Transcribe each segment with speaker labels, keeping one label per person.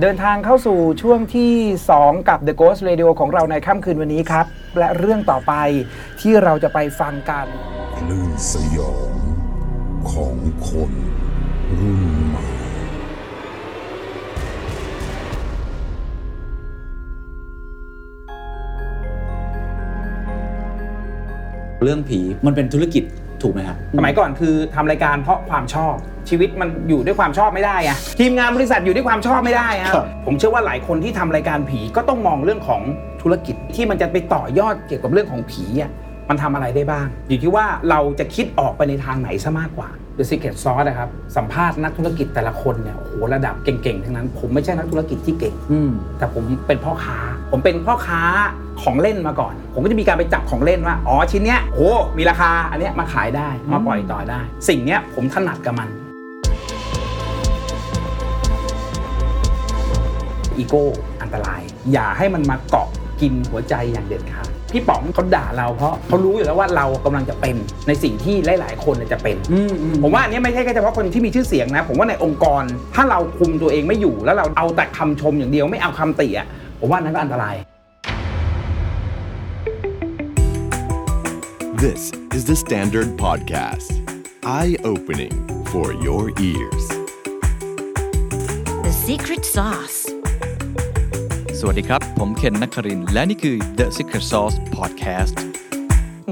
Speaker 1: เดินทางเข้าสู่ช่วงที่ 2 กับ The Ghost Radio ของเราในค่ำคืนวันนี้ครับ และเรื่องต่อไปที่เราจะไปฟังกัน
Speaker 2: คลื่นสยองของคนรุ่นใหม่
Speaker 3: เรื่องผีมันเป็นธุรกิจถูกไหมครับ
Speaker 1: สมัยก่อนคือทำรายการเพราะความชอบชีวิตมันอยู่ด้วยความชอบไม่ได้อะทีมงานบริษัทอยู่ด้วยความชอบไม่ได้อะ
Speaker 3: ครับ
Speaker 1: ผมเชื่อว่าหลายคนที่ทำรายการผีก็ต้องมองเรื่องของธุรกิจที่มันจะไปต่อยอดเกี่ยวกับเรื่องของผีอะมันทำอะไรได้บ้าง อยู่ที่ว่าเราจะคิดออกไปในทางไหนซะมากกว่า The Secret Sauce นะครับสัมภาษณ์นักธุรกิจแต่ละคนเนี่ยโอ้โหระดับเก่งๆทั้งนั้น ผมไม่ใช่นักธุรกิจที่เก่ง
Speaker 3: อืม
Speaker 1: แต่ผมเป็นพ่อค้า ผมเป็นพ่อค้าของเล่นมาก่อน ผมก็จะมีการไปจับของเล่นว่า อ๋อชิ้นเนี้ยโอ้มีราคา อันเนี้ยมาขายได้ มาปล่อยต่อได้ สิ่งเนี้ยผมถนัดกับมัน อีโก้อันตราย อย่าให้มันมาเกาะกินหัวใจอย่างเด็ดขาดพี่ป๋องเขาด่าเราเพราะเขารู้อยู่แล้วว่าเรากำลังจะเป็นในสิ่งที่หลาย ๆ คนน่ะจะเป็น
Speaker 3: อืมอืม
Speaker 1: ผมว่าอันเนี้ยไม่ใช่แค่เฉพาะคนที่มีชื่อเสียงนะ ผมว่าในองค์กรถ้าเราคุมตัวเองไม่อยู่แล้วเราเอาแต่คำชมอย่างเดียวไม่เอาคำติอ่ะผมว่านั้นก็อันตราย
Speaker 4: This is the Standard Podcast. Eye opening for your ears.
Speaker 5: The secret sauce.
Speaker 6: สวัสดีครับ ผมเคนนักครินทร์และนี่คือ The Secret Sauce Podcast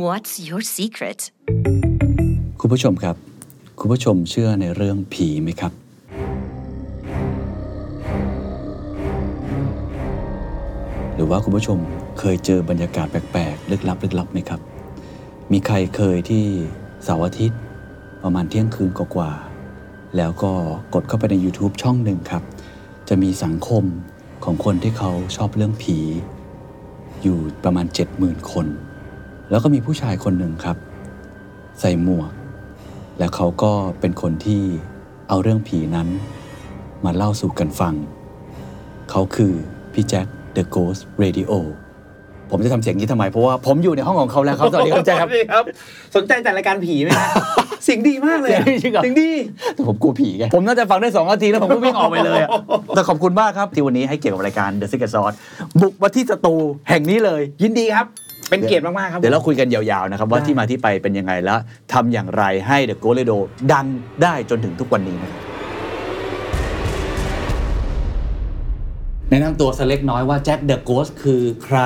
Speaker 5: What's your secret?
Speaker 3: คุณผู้ชมครับ คุณผู้ชมเชื่อในเรื่องผีไหมครับ หรือว่าคุณผู้ชมเคยเจอบรรยากาศแปลกๆลึกลับลึกลับไหมครับ มีใครเคยที่เสาร์อาทิตย์ ประมาณเที่ยงคืนกว่าๆแล้วก็กดเข้าไปใน YouTube ช่องหนึ่งครับ จะมีสังคมของคนที่เขาชอบเรื่องผี อยู่ประมาณ 70,000 คน แล้วก็มีผู้ชายคนหนึ่งครับ ใส่หมวก และเขาก็เป็นคนที่เอาเรื่องผีนั้น มาเล่าสู่กันฟัง เขาคือพี่แจ็ค The Ghost Radio ผมจะทำเสียงนี้ทำไม เพราะว่าผมอยู่ในห้องของเขาแล้วครับ สวัสดีครับแจ็คครับ
Speaker 1: สวัสดีครับ สนใจจัดรายการผีไหม ฮะ เสียงดีมากเลยอะ
Speaker 3: เสียงดีจริงเหรอ
Speaker 1: เสียงดี
Speaker 3: แต่ผมกลัวผีไง ผมน่าจะฟังได้2นาทีแล้วผมก็วิ่งออกไปเลยอะแต่ขอบคุณมากครับที่วันนี้ให้เกี่ยวกับรายการ The Secret Sauce บุกมาที่สตูแห่งนี้เลย
Speaker 1: ยินดีครับ เป็นเกียรติมากๆครับ
Speaker 3: เดี๋ยวเราคุยกันยาวๆนะครับว่า
Speaker 1: ได้
Speaker 3: ที่มาที่ไปเป็นยังไงและทำอย่างไรให้ The Ghost Radio ดังได้จนถึงทุกวันนี้นะครับแนะนำตัวสกเล็กน้อยว่าแจ็คเดอะโกสคือใคร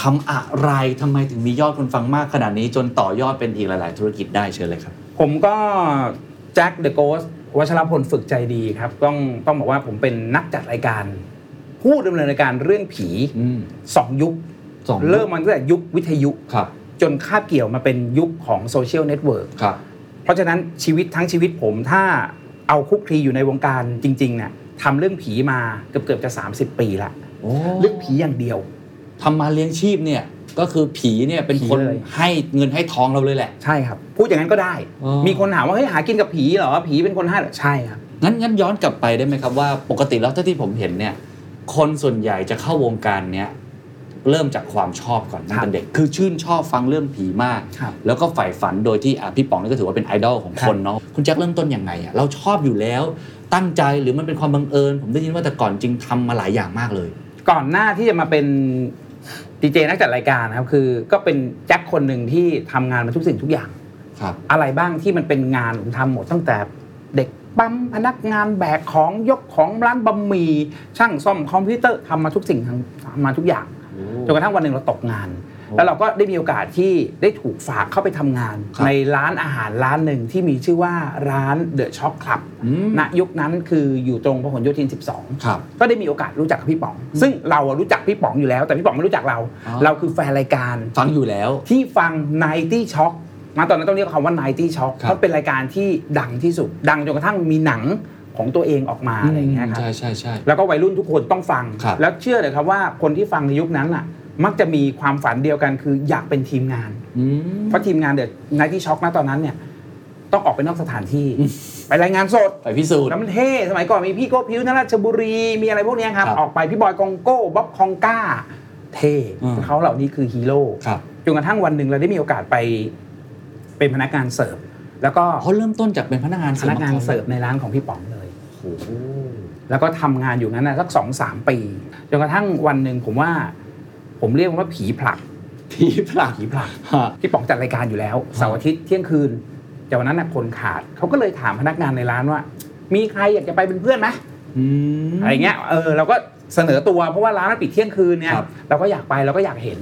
Speaker 3: ทำอะไรทำไมถึงมียอดคนฟังมากขนาดนี้ จนต่อยอดเป็นอีกหลาย ๆ ธุรกิจได้เชิญเลยครับ
Speaker 1: ผมก็แจ็คเดอะโกสวัชรพลฝึกใจดีครับ ต้องต้องบอกว่าผมเป็นนักจัดรายการ ผู้ดำเนินรายการเรื่องผี
Speaker 3: อืม
Speaker 1: สองยุค
Speaker 3: สองยุค
Speaker 1: เริ่มมาตั้งแต่ยุควิทยุ
Speaker 3: ครับ
Speaker 1: จนคาบเกี่ยวมาเป็นยุคของโซเชียลเน็ตเวิร์ก
Speaker 3: ครับ
Speaker 1: เพราะฉะนั้นชีวิตทั้งชีวิตผมถ้าเอาคุกคลีอยู่ในวงการจริงๆเนี่ยทำเรื่องผีมาเกือบเกือบๆจะ 30 ปีละ
Speaker 3: โอ้
Speaker 1: เรื่องผีอย่างเดียว
Speaker 3: ทำมาเลี้ยงชีพเนี่ยก็คือผีเนี่ยเป็นคน
Speaker 1: ผีเลย
Speaker 3: ให้เงินให้ทองเราเลยแหละ
Speaker 1: ใช่ครับ พูดอย่างนั้นก็ได้
Speaker 3: อ๋อ
Speaker 1: มีคนถามว่าเฮ้ยหากินกับผีเหรอผีเป็นคนให้เหรอใช่ครับ
Speaker 3: งั้นงั้นย้อนกลับไปได้ไหมครับว่าปกติแล้วถ้าที่ผมเห็นเนี่ย คนส่วนใหญ่จะเข้าวงการเนี้ยเริ่มจากความชอบก่อนตั้ง
Speaker 1: ครั
Speaker 3: แต่
Speaker 1: บ
Speaker 3: เด็ก คือชื่นชอบฟังเรื่องผีมาก
Speaker 1: ครับ
Speaker 3: แล้วก็ใฝ่ฝันโดยที่อ่ะพี่ป๋องนี่ก็ถือว่าเป็นไอดอลของ
Speaker 1: ครับ
Speaker 3: คนเนาะคุณแจ็คเริ่มต้นยังไงอ่ะเราชอบอยู่แล้วตั้งใจหรือมันเป็นความบังเอิญ ผมได้ยินว่าแต่ก่อนจริงทำมาหลายอย่างมากเลย
Speaker 1: ก่อนหน้าที่จะมาเป็นดีเจนักจัดรายการนะครับคือก็เป็นแจ็คคนหนึ่งที่ทำงานมาทุกสิ่งทุกอย่าง
Speaker 3: ครับ
Speaker 1: อะไรบ้างที่มันเป็นงานผมทำหมดตั้งแต่เด็กปั๊มพนักงานแบกของยกของร้านบะหมี่ช่างซ่อมคอมพิวเตอร์ทำมาทุกสิ่งทำทำมาทุกอย่าง จนกระทั่งวันหนึ่งเราตกงาน แล้วเราก็ได้มีโอกาสที่ได้ถูกฝากเข้าไปทำงาน
Speaker 3: ครับ
Speaker 1: ในร้านอาหารร้านหนึ่งที่มีชื่อว่าร้านเดอะช็อคคลับ
Speaker 3: อืม
Speaker 1: ณยุคนั้นคืออยู่ตรงพหลโยธิน
Speaker 3: ครับ
Speaker 1: 12 ก็ได้มีโอกาสรู้จักกับพี่ป๋อง ซึ่งเราอะรู้จักพี่ป๋องอยู่แล้ว แต่พี่ป๋องไม่รู้จักเรา
Speaker 3: อ๋อ
Speaker 1: เราคือแฟนรายการ
Speaker 3: ฟังอยู่แล้ว
Speaker 1: ที่ฟัง 90 ช็อคมาตอนนั้นต้องเรียกคำว่า 90 ช็อค
Speaker 3: ครับ
Speaker 1: เพราะเป็นรายการที่ดังที่สุด ดังจนกระทั่งมีหนังของตัวเองออกมาอะไรอย่างเงี้ยครับ
Speaker 3: ใช่ใช่ใช่
Speaker 1: แล้วก็วัยรุ่นทุกคนต้องฟัง
Speaker 3: ครับ
Speaker 1: แล้วเชื่อเลยครับว่าคนที่ฟังในยุคนั้นน่ะ มักจะมีความฝันเดียวกันคืออยากเป็นทีมงาน เพราะทีมงานเดอะไนที่ช็อคนะตอนนั้นเนี่ย ต้องออกไปนอกสถานที่
Speaker 3: อืม
Speaker 1: ไปรายงานสด
Speaker 3: ไปพิสูจน์
Speaker 1: แล้วมันเท่สมัยก่อนมีพี่โก้พิวนาราชบุรี มีอะไรพวกเนี้ยครับ
Speaker 3: ครับ
Speaker 1: ออกไปพี่บอยกองโก้บ๊อบคองก้า เท่
Speaker 3: อืม
Speaker 1: เขาเหล่านี้คือฮีโร่
Speaker 3: ครับ
Speaker 1: จนกระทั่งวันหนึ่งเราได้มีโอกาสไปเป็นพนักงานเสิร์ฟแล้วก็
Speaker 3: เขาเริ่มต้นจากเป็นพนักงาน
Speaker 1: พนักงานเสิร์ฟในร้านของพี่ป๋องเลย
Speaker 3: โอ้โห
Speaker 1: แล้วก็ทำงานอยู่นั้นนะสักสองสามปีจนกระทั่งวันหนึ่งผมว่า ผมเรียกมันว่าผีผลัก
Speaker 3: ผีผลัก
Speaker 1: ผีผลัก
Speaker 3: ฮะ
Speaker 1: พี่ป๋องจัดรายการอยู่แล้วเสาร์อาทิตย์เที่ยงคืนแต่วันนั้นน่ะคนขาดเขาก็เลยถามพนักงานในร้านว่า มีใครอยากจะไปเป็นเพื่อนไหม
Speaker 3: อืม
Speaker 1: อะไรเงี้ยเออเราก็เสนอตัวเพราะว่าร้านมันปิดเที่ยงคืนเนี่ย
Speaker 3: ครับ
Speaker 1: เราก็อยากไปเราก็อยากเห็น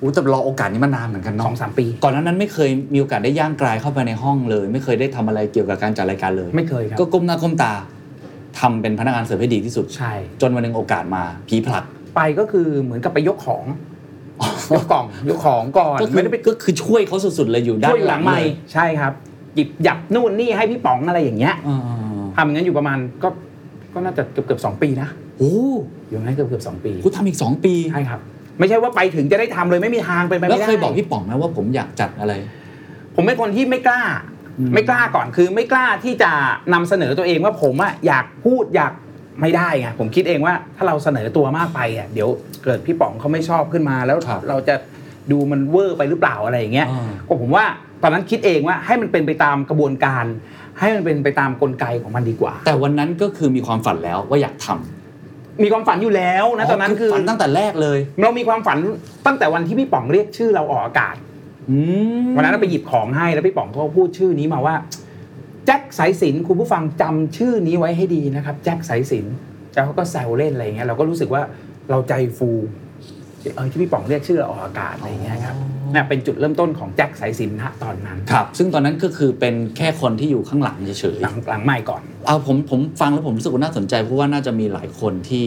Speaker 3: อู้แต่รอโอกาสนี้มานานเหมือนกัน
Speaker 1: ส
Speaker 3: เนาะ
Speaker 1: องสามปี
Speaker 3: ก่อนหนานั้นไม่เคยมีโอกาสได้ย่างกรายเข้าไปในห้องเลย ไม่เคยได้ทำอะไรเกี่ยวกับการจัดรายการเลย
Speaker 1: ไม่เคยครับ
Speaker 3: ก็ก้มหน้าก้มตาทำเป็นพนักงานเสิร์ฟให้ดีที่สุด
Speaker 1: ใช่
Speaker 3: จนวันหนึ่งโอกาสมาผีผลัก
Speaker 1: ไปก็คือเหมือนกับไปยก ของยกกล่องยกของก่อน
Speaker 3: ก็คือ
Speaker 1: ไม่ได้ไป
Speaker 3: ก็คือช่วยเขาสุดๆเลยอยู่ด้าน
Speaker 1: ช่วยหลังไม่
Speaker 3: เย
Speaker 1: ใช่ครับ หยิบหยับนู่นนี่ให้พี่ป๋องอะไรอย่างเงี้ย
Speaker 3: อ่า
Speaker 1: ทำอย่างนั้นอยู่ประมาณก็ก็น่าจะเกือบเกือบสองปีนะ
Speaker 3: โอ้
Speaker 1: อยู่งั้นเกือบเกือบสองปี
Speaker 3: กูทำอีก 2 ปี
Speaker 1: ใช่ครับ ไม่ใช่ว่าไปถึงจะได้ทำเลยไม่มีทางเป็นไป
Speaker 3: แล้ว
Speaker 1: ไม่ได้
Speaker 3: เคยบอกพี่ป๋องไหมว่าผมอยากจัดอะไร
Speaker 1: ผมเป็นคนที่ไม่กล้า
Speaker 3: อืม
Speaker 1: ไม่กล้าก่อนคือไม่กล้าที่จะนำเสนอตัวเองว่าผมอะอยากพูดอยากไม่ได้ไงผมคิดเองว่าถ้าเราเสนอตัวมากไปอะเดี๋ยวเกิดพี่ป๋องเขาไม่ชอบขึ้นมาแล้วเราจะดูมันเวอร์ไปหรือเปล่าอะไรอย่างเงี้ย
Speaker 3: อ่า
Speaker 1: ก็ผมว่าตอนนั้นคิดเองว่าให้มันเป็นไปตามกระบวนการ ให้มันเป็นไปตามกลไกของมันดีกว่า
Speaker 3: แต่วันนั้นก็คือมีความฝันแล้วว่าอยากท
Speaker 1: มีความฝันอยู่แล้ว
Speaker 3: ำ
Speaker 1: นะตอนนั้นคือ
Speaker 3: ฝันตั้งแต่แรกเลย
Speaker 1: เรามีความฝันตั้งแต่วันที่พี่ป๋องเรียกชื่อเราออกอากาศ
Speaker 3: อืม
Speaker 1: วันนั้นเราไปหยิบของให้แล้วพี่ป๋องเขาก็พูดชื่อนี้มาว่าแจ็คสายสินคุณผู้ฟังจำชื่อนี้ไว้ให้ดีนะครับแจ็คสายสินแล้วเขาก็แซวเล่นอะไรเงี้ยเราก็รู้สึกว่าเราใจฟูเออที่พี่ป๋องเรียกชื่อเราออกอากาศอะไรเงี้ยครับน่ะเป็นจุดเริ่มต้นของแจ็คสายสินณตอนนั้น
Speaker 3: ครับ ซึ่งตอนนั้นก็คือเป็นแค่คนที่อยู่ข้างหลังเฉย
Speaker 1: หลังหลังไม่ก่อน
Speaker 3: ๆเอาผมผมฟังแล้วผมรู้สึกว่าน่าสนใจเพราะว่าน่าจะมีหลายคนที่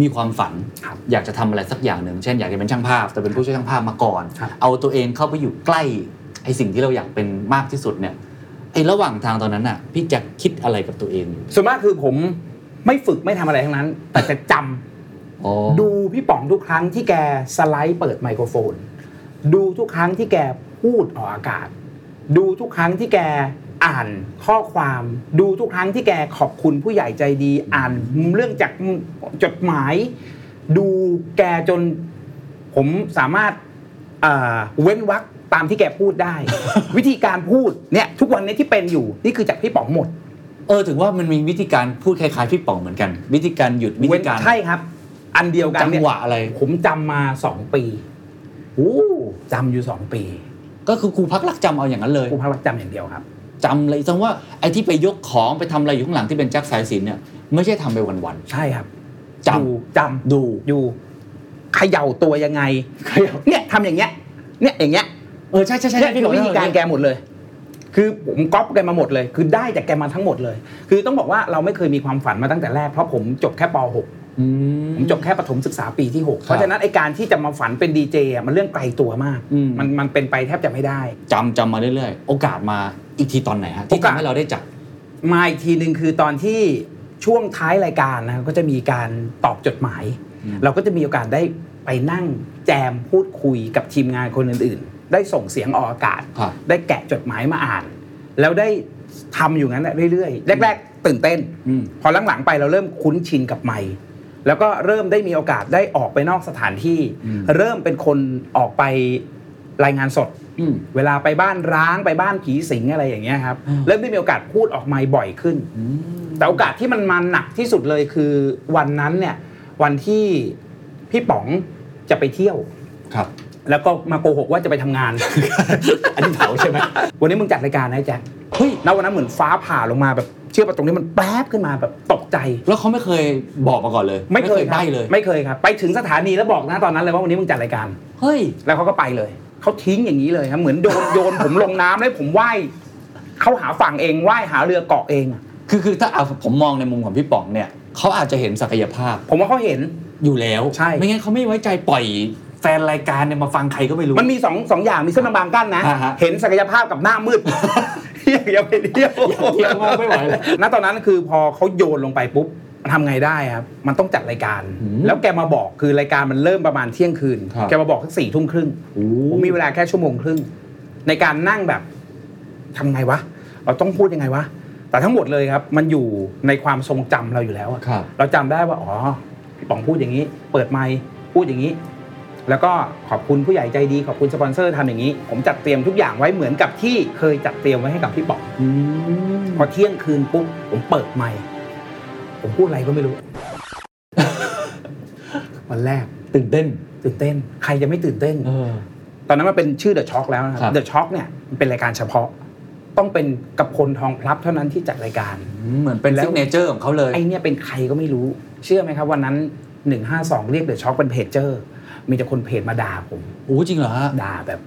Speaker 3: มีความฝัน
Speaker 1: ครับ
Speaker 3: อยากจะทำอะไรสักอย่างหนึ่งเช่นอยากจะเป็นช่างภาพ แต่เป็นผู้ช่วยช่างภาพมาก่อน
Speaker 1: ครับ
Speaker 3: เอาตัวเองเข้าไปอยู่ใกล้ไอ้สิ่งที่เราอยากเป็นมากที่สุดเนี่ยไอ้ระหว่างทางตอนนั้นน่ะพี่แจ็คคิดอะไรกับตัวเองอยู่
Speaker 1: ส่วนมากคือผมไม่ฝึกไม่ทำอะไรทั้งนั้น แต่จะจำ
Speaker 3: อ๋อ
Speaker 1: ดูพี่ป๋องทุกครั้งที่แกสไลด์เปิดไมโครโฟน ดูทุกครั้งที่แกพูดออกอากาศ ดูทุกครั้งที่แกอ่านข้อความ ดูทุกครั้งที่แกขอบคุณผู้ใหญ่ใจดี อ่านเรื่องจากจดหมาย ดูแกจนผมสามารถเอ่อเว้นวรรคตามที่แกพูด ได้ วิธีการพูดเนี่ยทุกวันนี้ที่เป็นอยู่นี่คือจากพี่ป๋องหมด
Speaker 3: เออถึงว่ามันมีวิธีการพูดคล้ายๆพี่ป๋องเหมือนกัน วิธีการหยุดวิธีการ
Speaker 1: เนใช่ครับ อันเดียวกัน
Speaker 3: จัง
Speaker 1: เนี่ย
Speaker 3: หวะอะไร
Speaker 1: ผมจำมาสองปีโอ้จำอยู่สองปี
Speaker 3: ก็คือครูพักรักจำเอาอย่างนั้นเลย
Speaker 1: กูพารักจำอย่างเดียวครับ
Speaker 3: จำเลยทั้งว่าไอ้ที่ไปยกของไปทำอะไรอยู่ข้างหลังที่เป็นแจ็คสายสินเนี่ยไม่ใช่ทำไปวัน
Speaker 1: ใช่ครับ
Speaker 3: ๆจ
Speaker 1: ดูจำ
Speaker 3: ำดู
Speaker 1: อยู่เขย่าตัวยังไง เนี่ยทำอย่างเงี้ย เนี่ยอย่างเงี้ย
Speaker 3: เออใช่ใช่ใช่
Speaker 1: เนี่ย
Speaker 3: พี่
Speaker 1: คือวิธีการแกหมดเลย คือผมก๊อปแกมาหมดเลย คือได้จากแกมาทั้งหมดเลย คือต้องบอกว่าเราไม่เคยมีความฝันมาตั้งแต่แรก เพราะผมจบแค่ป .6
Speaker 3: อืม
Speaker 1: ผมจบแค่ประถมศึกษาปีที่ 6 เพ
Speaker 3: ครั
Speaker 1: ราะ
Speaker 3: บ
Speaker 1: ฉะนั้นไอการที่จะมาฝันเป็นดีเจอ่ะมันเรื่องไกลตัวมาก
Speaker 3: อืม
Speaker 1: มันมันเป็นไปแทบจะไม่ได้
Speaker 3: จำจำมาเรื่อยๆ โอกาสมาอีกทีตอนไหนฮะที่
Speaker 1: โอกาส
Speaker 3: ทำให้เราได้จับ
Speaker 1: มาอีกทีหนึ่งคือตอนที่ช่วงท้ายรายการนะก็จะมีการตอบจดหมาย
Speaker 3: อืม
Speaker 1: เราก็จะมีโอกาสได้ไปนั่งแจมพูดคุยกับทีมงานคนอื่นๆ ได้ส่งเสียงออกอากาศ
Speaker 3: ครับ
Speaker 1: ได้แกะจดหมายมาอ่าน แล้วได้ทำอยู่งั้นน่ะเรื่อยๆ แรก ๆ ตื่นเต้น
Speaker 3: อืม
Speaker 1: พอหลังๆไปเราเริ่มคุ้นชินกับไมค์แล้วก็เริ่มได้มีโอกาสได้ออกไปนอกสถานที่
Speaker 3: อืม
Speaker 1: เริ่มเป็นคนออกไปรายงานสด
Speaker 3: อืม
Speaker 1: เวลาไปบ้านร้างไปบ้านผีสิงอะไรอย่างเงี้ยครับ
Speaker 3: อืม
Speaker 1: เริ่มได้มีโอกาสพูดออกไมค์บ่อยขึ้น
Speaker 3: อืม
Speaker 1: แต่โอกาสที่มันมาหนักที่สุดเลยคือวันนั้นเนี่ยวันที่พี่ป๋องจะไปเที่ยว
Speaker 3: ครับ
Speaker 1: แล้วก็มาโกหกว่าจะไปทำงาน
Speaker 3: อันนี้เผาใช่ไหม
Speaker 1: วันนี้มึงจัดรายการนะแจ็ค
Speaker 3: เฮ้ย
Speaker 1: ณวันนั้นเหมือนฟ้าผ่าลงมาแบบเชื่อป่ะตรงนี้มันแป๊บขึ้นมาแบบตกใจ
Speaker 3: แล้วเขาไม่เคยบอกมาก่อนเลย
Speaker 1: ไม่เคยรับ
Speaker 3: ใบ้เลย
Speaker 1: ไม่เคยครับ ไปถึงสถานีแล้วบอกนะตอนนั้นเลยว่าวันนี้มึงจัดรายการ
Speaker 3: เฮ้ย
Speaker 1: แล้วเขาก็ไปเลยเขาทิ้งอย่างนี้เลยครับเหมือนโยนโยนผมลงน้ำแล้วผมว่ายเข้าหาฝั่งเองว่ายหาเรือเกาะเองอะ
Speaker 3: คือคือถ้าเอาผมมองในมุมของพี่ป๋องเนี่ยเขาอาจจะเห็นศักยภาพ
Speaker 1: ผมว่าเขาเห็น
Speaker 3: อยู่แล้ว
Speaker 1: ใช่
Speaker 3: ไม่งั้นเขาไม่ไว้ใจปล่อยแฟนรายการเนี่ยมาฟังใครก็ไม่รู้
Speaker 1: มันมีสองสองอย่างมีเส้นบางๆกั้นนะ
Speaker 3: อ่าฮะ
Speaker 1: เห็นศักยภาพกับหน้ามืดเที่ยงยังไม่เที่ยว
Speaker 3: เที่ยวมากไม่ไหวแล้ว
Speaker 1: ณตอนนั้นคือพอเขาโยนลงไปปุ๊บมันทำไงได้ครับ มันต้องจัดรายการ
Speaker 3: อืม
Speaker 1: แล้วแกมาบอกคือรายการมันเริ่มประมาณเที่ยงคืน
Speaker 3: ครับ
Speaker 1: แกมาบอกสักสี่ทุ่มครึ่ง
Speaker 3: โอ้
Speaker 1: ผมมีเวลาแค่ชั่วโมงครึ่ง ในการนั่งแบบทำไงวะ เราต้องพูดยังไงวะ แต่ทั้งหมดเลยครับ มันอยู่ในความทรงจำเราอยู่แล้วอะ
Speaker 3: ครับ
Speaker 1: เราจำได้ว่าอ๋อพี่ป๋องพูดอย่างนี้ เปิดไมค์พูดอย่างนี้ แล้วก็ขอบคุณผู้ใหญ่ใจดีขอบคุณสปอนเซอร์ทำอย่างนี้ ผมจัดเตรียมทุกอย่างไว้เหมือนกับที่เคยจัดเตรียมไว้ให้กับพี่ป๋อง พอเที่ยงคืนปุ๊บผมเปิดไมค์ ผมพูดอะไรก็ไม่รู้ วันแรก
Speaker 3: ตื่นเต้น
Speaker 1: ตื่นเต้น ใครจะไม่ตื่นเต้น
Speaker 3: เออ
Speaker 1: ตอนนั้นมันเป็นชื่อเดอะช็อคแล้วนะค
Speaker 3: ครั
Speaker 1: รับ
Speaker 3: บ
Speaker 1: เดอะช็อคเนี่ยมันเป็นรายการเฉพาะ ต้องเป็นกับคนทองพลับเท่านั้นที่จัดรายการ
Speaker 7: เหมือนเป็น
Speaker 1: แล้ว
Speaker 7: ซิกเนเจอร์ของเขาเลย
Speaker 1: ไอเนี่ยเป็นใครก็ไม่รู้ เชื่อไหมครับวันนั้น 152 เรียกเดอะช็อคเป็นเพจเจอร์ มีแต่คนเพจมาด่าผม
Speaker 3: โอ้จริงเหรอฮะ
Speaker 1: ด่าแบบ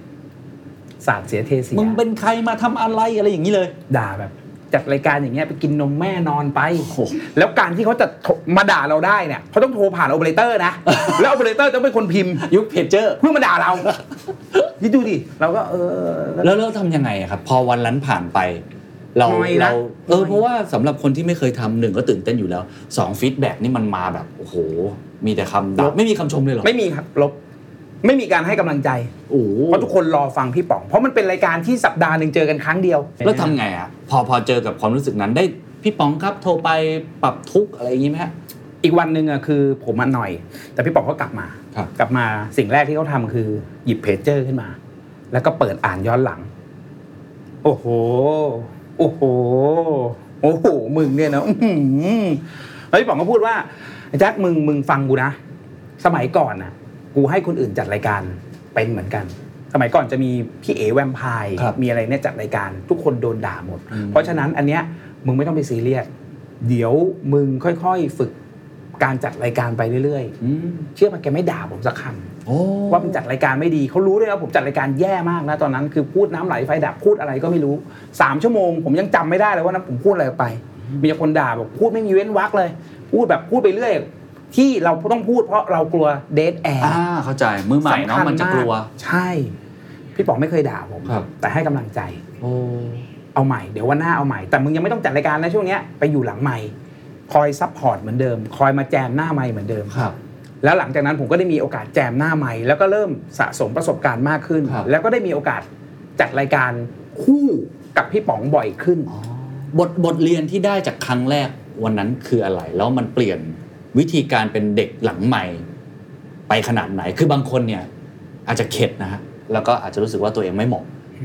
Speaker 1: สาดเสียเทเสีย
Speaker 3: มึงเป็นใครมาทำอะไรอะไรอย่างนี้เลย
Speaker 1: ด่าแบบจัดรายการอย่างเงี้ยไปกินนมแม่นอนไป แล้วการที่เขาจะโทรมาด่าเราได้เนี่ยเขาต้องโทรผ่านโอเปอเรเตอร์นะ แล้วโอเปอเรเตอร์ต้องเป็นคนพิมพ์
Speaker 3: ยุคเพจเจอร์
Speaker 1: เพื่อมาด่าเรานี่ดูดิเราก็เออแล้ว
Speaker 3: แล้วเราทำยังไงอะครับ พอวันนั้นผ่านไป เรา
Speaker 1: น้อยนะ
Speaker 3: เราเอ
Speaker 1: น้
Speaker 3: อ
Speaker 1: อย
Speaker 3: เพราะว่าสำหรับคนที่ไม่เคยทำหนึ่งก็ตื่นเต้นอยู่แล้วสองฟีดแบ็กนี่มันมาแบบ โอ้โห มีแต่คำด่าไม่มีคำชมเลยเหรอ
Speaker 1: ไม่มีครับลบ ไม่มีการให้กำลังใจ
Speaker 3: โอ้โห
Speaker 1: เพราะทุกคนรอฟังพี่ป๋อง เพราะมันเป็นรายการที่สัปดาห์หนึ่งเจอกันครั้งเดียว
Speaker 3: แล้วทำไงอะพอพอเจอกับความรู้สึกนั้นได้พี่ป๋องครับโทรไปปรับทุกข์อะไรอย่างนี้ไหมฮะ
Speaker 1: อีกวันหนึ่งอะคือผมมันหน่อย แต่พี่ป๋องก็กลับมา
Speaker 3: ครับ
Speaker 1: กลับมาสิ่งแรกที่เขาทำคือหยิบเพจเจอร์ขึ้นมา แล้วก็เปิดอ่านย้อนหลัง โอ้โห โอ้โห โอ้โห มึงเนี่ยนะอื้อหือแล้วพี่ป๋องก็พูดว่าไอ้แจ็คมึงมึงฟังกูนะ สมัยก่อนนะกูให้คนอื่นจัดรายการเป็นเหมือนกัน สมัยก่อนจะมีพี่เอแวมไพร์
Speaker 3: ครับ
Speaker 1: มีอะไรเนี่ยจัดรายการ ทุกคนโดนด่าหมด เพราะฉะนั้นอันเนี้ยมึงไม่ต้องไปซีเรียสเดี๋ยวมึงค่อยๆฝึกการจัดรายการไปเรื่อยๆ เชื่อปะแกไม่ด่าผมสักคำ ว่ามันจัดรายการไม่ดีเขารู้ด้วยว่าผมจัดรายการแย่มากนะตอนนั้น คือพูดน้ำไหลไฟดับพูดอะไรก็ไม่รู้สามชั่วโมง ผมยังจำไม่ได้เลยว่านั้นผมพูดอะไรออกไป มีแต่คนด่าบอกพูดไม่มีเว้นวรรคเลย พูดแบบพูดไปเรื่อย ที่เราต้องพูดเพราะเรากลัวเดทแอร์
Speaker 3: ่าเข้าใจมือใหม่เนาะมันจะกลัว
Speaker 1: ใช่ พี่ป๋องไม่เคยด่าผม
Speaker 3: ครับ
Speaker 1: แต่ให้กำลังใจ
Speaker 3: โอ้
Speaker 1: เอาใหม่เดี๋ยววันหน้าเอาใหม่แต่มึงยังไม่ต้องจัดรายการนะช่วงเนี้ยไปอยู่หลังใหม่คอยซัพพอร์ตเหมือนเดิม คอยมาแจมหน้าใหม่เหมือนเดิม
Speaker 3: ครับ
Speaker 1: แล้วหลังจากนั้นผมก็ได้มีโอกาสแจมหน้าใหม่ แล้วก็เริ่มสะสมประสบการณ์มากขึ้น
Speaker 3: ครับ
Speaker 1: แล้วก็ได้มีโอกาสจัดรายการคู่กับพี่ป๋องบ่อยขึ้น
Speaker 3: บทบทเรียนที่ได้จากครั้งแรกวันนั้นคืออะไร แล้วมันเปลี่ยนวิธีการเป็นเด็กหลังใหม่ ไปขนาดไหน คือบางคนเนี่ย อาจจะเข็ดนะฮะแล้วก็อาจจะรู้สึกว่าตัวเองไม่เหมาะ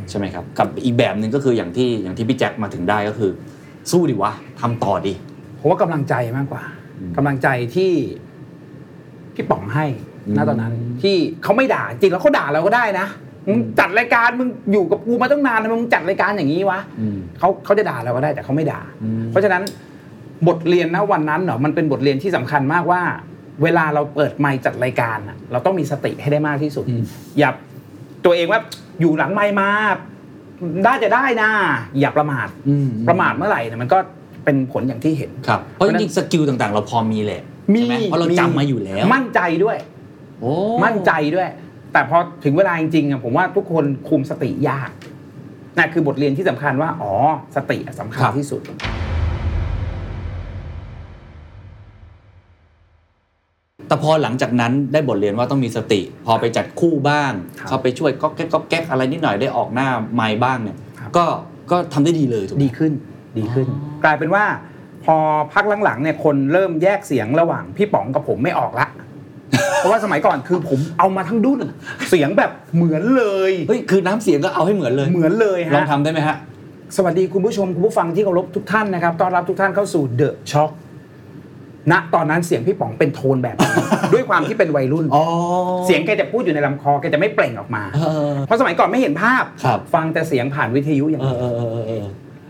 Speaker 3: ใช่ไหมครับ กับอีกแบบหนึ่งก็คืออย่างที่อย่างที่พี่แจ็คมาถึงได้ก็คือ สู้ดิวะทำต่อดิ
Speaker 1: ผมว่ากำลังใจมากกว่า
Speaker 3: อืม
Speaker 1: กำลังใจที่พี่ป๋องให้
Speaker 3: อืม
Speaker 1: ณตอนนั้น ที่เขาไม่ด่าจริงแล้วเขาด่าเราก็ได้นะมึงจัดรายการมึงอยู่กับกูมาตั้งนานทำไมมึงจัดรายการอย่างนี้วะ
Speaker 3: อืม
Speaker 1: เขาเขาจะด่าเราก็ได้แต่เขาไม่ด่า
Speaker 3: อืม
Speaker 1: เพราะฉะนั้นบทเรียนนะวันนั้นเนาะมันเป็นบทเรียนที่สำคัญมากว่า เวลาเราเปิดไมค์จัดรายการน่ะเราต้องมีสติให้ได้มากที่สุด อย่าตัวเองว่าอยู่หลังไมค์มาได้จะได้นะอย่าประมาท
Speaker 3: อืม
Speaker 1: ประมาทเมื่อไหร่เนี่ยมันก็เป็นผลอย่างที่เห็น
Speaker 3: ครับเพราะจริงๆสกิลต่างๆ เราพอมีแหละ
Speaker 1: มี
Speaker 3: ใช่ไหเพราะเราจำมาอยู่แล้ว
Speaker 1: มั่นใจด้วย
Speaker 3: โอ้
Speaker 1: มั่นใจด้วย แต่พอถึงเวลาจริงๆอะผมว่าทุกคนคุมสติยากนั่นคือบทเรียนที่สำคัญว่า อ๋อ สติอะสำคัญ
Speaker 3: ครับ
Speaker 1: ที่สุด
Speaker 3: แต่พอหลังจากนั้นได้บทเรียนว่าต้องมีสติ พอไปจัดคู่บ้าง
Speaker 1: ครับ
Speaker 3: เข้าไปช่วยก๊อกแก๊กก๊อกแก๊กอะไรนิดหน่อยได้ออกหน้าไม้บ้างเนี่ย
Speaker 1: ครับ
Speaker 3: ก็ก็ทำได้ดีเลยถูกไหม
Speaker 1: ดีขึ้นดีขึ้น
Speaker 3: อ๋อ
Speaker 1: กลายเป็นว่า พอพักหลังๆเนี่ยคนเริ่มแยกเสียงระหว่างพี่ป๋องกับผมไม่ออกละ เพราะว่าสมัยก่อนคือผมเอามาทั้งดุ้น เสียงแบบเหมือนเลย
Speaker 3: เฮ้ยคือน้ำเสียงก็เอาให้เหมือนเลย
Speaker 1: เหมือนเลยฮะ
Speaker 3: ลองทำได้ไหมฮะ
Speaker 1: สวัสดีคุณผู้ชม คุณผู้ฟังที่เคารพทุกท่านนะครับต้อนรับทุกท่านเข้าสู่เดอะช็อคณตอนนั้นเสียงพี่ป๋องเป็นโทนแบบ นี้ ด้วยความที่เป็นวัยรุ่น
Speaker 3: อ๋อ
Speaker 1: เสียงแกจะพูดอยู่ในลำคอแกจะไม่เปล่งออกมา
Speaker 3: เออ
Speaker 1: เพราะสมัยก่อนไม่เห็นภาพ
Speaker 3: ครับ
Speaker 1: ฟังแต่เสียงผ่านวิทยุอย่าง
Speaker 3: เอ
Speaker 1: เดี
Speaker 3: อ
Speaker 1: ยว
Speaker 3: เออเออเออเออ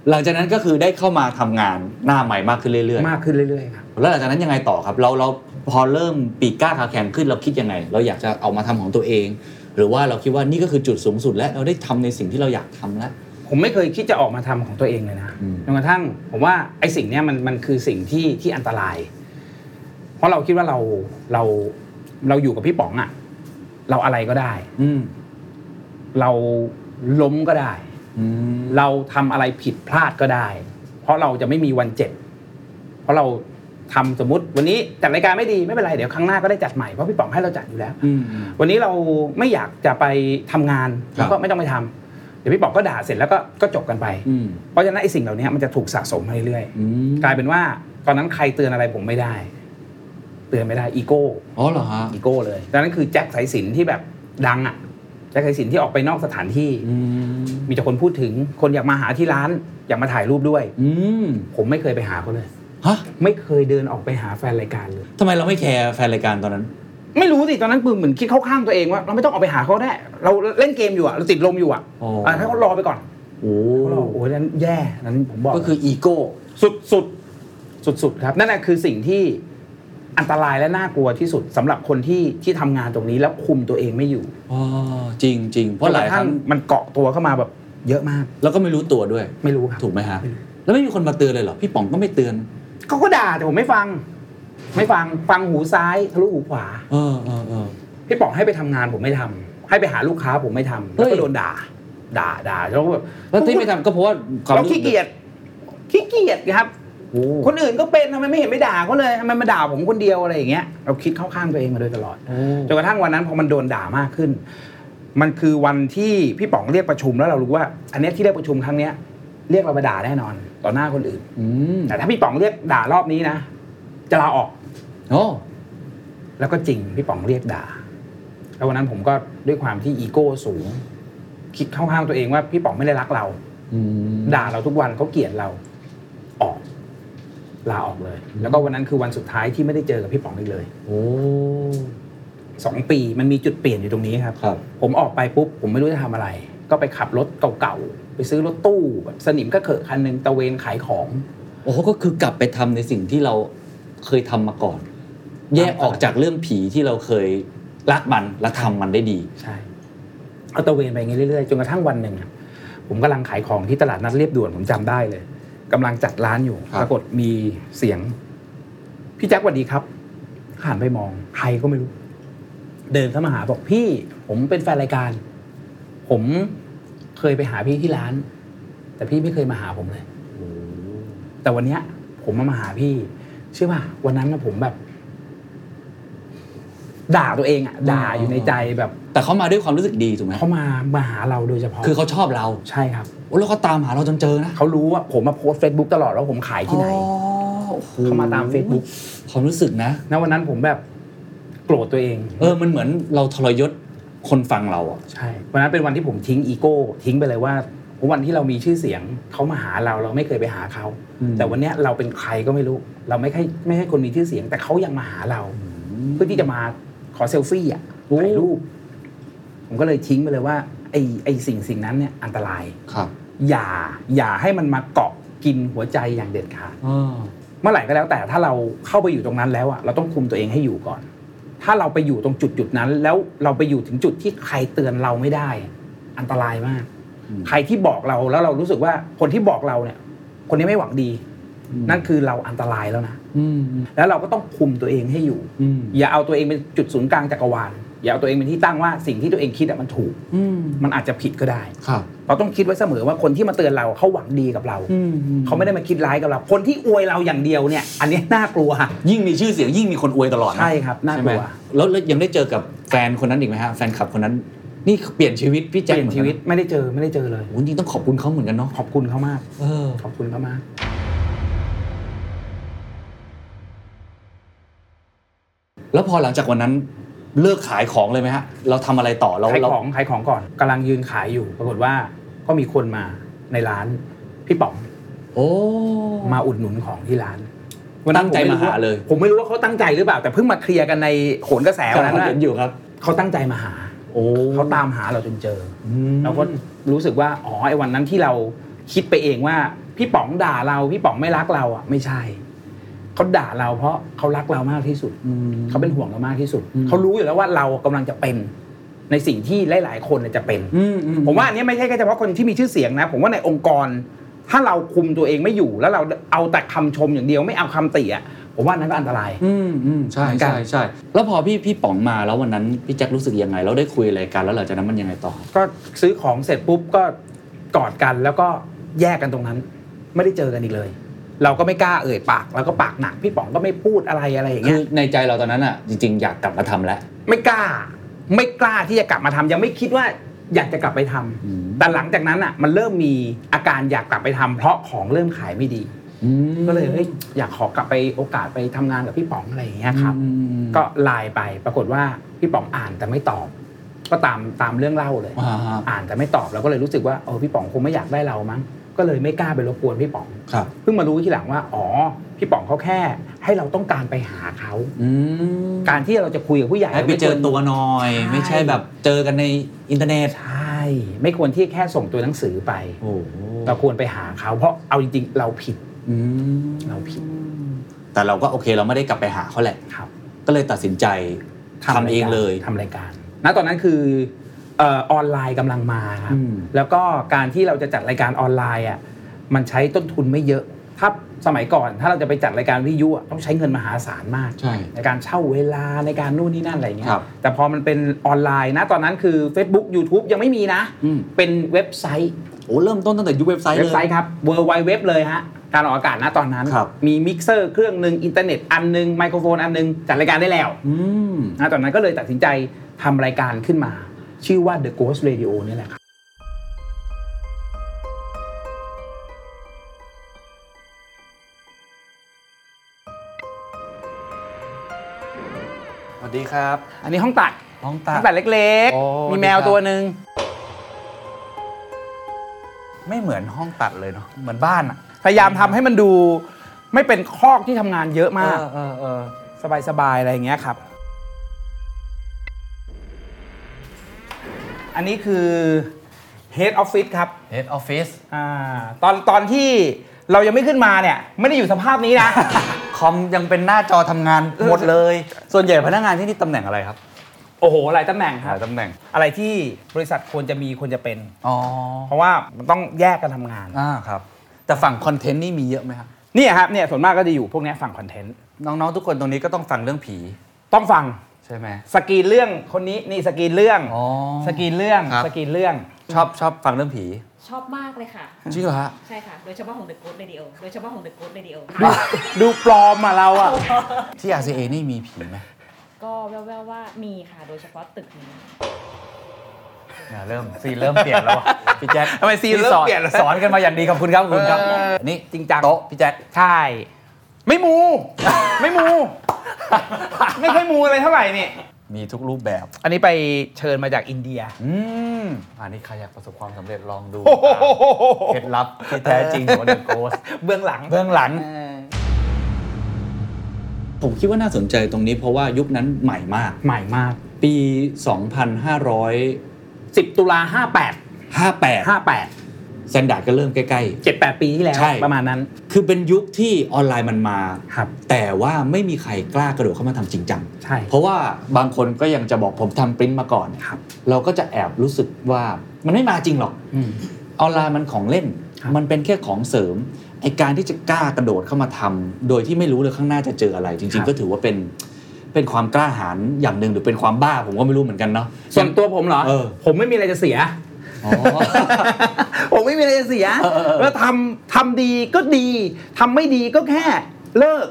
Speaker 3: หลังจากนั้นก็คือได้เข้ามาทำงานหน้าใหม่มากขึ้นเรื่อย
Speaker 1: มากขึ้นเรื่อยๆครับ
Speaker 3: ๆ แล้วหลังจากนั้นยังไงต่อครับ เราเราพอเริ่มปีกกล้าขาแข็งขึ้นเราคิดยังไง เราอยากจะเอามาทำของตัวเอง หรือว่าเราคิดว่านี่ก็คือจุดสูงสุดและเราได้ทำในสิ่งที่เราอยากทำแล้ว
Speaker 1: ผมไม่เคยคิดจะออกมาทำของตัวเองเลยนะ
Speaker 3: อืม
Speaker 1: จนกระทั่ง ผมว่าไอ้สิ่งเนี้ยมันมันคือสิ่งที่ที่อันตราย เพราะเราคิดว่าเราเราเราอยู่กับพี่ป๋องอะเราอะไรก็ได้
Speaker 3: อืม
Speaker 1: เราล้มก็ได้
Speaker 3: อืม
Speaker 1: เราทำอะไรผิดพลาดก็ได้ เพราะเราจะไม่มีวันเจ็บ เพราะเราทำสมมติวันนี้จัดรายการไม่ดีไม่เป็นไรเดี๋ยวครั้งหน้าก็ได้จัดใหม่เพราะพี่ป๋องให้เราจัดอยู่แล้ว
Speaker 3: อืม
Speaker 1: วันนี้เราไม่อยากจะไปทำงาน
Speaker 3: ครับ
Speaker 1: ก็ไม่ต้องไปทำเดี๋ยวพี่ป๋องก็ด่าเสร็จแล้วก็ก็จบกันไป
Speaker 3: อืม
Speaker 1: เพราะฉะนั้นไอ้สิ่งเหล่านี้มันจะถูกสะสมมาเรื่อย
Speaker 3: อืม
Speaker 1: ๆกลายเป็นว่าตอนนั้นใครเตือนอะไรผมไม่ได้ เตือนไม่ได้อีโก้
Speaker 3: อ๋อเหรอฮะ
Speaker 1: อีโก้เลยดังนั้นคือแจ็คสายสินที่แบบดังอ่ะแจ็คสายสินที่ออกไปนอกสถานที่
Speaker 3: อืม
Speaker 1: มีแต่คนพูดถึงคนอยากมาหาที่ร้าน อยากมาถ่ายรูปด้วย
Speaker 3: อืม
Speaker 1: ผมไม่เคยไปหาเขาเลย
Speaker 3: ฮะ
Speaker 1: ไม่เคยเดินออกไปหาแฟนรายการเลย
Speaker 3: ทำไมเราไม่แคร์แฟนรายการตอนนั้น
Speaker 1: ไม่รู้สิตอนนั้นปืนเหมือนคิดเข้าข้างตัวเองว่าเราไม่ต้องออกไปหาเขาได้ เราเล่นเกมอยู่อะเราติดลมอยู่อะ
Speaker 3: อ๋ออ่
Speaker 1: ่ะให้เขารอไปก่อน
Speaker 3: โอ้
Speaker 1: เขารอโอ้ยนั้นแย่นั้นผมบอก
Speaker 3: ก็คืออีโก้
Speaker 1: สุดสุดสุดสุดๆครับนั่นแหละคือสิ่งที่อันตรายและน่ากลัวที่สุดสำหรับคนที่ที่ทำงานตรงนี้แล้วคุมตัวเองไม่อยู่
Speaker 3: อ๋อจริงจริงเพราะหลายครั้ง
Speaker 1: จนกะทั่มันเกาะตัวเข้ามาแบบเยอะมาก
Speaker 3: เราก็ไม่รู้ตัวด้วย
Speaker 1: ไม่รู้ครับ
Speaker 3: ถูกไหมฮะ แล้วไม่มีคนมาเตือนเลยเหรอ พี่ป๋องก็ไม่เตือน
Speaker 1: เขาก็ด่าแต่ผมไม่ฟัง ไม่ฟังฟังหูซ้ายทะลุหูขวา
Speaker 3: เออเออเออ
Speaker 1: พี่ป๋องให้ไปทำงานผมไม่ทำให้ไปหาลูกค้าผมไม่ทำแล้ว
Speaker 3: เฮ้
Speaker 1: ก็
Speaker 3: ย
Speaker 1: โดนด่า ด่าด่าแล้วก็แบบ
Speaker 3: แล้วที่ไม่ทำก็เพราะว่าความ
Speaker 1: เรา
Speaker 3: สึ
Speaker 1: ขี้เกียจขี้เกียจครับ
Speaker 3: โอ้
Speaker 1: คนอื่นก็เป็นทำไมไม่เห็นไม่ด่าเขาเลยทำไมมาด่าผมคนเดียวอะไรอย่างเงี้ยเราคิดเข้าข้างตัวเองมาโดยตลอด
Speaker 3: โอ้
Speaker 1: จนกระทั่งวันนั้นพอมันโดนด่ามากขึ้น มันคือวันที่พี่ป๋องเรียกประชุมแล้วเรารู้ว่า อันเนี้ยที่เรียกประชุมครั้งเนี้ยเรียกเรามาด่าแน่นอน ต่อหน้าคนอื่น
Speaker 3: อืม
Speaker 1: แต่ถ้าพี่ป๋องเรียกด่ารอบนี้นะจะลาออก
Speaker 3: โอ้
Speaker 1: แล้วก็จริงพี่ป๋องเรียกด่า แล้ววันนั้นผมก็ด้วยความที่อีโก้สูง คิดเข้าข้างตัวเองว่าพี่ป๋องไม่ได้รักเรา
Speaker 3: อืม
Speaker 1: ด่าเราทุกวันเขาเกลียดเรา ออกลาออกเลย แล้วก็วันนั้นคือวันสุดท้ายที่ไม่ได้เจอกับพี่ป๋องอีกเลย
Speaker 3: โอ้
Speaker 1: สองปีมันมีจุดเปลี่ยนอยู่ตรงนี้ครับ
Speaker 3: ครับ
Speaker 1: ผมออกไปปุ๊บผมไม่รู้จะทำอะไร ก็ไปขับรถเก่าๆไปซื้อรถตู้แบบสนิมก็เขอะคันหนึงตะเวนขายของ
Speaker 3: โอ้ก็คือกลับไปทำในสิ่งที่เราเคยทำมาก่อน แยกออกจากเรื่องผีที่เราเคยรักมันและทำมันได้ดี
Speaker 1: ใช่เอาตระเวนไปอย่างงี้เรื่อยๆ จนกระทั่งวันหนึ่งอะผมกำลังขายของที่ตลาดนัดเรียบด่วนผมจำได้เลยกำลังจัดร้านอยู่
Speaker 3: ครับ
Speaker 1: ปรากฏมีเสียง พี่แจ็คสวัสดีครับหันไปมองใครก็ไม่รู้ เดินเข้ามาหาบอกพี่ ผมเป็นแฟนรายการ ผมเคยไปหาพี่ที่ร้าน แต่พี่ไม่เคยมาหาผมเลย แต่วันเนี้ย ผมมามาหาพี่ เชื่อป่ะวันนั้นนะผมแบบ ด่าตัวเองอะด่าอยู่ในใจแบบ
Speaker 3: แต่เขามาด้วยความรู้สึกดีถูกไหม
Speaker 1: เขามามาหาเราโดยเฉพาะ
Speaker 3: คือเขาชอบเรา
Speaker 1: ใช่ครับ
Speaker 3: โอ้แล้วเขาตามหาเราจนเจอนะ
Speaker 1: เขารู้ว่าผมมาโพสเฟซบุ๊กตลอดว่าผมขายที่ไหน
Speaker 3: อ๋อโอ้โห
Speaker 1: เขามาตาม Facebook
Speaker 3: ความรู้สึกนะ
Speaker 1: ณวันนั้นผมแบบโกรธตัวเอง
Speaker 3: เออ มันเหมือนเราทรยศคนฟังเราอ่ะ
Speaker 1: ใช่วันนั้นเป็นวันที่ผมทิ้งอีโก้ทิ้งไปเลยว่าวันที่เรามีชื่อเสียงเขามาหาเราเราไม่เคยไปหาเขา
Speaker 3: อืม
Speaker 1: แต่วันเนี้ยเราเป็นใครก็ไม่รู้ เราไม่ใช่ไม่ใช่คนมีชื่อเสียง แต่เขายังมาหาเรา เพื่อที่จะมาขอเซลฟี่อ่ะถ่ายรูป ผมก็เลยทิ้งไปเลยว่าไอ้ไอ้สิ่งสิ่งนั้นเนี่ยอันตราย
Speaker 3: ครับ
Speaker 1: อย่าอย่าให้มันมาเกาะกินหัวใจอย่างเด็ดขาด
Speaker 3: อ่า
Speaker 1: เมื่อไหร่ก็แล้วแต่ถ้าเราเข้าไปอยู่ตรงนั้นแล้วอะเราต้องคุมตัวเองให้อยู่ก่อน ถ้าเราไปอยู่ตรงจุดจุดๆนั้น แล้วเราไปอยู่ถึงจุดที่ใครเตือนเราไม่ได้ อันตรายมาก ใครที่บอกเราแล้วเรารู้สึกว่าคนที่บอกเราเนี่ย คนนี้ไม่หวังดี นั่นคือเราอันตรายแล้วนะ
Speaker 3: อืม
Speaker 1: แล้วเราก็ต้องคุมตัวเองให้อยู่
Speaker 3: อืม
Speaker 1: อย่าเอาตัวเองเป็นจุดศูนย์กลางจักรวาลอย่าเอาตัวเองเป็นที่ตั้งว่าสิ่งที่ตัวเองคิดอะมันถูก
Speaker 3: อืม
Speaker 1: มันอาจจะผิดก็ได้
Speaker 3: ครับ
Speaker 1: เราต้องคิดไว้เสมอว่าคนที่มาเตือนเราเขาหวังดีกับเรา
Speaker 3: อืม
Speaker 1: เขาไม่ได้มาคิดร้ายกับเรา คนที่อวยเราอย่างเดียวเนี่ย อันนี้น่ากลัว
Speaker 3: ยิ่งมีชื่อเสียงยิ่งมีคนอวยตลอดนะ
Speaker 1: ใช่ครับ น่า
Speaker 3: ใช่
Speaker 1: ก
Speaker 3: ไหม
Speaker 1: ลัว
Speaker 3: แล้วแล้วยังได้เจอกับแฟนคนนั้นอีกไหมฮะแฟนคลับคนนั้น นี่เปลี่ยนชีวิตพี่
Speaker 1: เป
Speaker 3: แจ็ค
Speaker 1: ลี่ยนชีวิตไม่ได้เจอไม่ได้เจอเลย
Speaker 3: โอ้โหจริงต้องขอบคุณเขาเหมือนกันเนาะ
Speaker 1: ขอบคุณเขามาก
Speaker 3: เออ
Speaker 1: ขอบคุณเขามาก
Speaker 3: แล้วพอหลังจากวันนั้นเลิกขายของเลยไหมฮะ เราทำอะไรต่อเรา
Speaker 1: ขาย
Speaker 3: เรา
Speaker 1: ของขายของก่อนกำลังยืนขายอยู่ ปรากฏว่าก็มีคนมาในร้านพี่ป๋อง
Speaker 3: โอ้
Speaker 1: มาอุดหนุนของที่ร้าน
Speaker 3: ตั้งใจมาหาเลย
Speaker 1: ผมไม่รู้ว่าเขาตั้งใจหรือเปล่า แต่เพิ่งมาเคลียร์กันในโขนกระแสวันนั้น
Speaker 3: กำลัง
Speaker 1: ว่า
Speaker 3: เห็นอยู่ครับ
Speaker 1: เขาตั้งใจมาหา
Speaker 3: โอ้
Speaker 1: เขาตามหาเราจนเจอ
Speaker 3: อืม
Speaker 1: เราก็รู้สึกว่าอ๋อไอ้วันนั้นที่เราคิดไปเองว่า พี่ป๋องด่าเรา พี่ป๋องไม่รักเราอ่ะไม่ใช่เขาด่าเราเพราะเขารักเรามากที่สุดเขาเป็นห่วงเรามากที่สุด
Speaker 3: อืม
Speaker 1: เขารู้อยู่แล้วว่าเรากำลังจะเป็น ในสิ่งที่หลาย ๆ คนน่ะจะเป็น
Speaker 3: อืมอืม
Speaker 1: ผมว่าอันเนี้ยไม่ใช่แค่เฉพาะคนที่มีชื่อเสียงนะ ผมว่าในองค์กร ถ้าเราคุมตัวเองไม่อยู่ แล้วเราเอาแต่คำชมอย่างเดียวไม่เอาคำติอ่ะผมว่านั้นก็อันตราย
Speaker 3: อืมอืมใช่
Speaker 1: เหมือนกัน
Speaker 3: ใช่ใช่แล้วพอพี่พี่ป๋องมาแล้ววันนั้นพี่แจ็ครู้สึกยังไง เราได้คุยอะไรกันแล้วหลังจากนั้นมันยังไงต่อ
Speaker 1: ก็ซื้อของเสร็จปุ๊บก็กอดกันแล้วก็แยกกันตรงนั้น ไม่ได้เจอกันอีกเลย เราก็ไม่กล้าเอ่ยปาก แล้วก็ปากหนักพี่ป๋องก็ไม่พูดอะไรอะไรอย่าง
Speaker 3: คื
Speaker 1: เงี้
Speaker 3: อย ในใจเราตอนนั้นอ่ะจริง ๆ อยากกลับมาทำแล้ว
Speaker 1: ไม่กล้า ไม่กล้าที่จะกลับมาทำยังไม่คิดว่าอยากจะกลับไปทำ
Speaker 3: อืม
Speaker 1: แต่หลังจากนั้นอ่ะมันเริ่มมีอาการอยากกลับไปทำเพราะของเริ่มขายไม่ดี ก็เลยเฮ้ยอยากขอกลับไปโอกาสไปทำงานกับพี่ป๋องอะไรอย่างเงี้ยครับ
Speaker 3: อืม
Speaker 1: ก็ไลน์ไปปรากฏว่าพี่ป๋องอ่านแต่ไม่ตอบ ก็ตามตามเรื่องเล่าเลย
Speaker 3: อ่า
Speaker 1: อ่านแต่ไม่ตอบเราก็เลยรู้สึกว่าเออพี่ป๋องคงไม่อยากได้เรามั้ง ก็เลยไม่กล้าไปรบกวนพี่ป๋อง
Speaker 3: ครับ
Speaker 1: เพิ่งมารู้ทีหลังว่า อ๋อ พี่ป๋องเขาแค่ ให้เราต้องการไปหาเขา
Speaker 3: อืม
Speaker 1: การที่เราจะคุยกับผู้ใหญ่
Speaker 3: ให้ไปเจอตัวหน่อย
Speaker 1: ใช่
Speaker 3: ไม่ใช่แบบเจอกันในอินเทอร์เน็ต
Speaker 1: ใช่ ไม่ควรที่แค่ส่งตัวหนังสือไป
Speaker 3: โอ้โห
Speaker 1: เราควรไปหาเขา เพราะเอาจริงๆ เราผิด
Speaker 3: อืม
Speaker 1: เราผิด
Speaker 3: แต่เราก็โอเคเราไม่ได้กลับไปหาเขาแหละ
Speaker 1: ครับ
Speaker 3: ก็เลยตัดสินใจทำเองเลย
Speaker 1: ทำรายการณตอนนั้นคือเออออนไลน์กำลังมาครับ
Speaker 3: อืม
Speaker 1: แล้วก็การที่เราจะจัดรายการออนไลน์อ่ะ มันใช้ต้นทุนไม่เยอะ ถ้าสมัยก่อนถ้าเราจะไปจัดรายการวิทยุอะต้องใช้เงินมหาศาลมาก
Speaker 3: ใช่
Speaker 1: ในการเช่าเวลาในการนู่นนี่นั่นอะไรเงี้ย
Speaker 3: ครับ
Speaker 1: แต่พอมันเป็นออนไลน์นะตอนนั้นคือ Facebook YouTube ยังไม่มีนะ
Speaker 3: อืม
Speaker 1: เป็นเว็บไซต์
Speaker 3: โอ้เริ่มต้นตั้งแต่ยุคเว็บไซต์
Speaker 1: เว็
Speaker 3: เล
Speaker 1: บ
Speaker 3: ย
Speaker 1: ไซต์ครับ w w w เลยฮะ การออกอากาศนะตอนนั้น
Speaker 3: ครับ
Speaker 1: มีมิกเซอร์เครื่องหนึ่งอินเทอร์เน็ตอันหนึงไมโครโฟนอันหนึงจัดรายการได้แล้ว
Speaker 3: อืม
Speaker 1: นะตอนนั้นก็เลยตัดสินใจทำรายการขึ้นมา ชื่อว่า The Ghost Radio นี่แหละครับ
Speaker 3: สวัสดีครับ
Speaker 1: อันนี้ห้องตัด
Speaker 3: ห้อง
Speaker 1: ห้
Speaker 3: ตา
Speaker 1: องตัดเล็ก
Speaker 3: โอ้
Speaker 1: ๆ มี
Speaker 3: ดี
Speaker 1: แมว
Speaker 3: ครับ
Speaker 1: ตัวหนึ่ง
Speaker 3: ไม่เหมือนห้องตัดเลยเนาะ เหมือนบ้านอะ
Speaker 1: พยายามทำให้มันดูไม่เป็นคอกที่ทำงานเยอะมาก
Speaker 3: เออเออเออ
Speaker 1: สบายๆอะไรอย่างเงี้ยครับ อันนี้คือ Head Office ครับ
Speaker 3: Head Office
Speaker 1: อ่าตอนตอนที่เรายังไม่ขึ้นมาเนี่ย ไม่ได้อยู่สภาพ นี้นะ
Speaker 3: คอมยังเป็นหน้าจอทำงานหมดเลย ส่วนใหญ่พนักงานที่นี่ตำแหน่งอะไรครับ
Speaker 1: โอ้โห หลายตำแหน่งค
Speaker 3: ห
Speaker 1: รับ
Speaker 3: ลายตำแหน่ง
Speaker 1: อะไรที่บริษัทควรจะมีควรจะเป็น
Speaker 3: อ๋อ
Speaker 1: เพราะว่ามันต้องแยกกันทำงาน
Speaker 3: อ่าครับ แต่ฝั่งคอนเทนต์นี่มีเยอะไหมครับ
Speaker 1: เนี่ยครับเนี่ยส่วนมากก็จะอยู่พวกเนี้ยฝั่งคอนเทนต์
Speaker 3: น้องๆ ทุกคนตรงนี้ก็ต้องฟังเรื่องผี
Speaker 1: ต้องฟัง
Speaker 3: ใช่ไหม
Speaker 1: สกรีนเรื่องคนนี้นี่สกรีนเรื่อง
Speaker 3: อ๋อ
Speaker 1: สกรีนเรื่อง
Speaker 3: ครับ
Speaker 1: สกรีนเรื่อง
Speaker 3: ชอบชอบฟังเรื่องผี
Speaker 5: ชอบมากเลยค่ะ
Speaker 3: จริงเหรอฮะ
Speaker 5: ใช่ค่ะ โดยเฉพาะของ The Good Radio โดยเฉพาะของ The Good Radio
Speaker 1: ดูปลอมมาเราอะ
Speaker 3: ที่ RCA นี่มีผีไหม
Speaker 5: ก็แววๆว่ามีค่ะ โดยเฉพาะตึกนี้
Speaker 3: อ่าเริ่มซีนเริ่มเปลี่ยนแล้วอะพี่ แจ็ค
Speaker 1: ทำไมซีนเริ่ม
Speaker 3: สอ
Speaker 1: เปลี่ยนแล้ว
Speaker 3: สอนกันมาอย่างดีขอบคุณครับขอบคุณครับ
Speaker 1: เออ
Speaker 3: อันนี่
Speaker 1: จริงจัง
Speaker 3: โต๊ะพี่แจ็ค
Speaker 1: ใช่ ไม่มู ไม่มู ไม่ค่อยมูอะไรเท่าไหร่นี่
Speaker 3: มีทุกรูปแบบ
Speaker 1: อันนี้ไปเชิญมาจากอินเดีย
Speaker 3: อืมอันนี้ใครอยากประสบความสำเร็จลองดู
Speaker 1: โอ้โห
Speaker 3: เคล็ดลับที่แท้จริงของเดอะโกส
Speaker 1: เบื้องหลัง
Speaker 3: เบื้องหลัง
Speaker 1: เออ
Speaker 3: ผมคิดว่าน่าสนใจตรงนี้เพราะว่ายุคนั้นใหม่มาก
Speaker 1: ใหม่มาก
Speaker 3: ปี 2558
Speaker 1: 10 ตุลา58 58
Speaker 3: แซนดาร์ดก็เริ่มใกล้
Speaker 1: 78 ปีที่แล้ว
Speaker 3: ใช่
Speaker 1: ประมาณนั้น
Speaker 3: ๆ คือเป็นยุคที่ออนไลน์มันมา
Speaker 1: ครับ
Speaker 3: แต่ว่าไม่มีใครกล้ากระโดดเข้ามาทำจริงจัง
Speaker 1: ใช่
Speaker 3: เพราะว่าบางคนก็ยังจะบอกผมทำปริ้นท์มาก่อน
Speaker 1: ครับ
Speaker 3: เราก็จะแอบรู้สึกว่ามันไม่มาจริงหรอก
Speaker 1: อืม
Speaker 3: ออนไลน์มันของเล่น
Speaker 1: ครับ
Speaker 3: มันเป็นแค่ของเสริม ไอการที่จะกล้ากระโดดเข้ามาทำ โดยที่ไม่รู้เลยข้างหน้าจะเจออะไร จริง ๆ ก็ถือว่าเป็น เป็นความกล้าหาญอย่างหนึ่งหรือเป็นความบ้าผมก็ไม่รู้เหมือนกันเนาะ
Speaker 1: ส่วนตัวผมเหรอ
Speaker 3: เออ
Speaker 1: ผมไม่มีอะไรจะเสีย
Speaker 3: อ๋อ
Speaker 1: ผมไม่มีอะไรจะเสีย
Speaker 3: เออเออเออ
Speaker 1: แล้วทำทำดีก็ดีทำไม่ดีก็แค่เลิ ก